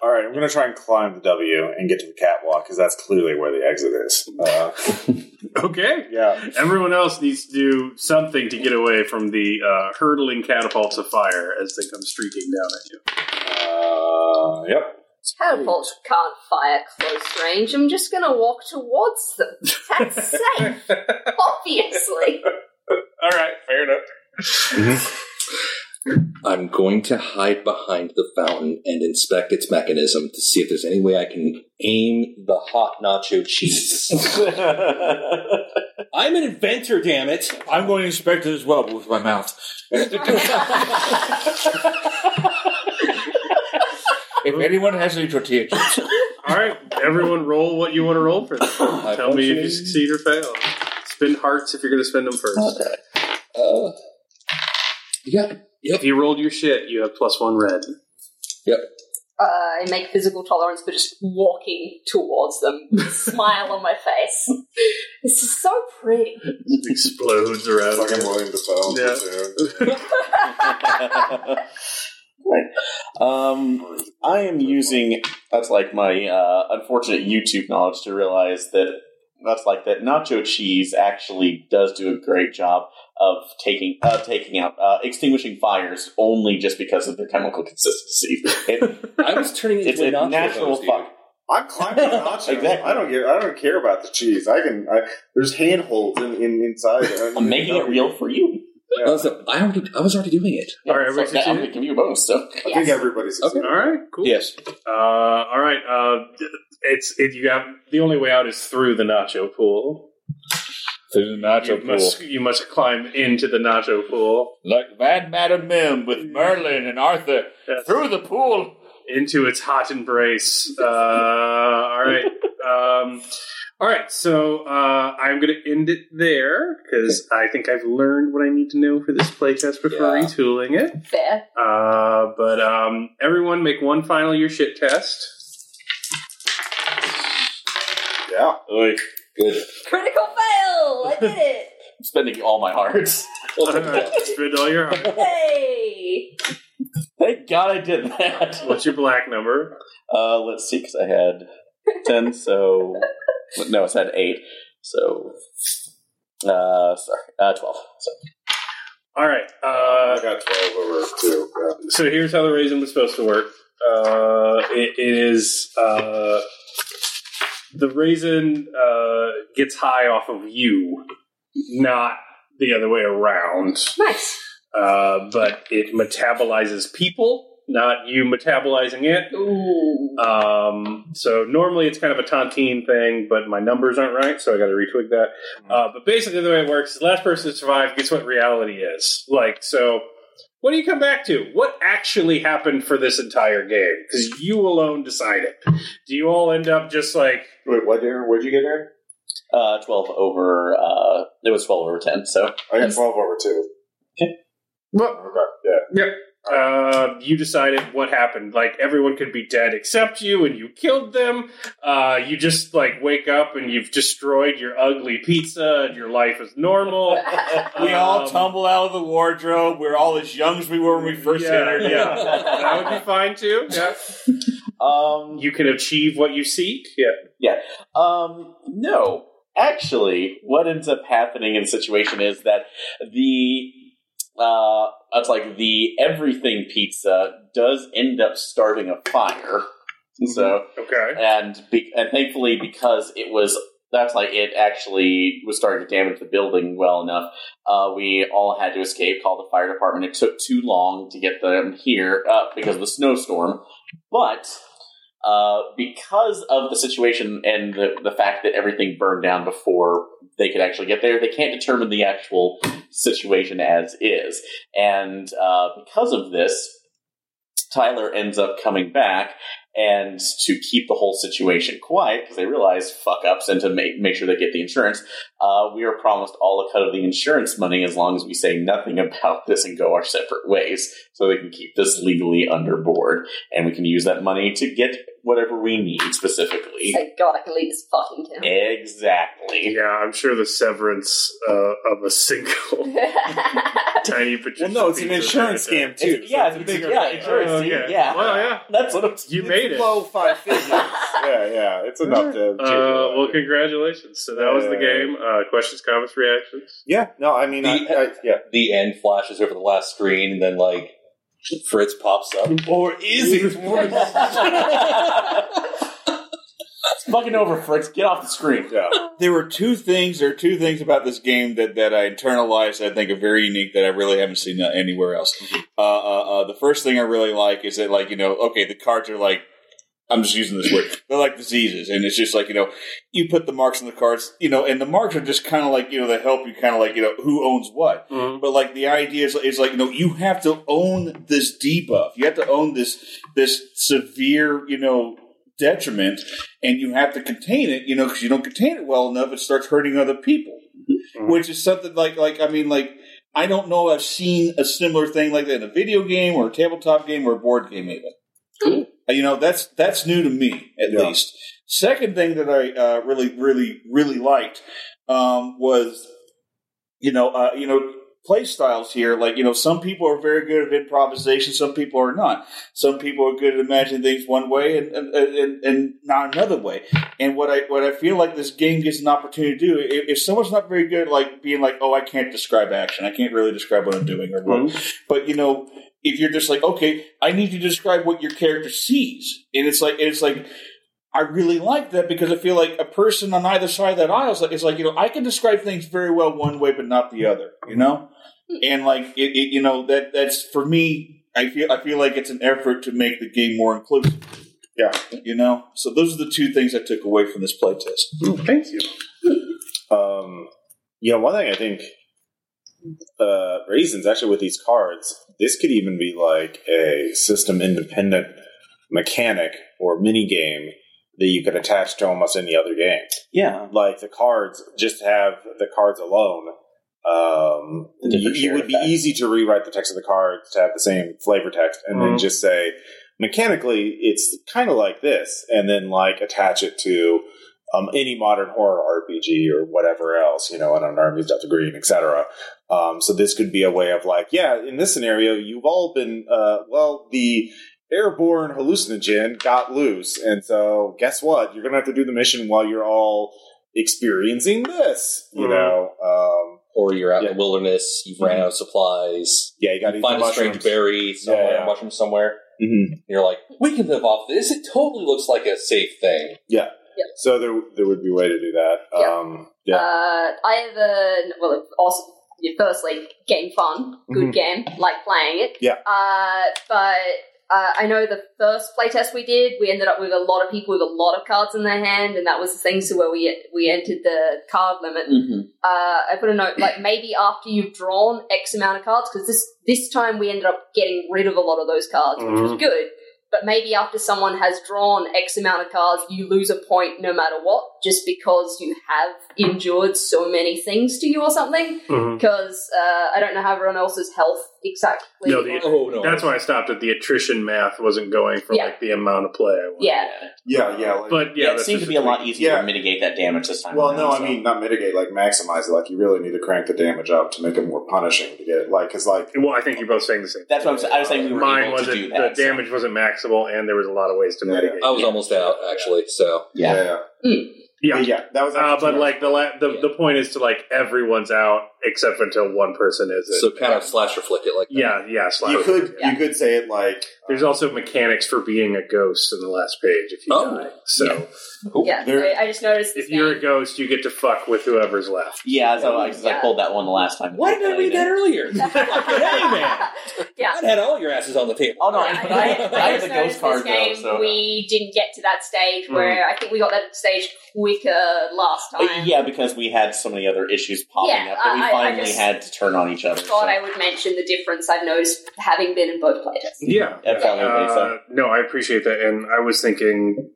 All right. I'm gonna try and climb the W and get to the catwalk because that's clearly where the exit is. Uh, Okay. yeah. Everyone else needs to do something to get away from the uh, hurtling catapults of fire as they come streaking down at you. Uh, yep. Catapults can't fire close range. I'm just going to walk towards them. That's safe, obviously. All right, fair enough. I'm going to hide behind the fountain and inspect its mechanism to see if there's any way I can aim the hot nacho cheese. I'm an inventor, damn it! I'm going to inspect it as well, but with my mouth. if anyone has any tortilla chips, All right, everyone, roll what you want to roll for this. Tell me if you succeed or fail. Spend hearts if you're going to spend them first. Uh, yeah. If you rolled your shit, you have plus one red. Uh, I make physical tolerance for just walking towards them. Smile on my face. This is so pretty. Explodes around. Fucking William Dafoe. Yeah. too. um, I am using that's like my uh, unfortunate YouTube knowledge to realize that that's like that nacho cheese actually does do a great job of taking uh, taking out uh, extinguishing fires only just because of their chemical consistency. It, I was turning it it's into a a nacho natural hose, dude. fuck. I'm climbing the nachos. Exactly. I don't get. I don't care about the cheese. I can. I, there's handholds in, in inside. I'm making it real for you. Oh, so I already, I was already doing it. All right, So everybody I'm succeeded? gonna give you a bonus. So I think Yes. everybody succeeded. All right, cool. yes, Uh, all right. Uh, it's it, you have the only way out is through the nacho pool. through the nacho you must you must climb into the nacho pool like Mad Madam Mim with Merlin and Arthur Yes. through the pool. into its hot embrace. Uh, all right, um, all right. So uh, I'm going to end it there because I think I've learned what I need to know for this playtest before Yeah. retooling it. Fair. Uh, but um, everyone, make one final your shit test. Yeah. Good. Critical fail! I did it! I'm spending all my hearts. Well, All good right, job. Spend all your heart. Hey! Thank God I did that. What's your black number? Uh, let's see, because I had ten, so no, I had eight, so uh, sorry, uh, twelve. So All right. Uh, I got twelve over two. Yeah. so here's how the raisin was supposed to work. Uh, it, it is uh, the raisin uh, gets high off of you, not the other way around. Nice. Uh, but it metabolizes people, not you metabolizing it. Ooh. Uh, Um, so normally it's kind of a tontine thing, but my numbers aren't right, so I got to retwig that. Uh, but basically, the way it works is the last person to survive gets what reality is. Like, so what do you come back to? What actually happened for this entire game? Because you alone decide it. Do you all end up just like, Wait, what, Aaron? Where'd you get, Aaron? uh, twelve over. Uh, it was twelve over ten. So I got twelve over two. well, Okay. Yeah. yeah, Uh, you decided what happened. Like everyone could be dead except you, and you killed them. Uh, you just like wake up and you've destroyed your ugly pizza, and your life is normal. We all Um, tumble out of the wardrobe. We're all as young as we were when we first yeah, entered. yeah, that would be fine too. Yeah. Um, You can achieve what you seek. Yeah. Um, no. Actually, what ends up happening in the situation is that the uh it's like the everything pizza does end up starting a fire. So Okay. and be, and thankfully because it was that's like it actually was starting to damage the building well enough. Uh, we all had to escape, call the fire department. It took too long to get them here uh, because of the snowstorm, but uh, because of the situation and the, the fact that everything burned down before they could actually get there, they can't determine the actual situation as is. And uh, because of this, Tyler ends up coming back and to keep the whole situation quiet because they realize fuck ups and to make, make sure they get the insurance uh, we are promised all a cut of the insurance money as long as we say nothing about this and go our separate ways so they can keep this legally under board and we can use that money to get whatever we need specifically Thank God I can leave this fucking town. exactly Yeah, I'm sure the severance uh, of a single tiny Well, Patricia no, it's an pizza insurance right there. scam too. It's- yeah, so it's, a bigger yeah, thing. insurance. Oh, see? yeah. yeah. Well, yeah. That's what I'm You It's made it. Low five figures. yeah, yeah, it's enough to. change your Uh, well, life. congratulations. So that was the Uh, game. Uh, questions, comments, reactions. yeah, no, I mean, I, I, yeah. The end flashes over the last screen, and then like Fritz pops up. Or is it worse? it's fucking over, Fritz. Get off the screen. Yeah. There were two things. There are two things about this game that, that I internalized. that I think are very unique that I really haven't seen uh, anywhere else. Uh, uh, uh, the first thing I really like is that, like you know, okay, the cards are like. I'm just using this word. They're like diseases, and it's just like you know, you put the marks on the cards, you know, and the marks are just kind of like you know, they help you kind of like you know who owns what. But like the idea is, is like, you know, you have to own this debuff. You have to own this this severe, you know, detriment, and you have to contain it. You know, because you don't contain it well enough, it starts hurting other people. Mhm. Which is something like like I mean like. I don't know. I've seen a similar thing like that in a video game or a tabletop game or a board game, even. Uh, You know, that's that's new to me at Yeah. least. Second thing that I uh, really, really, really liked um, was, you know, uh, you know, play styles here. Like, you know, some people are very good at improvisation, some people are not. Some people are good at imagining things one way and and, and, and not another way. And what I what I feel like this game gives an opportunity to do, if, if someone's not very good at like being like, oh, I can't describe action, I can't really describe what I'm doing or what, but you know, if you're just like, okay, I need you to describe what your character sees, and it's like, it's like. I really like that because I feel like a person on either side of that aisle is like, is like you know, I can describe things very well one way, but not the other, you know. And like, it, it, you know, that that's for me. I feel I feel like it's an effort to make the game more inclusive. Yeah. you know. So those are the two things I took away from this playtest. thank you. Um, you know, one thing I think uh, raisins actually with these cards, this could even be like a system independent mechanic or mini game that you could attach to almost any other game. Yeah. Like the cards, just have the cards alone. Um, The different you, you shared would be effect. easy to rewrite the text of the cards to have the same flavor text, and Mm-hmm. then Mhm. just say mechanically it's kind of like this, and then like attach it to um, any modern horror RPG or whatever else, you know, an unarmed is Dr. Green, etc. Um, so this could be a way of like, yeah, in this scenario, you've all been, uh, well, the airborne hallucinogen got loose, and so guess what? You're gonna have to do the mission while you're all experiencing this, you Mm-hmm. Mhm. know. Um, Or you're out in Yeah. the wilderness, you've ran out of supplies, yeah, you got to eat find the a strange mushrooms. berry somewhere, Yeah, yeah. mushroom somewhere. Mhm. And you're like, we can live off this. It totally looks like a safe thing. So there, there would be a way to do that. Yeah. Um, yeah. Uh, either well, awesome. You firstly, game fun, good Mhm. game, like playing it. Yeah. Uh, but uh, I know the first playtest we did, we ended up with a lot of people with a lot of cards in their hand, and that was the thing. So where we we entered the card limit. Mm-hmm. Uh, I put a note like maybe after you've drawn X amount of cards, because this this time we ended up getting rid of a lot of those cards, which Mm-hmm. was good. But maybe after someone has drawn X amount of cards, you lose a point no matter what. just because you have endured so many things to you or something. Mhm. Because uh, I don't know how everyone else's health exactly. No, the- Oh no, That's why I stopped at the attrition math wasn't going for Yeah. like the amount of play. I wanted. yeah, Yeah, yeah. Like, But yeah, Yeah, it that's seemed to just be a lot thing. easier Yeah. to mitigate that damage this time. well, around, no, I so. mean not mitigate, like maximize it. Like you really need to crank the damage up to make it more punishing to get it. Like, cause like Well, I think you're both saying the same. that's what I'm saying. I was saying we were Mine able to do wasn't. that. the so. damage wasn't maximal, and there was a lot of ways to Yeah. mitigate. I was almost out actually. So yeah, Yeah. yeah, Yeah, But yeah, that was. Uh, actually but too like the la- the the point is to like everyone's out except for until one person is. so kind of slasher flick it like that. yeah, yeah. much. Slash. you could Yeah. you could say it like There's also mechanics for being a ghost in the last page if you Oh. die. So yeah. There- I, I just noticed this if you're a thing. ghost, you get to fuck with whoever's left. Yeah, so I, 'cause I Yeah. pulled that one the last time. Why did I read that earlier? Hey, man. yeah. I had all your asses on the table. Oh no, Yeah, but I, I, I had just the noticed ghost card this game, though. So we didn't get to that stage where I think we got that stage quicker last Uh, time. yeah, because we had so many other issues popping Yeah, up that we I- I- I finally just had to turn on each other. so. thought I would mention the difference I've noticed having been in both playtests. Yeah. Absolutely, Uh, so. no, I appreciate that, and I was thinking.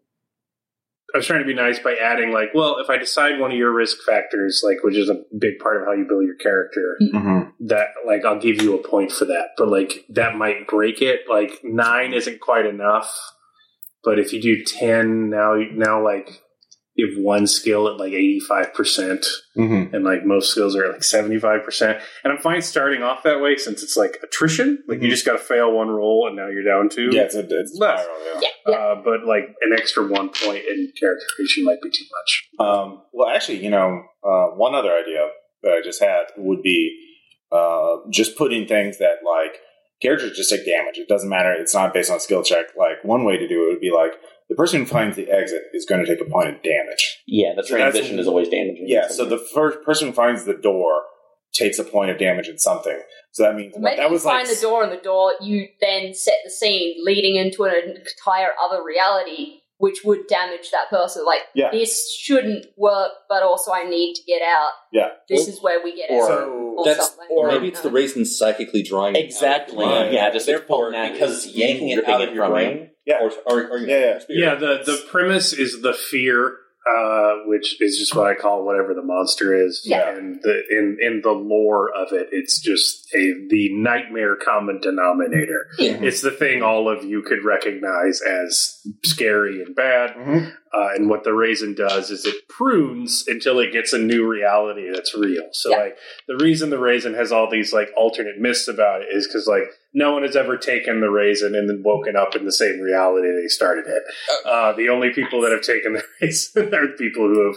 I was trying to be nice by adding, like, well, if I decide one of your risk factors, like, which is a big part of how you build your character, Mm-hmm. that, like, I'll give you a point for that. But, like, that might break it. Like, nine isn't quite enough. But if you do 10, now, now like, you have one skill at, like, 85% Mhm. and like most skills are like 75% and i'm fine starting off that way since it's like attrition like you just got to fail one roll and now you're down two yeah, it's a, it's Less. spiral, yeah. Yeah, yeah. uh, but like an extra one point in character creation might be too much Um, well, actually, you know, uh, one other idea that I just had would be uh, just putting things that like characters just take damage. It doesn't matter. It's not based on skill check. Like one way to do it would be like the person who finds the exit is going to take a point of damage. yeah, the so that's- transition is always damaging. Yeah. So the first person who finds the door takes a point of damage in something. So that means Maybe that you was like find the door, and the door you then set the scene leading into an entire other reality, which would damage that person. Like Yeah. this shouldn't work, but also I need to get out. Yeah. this is where we get Or- out. So- Or That's something. or maybe it's the Uh, raisin psychically drawing it out of your exactly. Yeah, mind. just Therefore, pulling that- because yanking it ripping out of your from you. brain, Yeah. or, or, or your Yeah, yeah. spirit. yeah the the premise is the fear uh, which is just what I call whatever the monster is, Yeah. and the, in in the lore of it, it's just a the nightmare common denominator. Yeah. It's the thing all of you could recognize as scary and bad, Mm-hmm. Mhm. Uh, and what the raisin does is it prunes until it gets a new reality that's real. So Yeah. like the reason the raisin has all these like alternate myths about it is because like no one has ever taken the raisin and then woken up in the same reality they started it. Uh, the only people that have taken the raisin are people who have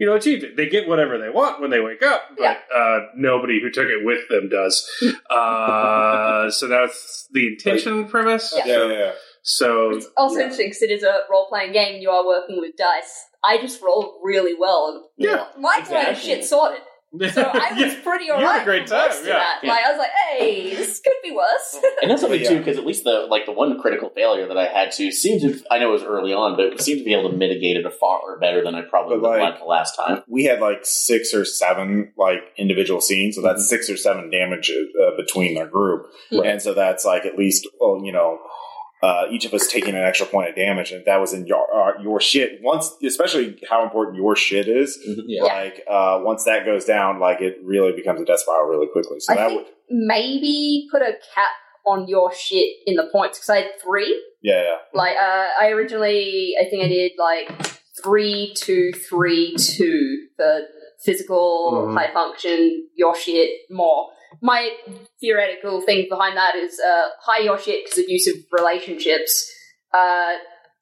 you know achieved it. They get whatever they want when they wake up, but Yeah. uh, nobody who took it with them does. uh, so that's the intention premise. Yeah. yeah, yeah, yeah. So It's also interesting because it is a role playing game. and You are working with dice. I just rolled really well. Yeah, my kind of exactly. shit sorted. So I was Yeah. pretty You had a alright. great for most time, of yeah, Uh-huh. that. yeah. Like I was like, hey, this could be worse. and that's something Yeah. too, because at least the like the one critical failure that I had to seemed to I know it was early on, but it seemed to be able to mitigate it far better than I probably But, would have like- liked the last time. we had like six or seven like individual scenes, so that's six or seven damage uh, between our group, Right. and so that's like at least oh you know. Uh, each of us taking an extra point of damage, and that was in your uh, your shit. Once, especially how important your shit is. Yeah. Like uh, once that goes down, like it really becomes a death spiral really quickly. So I that think- would, Maybe put a cap on your shit in the points because I had three. yeah, yeah. Like uh, I originally, I think I did like three, two, three, two for physical Mhm. high function. Your shit more. My theoretical thing behind that is uh, high your shit because abusive relationships. Uh,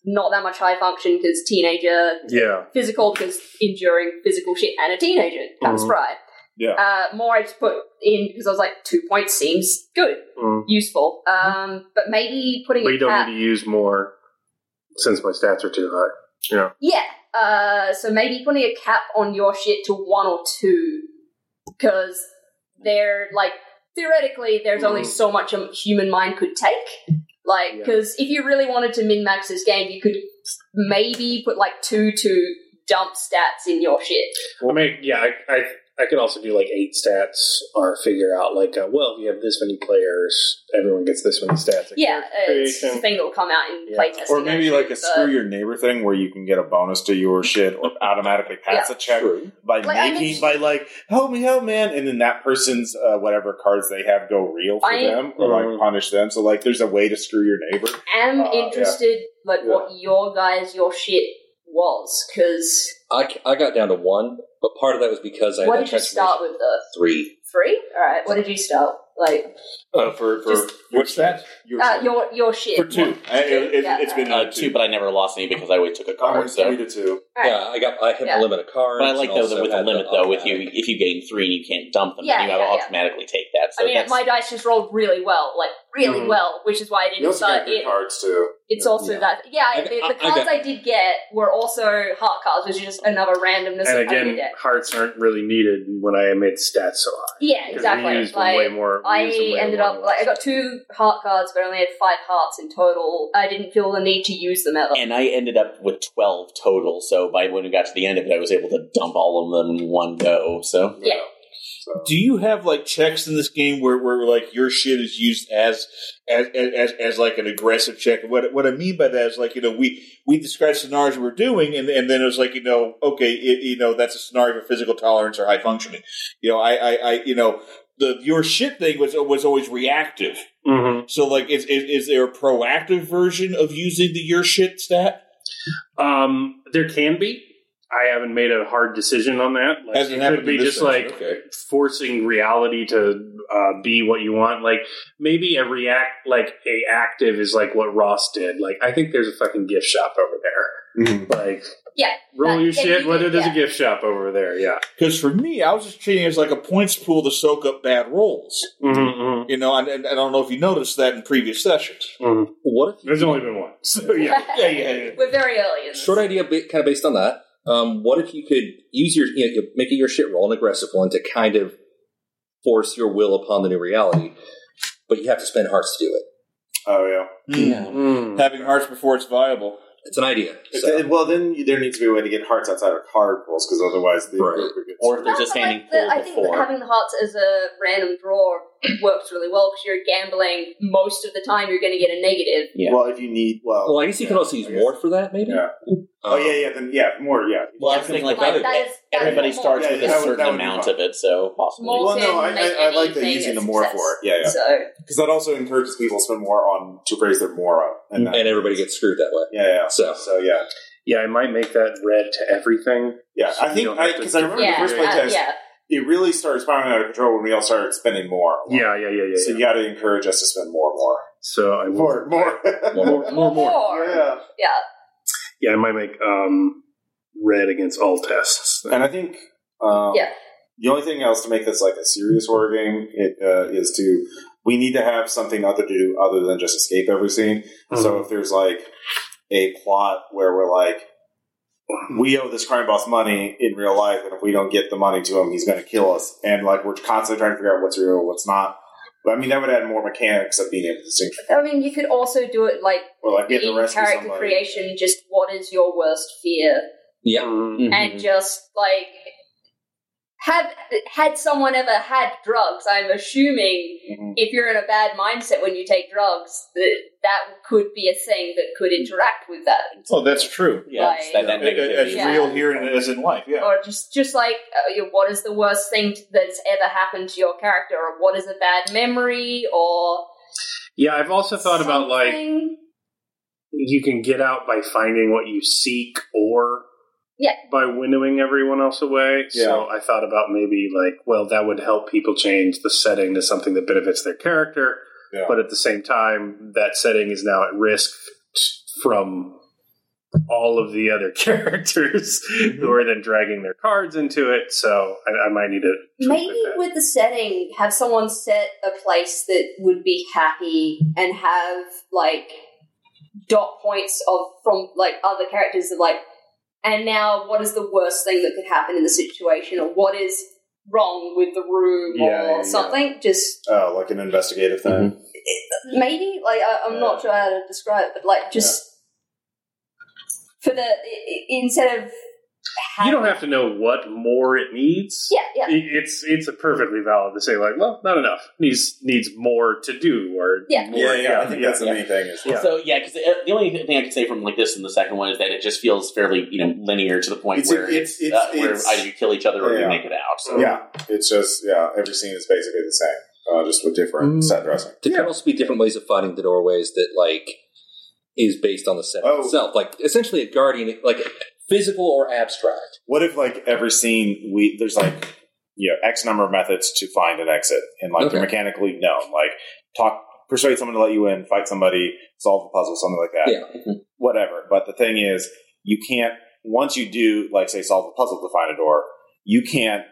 not that much high function because teenager yeah. physical because enduring physical shit and a teenager comes Mhm. pride. Yeah. Uh, more I just put in because I was like, two points seems good, Mm. useful. Um, but maybe putting But a you don't cap. need to use more since my stats are too high. yeah. Uh, so maybe putting a cap on your shit to one or two because they're like theoretically there's only Mhm. Mm. so much a human mind could take. Like, Yeah. because if you really wanted to min max this game, you could maybe put like two to dump stats in your shit. I mean, yeah, I, I I could also do like eight stats or figure out like, uh, well, if you have this many players, everyone gets this many stats. Yeah, it's Creation. a thing that will come out in Yeah. playtesting. Or maybe like a actually, screw but- your neighbor thing where you can get a bonus to your shit or automatically pass a check by Like, I making mentioned- by like help me help man, and then that person's uh, whatever cards they have go real for I- them or like Mhm. punish them. So like there's a way to screw your neighbor. am Uh, yeah. interested like Yeah. what your guys your shit was because I, I got down to one, but part of that was because I had what that did you start with the transformation- three. three? All right, what did you start like? Oh, Uh, for for Just- what's that? Uh, your your shit For two. I, it, it, Yeah. has been Uh, two, but I never lost any because I always took a card. So. to two. All right. Yeah, I got I hit Yeah. my limit of cards. But I like and though that also with a had the limit though, with you automatic. if you gain three and you can't dump them, Yeah, then you yeah, yeah. automatically take that. So I mean, that's my dice just rolled really well, like really Mm-hmm. Mhm. well, which is why I didn't start it. cards too. It's also Yeah. that, yeah. I- the, the I- I cards got- I, did get were also heart cards, which is just another randomness. And of how you again, did it. hearts aren't really needed when I made stats so high. yeah, 'Cause exactly. We used them like, way more. we used them I way ended more up like I got two heart cards, but I only had five hearts in total. I didn't feel the need to use them ever. and I ended up with twelve total. So by when we got to the end of it, I was able to dump all of them in one go. So yeah, Do you have like checks in this game where, where like your shit is used as as as, as like an aggressive check? What what I mean by that is like you know we we described scenarios we're doing, and, and then it was like you know okay it, you know that's a scenario for physical tolerance or high functioning. You know I I, I you know the your shit thing was was always reactive. Mhm. So like is, is is there a proactive version of using the your shit stat? Um, there can be. I haven't made a hard decision on that. Like, Hasn't it happened could be in this just session, like okay. forcing reality to uh, be what you want. Like maybe a react, like a active is like what Ross did. Like I think there's a fucking gift shop over there. Mm-hmm. Like yeah. roll That- your yeah, shit. you whether did, there's yeah. a gift shop over there, yeah. Because for me, I was just treating it as like a points pool to soak up bad rolls. Mm-hmm, You know, and, and I don't know if you noticed that in previous sessions. What if There's only been one, so yeah. Yeah, yeah, yeah. We're very early in this. short idea ba- kind of based on that um, what if you could use your you know, you- make it your shit roll an aggressive one to kind of force your will upon the new reality but you have to spend hearts to do it Oh yeah. Mm. Having hearts before it's viable. it's an idea so. It- it- well, then you- there needs to be a way to get hearts outside of card pulls because otherwise the Right. group gets- or if there's No, a but, standing like, the- I pool think that before. having the hearts as a random draw works really well because you're gambling most of the time. You're going to get a negative. Yeah. well, if you need well, well i guess you could also use I guess. war for that maybe Um, Yeah. oh yeah, yeah, then yeah, more yeah. Well, Yeah, that's the thing, like something Like, like that. that is, that is everybody more. starts Yeah, with yeah, a that would- certain that would be amount fun. of it, so possibly. More Well, no, I, Make I, I like that anything using a the more success. for it. Yeah, yeah. So Because that also encourages people to spend more on two praise their more of, and, that, and everybody gets screwed that way yeah, yeah. so So yeah, Yeah, I might make that red to everything. yeah. So I you think don't have because to- I, remember yeah, the first uh, playtest, yeah. it really started spiraling out of control when we all started spending more. Yeah, yeah, yeah, yeah. So you yeah. got to encourage us to spend more, more, So I will more, more, more, More, more. yeah. Yeah. Yeah, I might make um, red against all tests. And I think um, Yeah. the only thing else to make this like a serious horror game it, uh, is to we need to have something other to do other than just escape every scene. Mm-hmm. So if there's like a plot where we're like, we owe this crime boss money in real life, and if we don't get the money to him, he's going to kill us. And like we're constantly trying to figure out what's real, what's not. But, I mean, that would add more mechanics of being able to distinguish. I mean, you could also do it like Or like we have in to rescue character somebody. creation. Just what is your worst fear? yeah Mhm. Mm-hmm. and just like have had someone ever had drugs i'm assuming Mhm. if you're in a bad mindset when you take drugs that that could be a thing that could interact with that Oh, that's true. yeah, it's that, that A- a- negativity. As Yeah. real here and as in life, yeah. or just just like uh, you know, what is the worst thing t- that's ever happened to your character or what is a bad memory or Yeah, I've also thought about like something? you can get out by finding what you seek or Yeah. by windowing everyone else away. So I thought about maybe like, well, that would help people change the setting to something that benefits their character, Yeah. but at the same time, that setting is now at risk t- from all of the other characters who are then dragging their cards into it. So I, I might need to tweak Maybe that. with the setting, have someone set a place that would be happy and have like dot points of from like other characters of like and now what is the worst thing that could happen in the situation or what is wrong with the room Yeah, yeah, or yeah. something. Just Oh, like an investigative thing. maybe like I, I'm not sure how to describe it, but like just for the i- i- instead of You don't have to know what more it needs. Yeah, yeah. It- It's it's a perfectly valid to say like, well, not enough. Needs needs more to do or Yeah. more, Yeah, yeah. I think yeah. that's the main thing. Is Yeah. So yeah, because the only thing I can say from like this and the second one is that it just feels fairly you know linear to the point It's- where it's- it's, it's- uh, where it's- either you kill each other or Yeah. you make it out. So yeah, it's just yeah. Every scene is basically the same, uh, just with different Mm. set dressing. There can also be different ways of fighting the doorways that like is based on the setting Oh. itself. Like essentially a guardian, like physical or abstract. What if like every scene we there's like you know X number of methods to find an exit, and like they're Okay. mechanically known, like talk, persuade someone to let you in, fight somebody, solve a puzzle, something like that. Yeah. whatever. But the thing is, you can't once you do like say solve a puzzle to find a door, you can't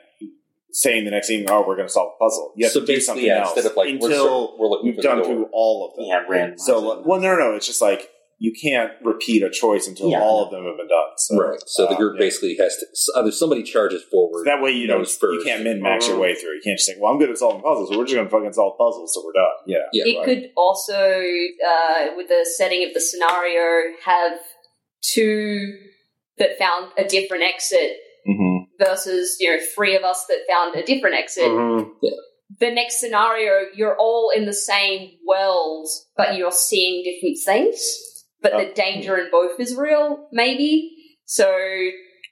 say in the next evening, "Oh, we're going to solve a puzzle." You have so to do basically, something yeah, else instead of like we're until sort- we're, looking you've for done the door. through all of them. yeah, random. So, like, well, no, no, no. It's just like you can't repeat a choice until Yeah. all of them have been done. So, right. So the uh, group yeah. basically has to so either somebody charges forward. That way, you know, Knows you first. can't min max your way through. You can't just think, "Well, I'm good at solving puzzles, so we're just going to fucking solve puzzles, so we're done." Yeah, Yeah, it right. could also, uh, with the setting of the scenario, have two that found a different exit mm-hmm. versus you know three of us that found a different exit. Mhm. The next scenario, you're all in the same world, but you're seeing different things. But the danger in both is real, maybe. So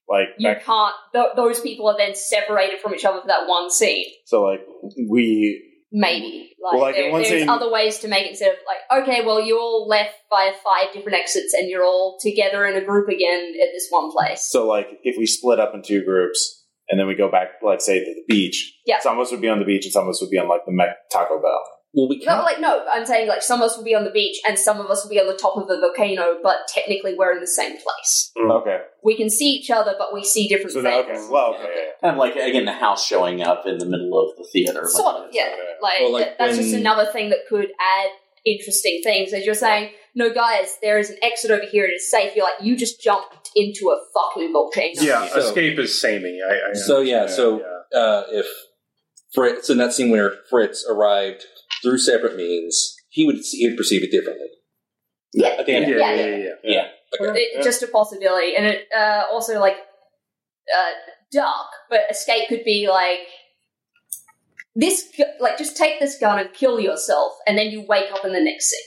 like you back can't. Th- those people are then separated from each other for that one scene. so like we Maybe. Like, Well, like, there- in one there's scene- other ways to make it instead of like, okay, well, you all left by five different exits and you're all together in a group again at this one place. So, like, if we split up in two groups and then we go back, let's say, to the beach, Yeah. some of us would be on the beach and some of us would be on, like, the Mac Taco Bell. Well, we Not can't. like, no, I'm saying like some of us will be on the beach and some of us will be on the top of a volcano, but technically we're in the same place. Okay. We can see each other, but we see different So, things. that, okay. Well, okay. yeah, kind of like again the house showing up in the middle of the theater. Sort of, yeah. yeah, yeah. Like, Or like that- that's just when- another thing that could add interesting things. As you're saying, no, guys, there is an exit over here. It is safe. You're like, you just jumped into a fucking volcano. Yeah, So- escape is samey. I, I So yeah, so uh, if Fritz in that scene where Fritz arrived through separate means, he would see, he would perceive it differently. Yeah. I think yeah, yeah, I- yeah, yeah, yeah. It- Just a possibility, and it uh, also like uh, dark. But escape could be like this, gu- like just take this gun and kill yourself, and then you wake up in the next scene.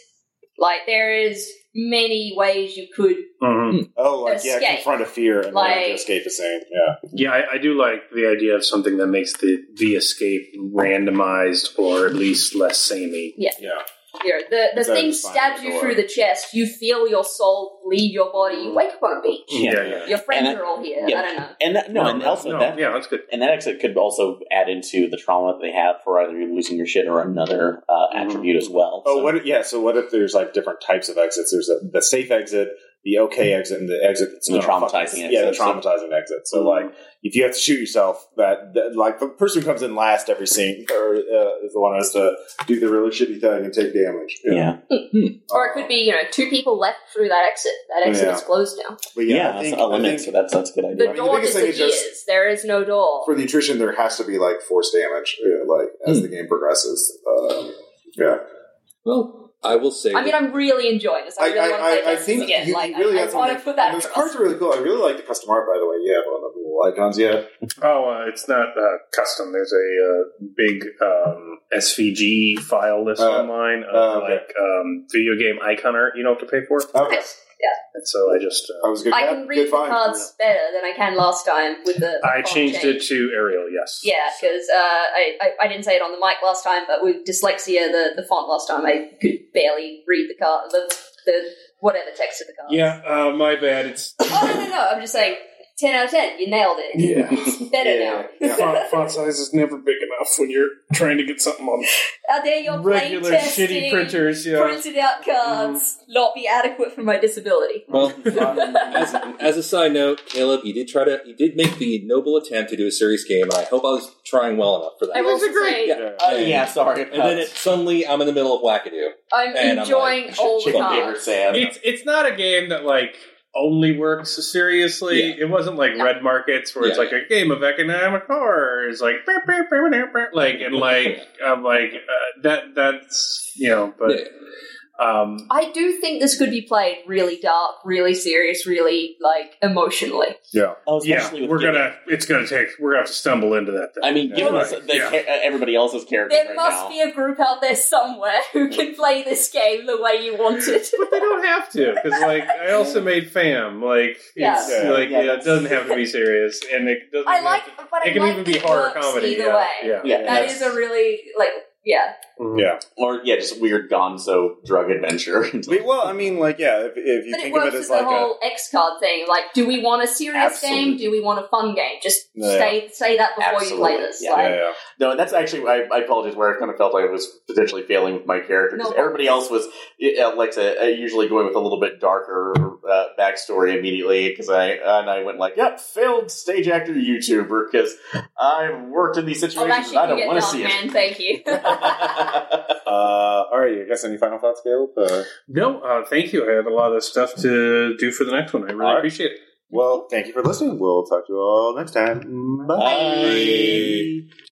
Like there is many ways you could. Mhm. Oh, like, yeah, Escape. confront a fear and Like- like, escape the same. Yeah. Yeah, I, I do like the idea of something that makes the the escape randomized or at least less samey. Yeah. You know, the the Instead of thing just finding stabs a you door. through the chest. You feel your soul leave your body. You wake up on a beach. Yeah, yeah. Your friends And I- are all here. yeah. I don't know. And that, no, and that- also no, that yeah, that's good. and that exit could also add into the trauma that they have for either you losing your shit or another uh, attribute as well. Oh, So- what? if- Yeah. So, what if there's, like, different types of exits? There's a, the safe exit, the okay exit, and the exit that's The gonna fuck- traumatizing Yeah, the exit, so- traumatizing exit. Mm-hmm. So, like, if you have to shoot yourself, that, that like the person who comes in last every scene or uh, is the one who has to do the really shitty thing and take damage. yeah. Or it could be you know two people left through that exit. That exit Yeah. is closed now. But yeah, yeah, I that's think, an element. I think so that's that's a good idea. The I mean, the door biggest thing is disappears. just- there is no door. for the attrition, there has to be like force damage, uh, like as Hmm. the game progresses. Um, yeah, Well, I will say. I mean, I'm really enjoying this. I I, really want to I, play I, I Justice think again. you like, you really I, have I something. want to put that. and those across. cards are really cool. I really like the custom art, by the way. Yeah, uh, one of the little icons. Yeah, Oh, uh, it's not uh, custom. There's a uh, big um, SVG file list Uh, online of uh, okay. like um, video game icon art you don't have to pay for. okay. And so I just I uh, was a good. I cat. can read good the find. cards better than I can last time with the. I font changed change. it to Arial. Yes. Yeah, because uh, I, I I didn't say it on the mic last time, but with dyslexia, the, the font last time, I could barely read the card, the, the whatever text of the card. Yeah. Uh, my bad. It's Oh no no no! I'm just saying, ten out of ten. You nailed it. yeah. It's better Yeah, now. yeah. font, font size is never big enough when you're trying to get something on Out there, you're regular plain shitty testing, printers. Yeah. Mm. Printed out cards, not be adequate for my disability. well, as, as a side note, Caleb, you did try to you did make the noble attempt to do a serious game, and I hope I was trying well enough for that. I will a say, great- Yeah. Uh, yeah, sorry. And then it, suddenly, I'm in the middle of wackadoo. I'm And I'm enjoying like, all the chicken Favorite cards. Sam. it's it's not a game that like only works seriously. It wasn't like No. Red Markets where it's Yeah. like a game of economic horror. It's like "Burp, burp, burp, burp, burp," like and like I'm like uh, that that's you know but Yeah. Um, I do think this could be played really dark, really serious, really like emotionally. Oh, yeah, especially with we're Gideon. gonna. It's gonna take. We're gonna have to stumble into that. Thing. I mean, given Yeah. us- the, Yeah. ca- everybody else's character There right must now. be a group out there somewhere who can play this game the way you want it. but they don't have to because like I also made fam. Like it's Yeah. like Yeah. yeah, it doesn't have to be serious, and it doesn't. I have like, to- but It I can like even that be it horror works comedy. Either yeah, way, yeah, Yeah. that is a really like yeah. Mhm. Yeah. or yeah, just weird Gonzo drug adventure. I mean, well, I mean, like, yeah, if, if you but it think of works it with as the like a whole X card thing. Like, do we want a serious game? Absolutely. Do we want a fun game? Just Yeah. say say that before you play Absolutely. this. Yeah. like, yeah, yeah. No, that's actually I, I apologize where I kind of felt like I was potentially failing with my character because No. everybody else was uh, like to, uh, usually going with a little bit darker uh, backstory immediately because I and I went like, yep, failed stage actor YouTuber because I've worked in these I'll situations actually and I you don't get want to dark, see man. it. Thank you. Uh, all right, I guess any final thoughts, Caleb? Uh, No, uh, thank you. I have a lot of stuff to do for the next one. I really All right. appreciate it. well, thank you for listening. We'll talk to you all next time. Bye.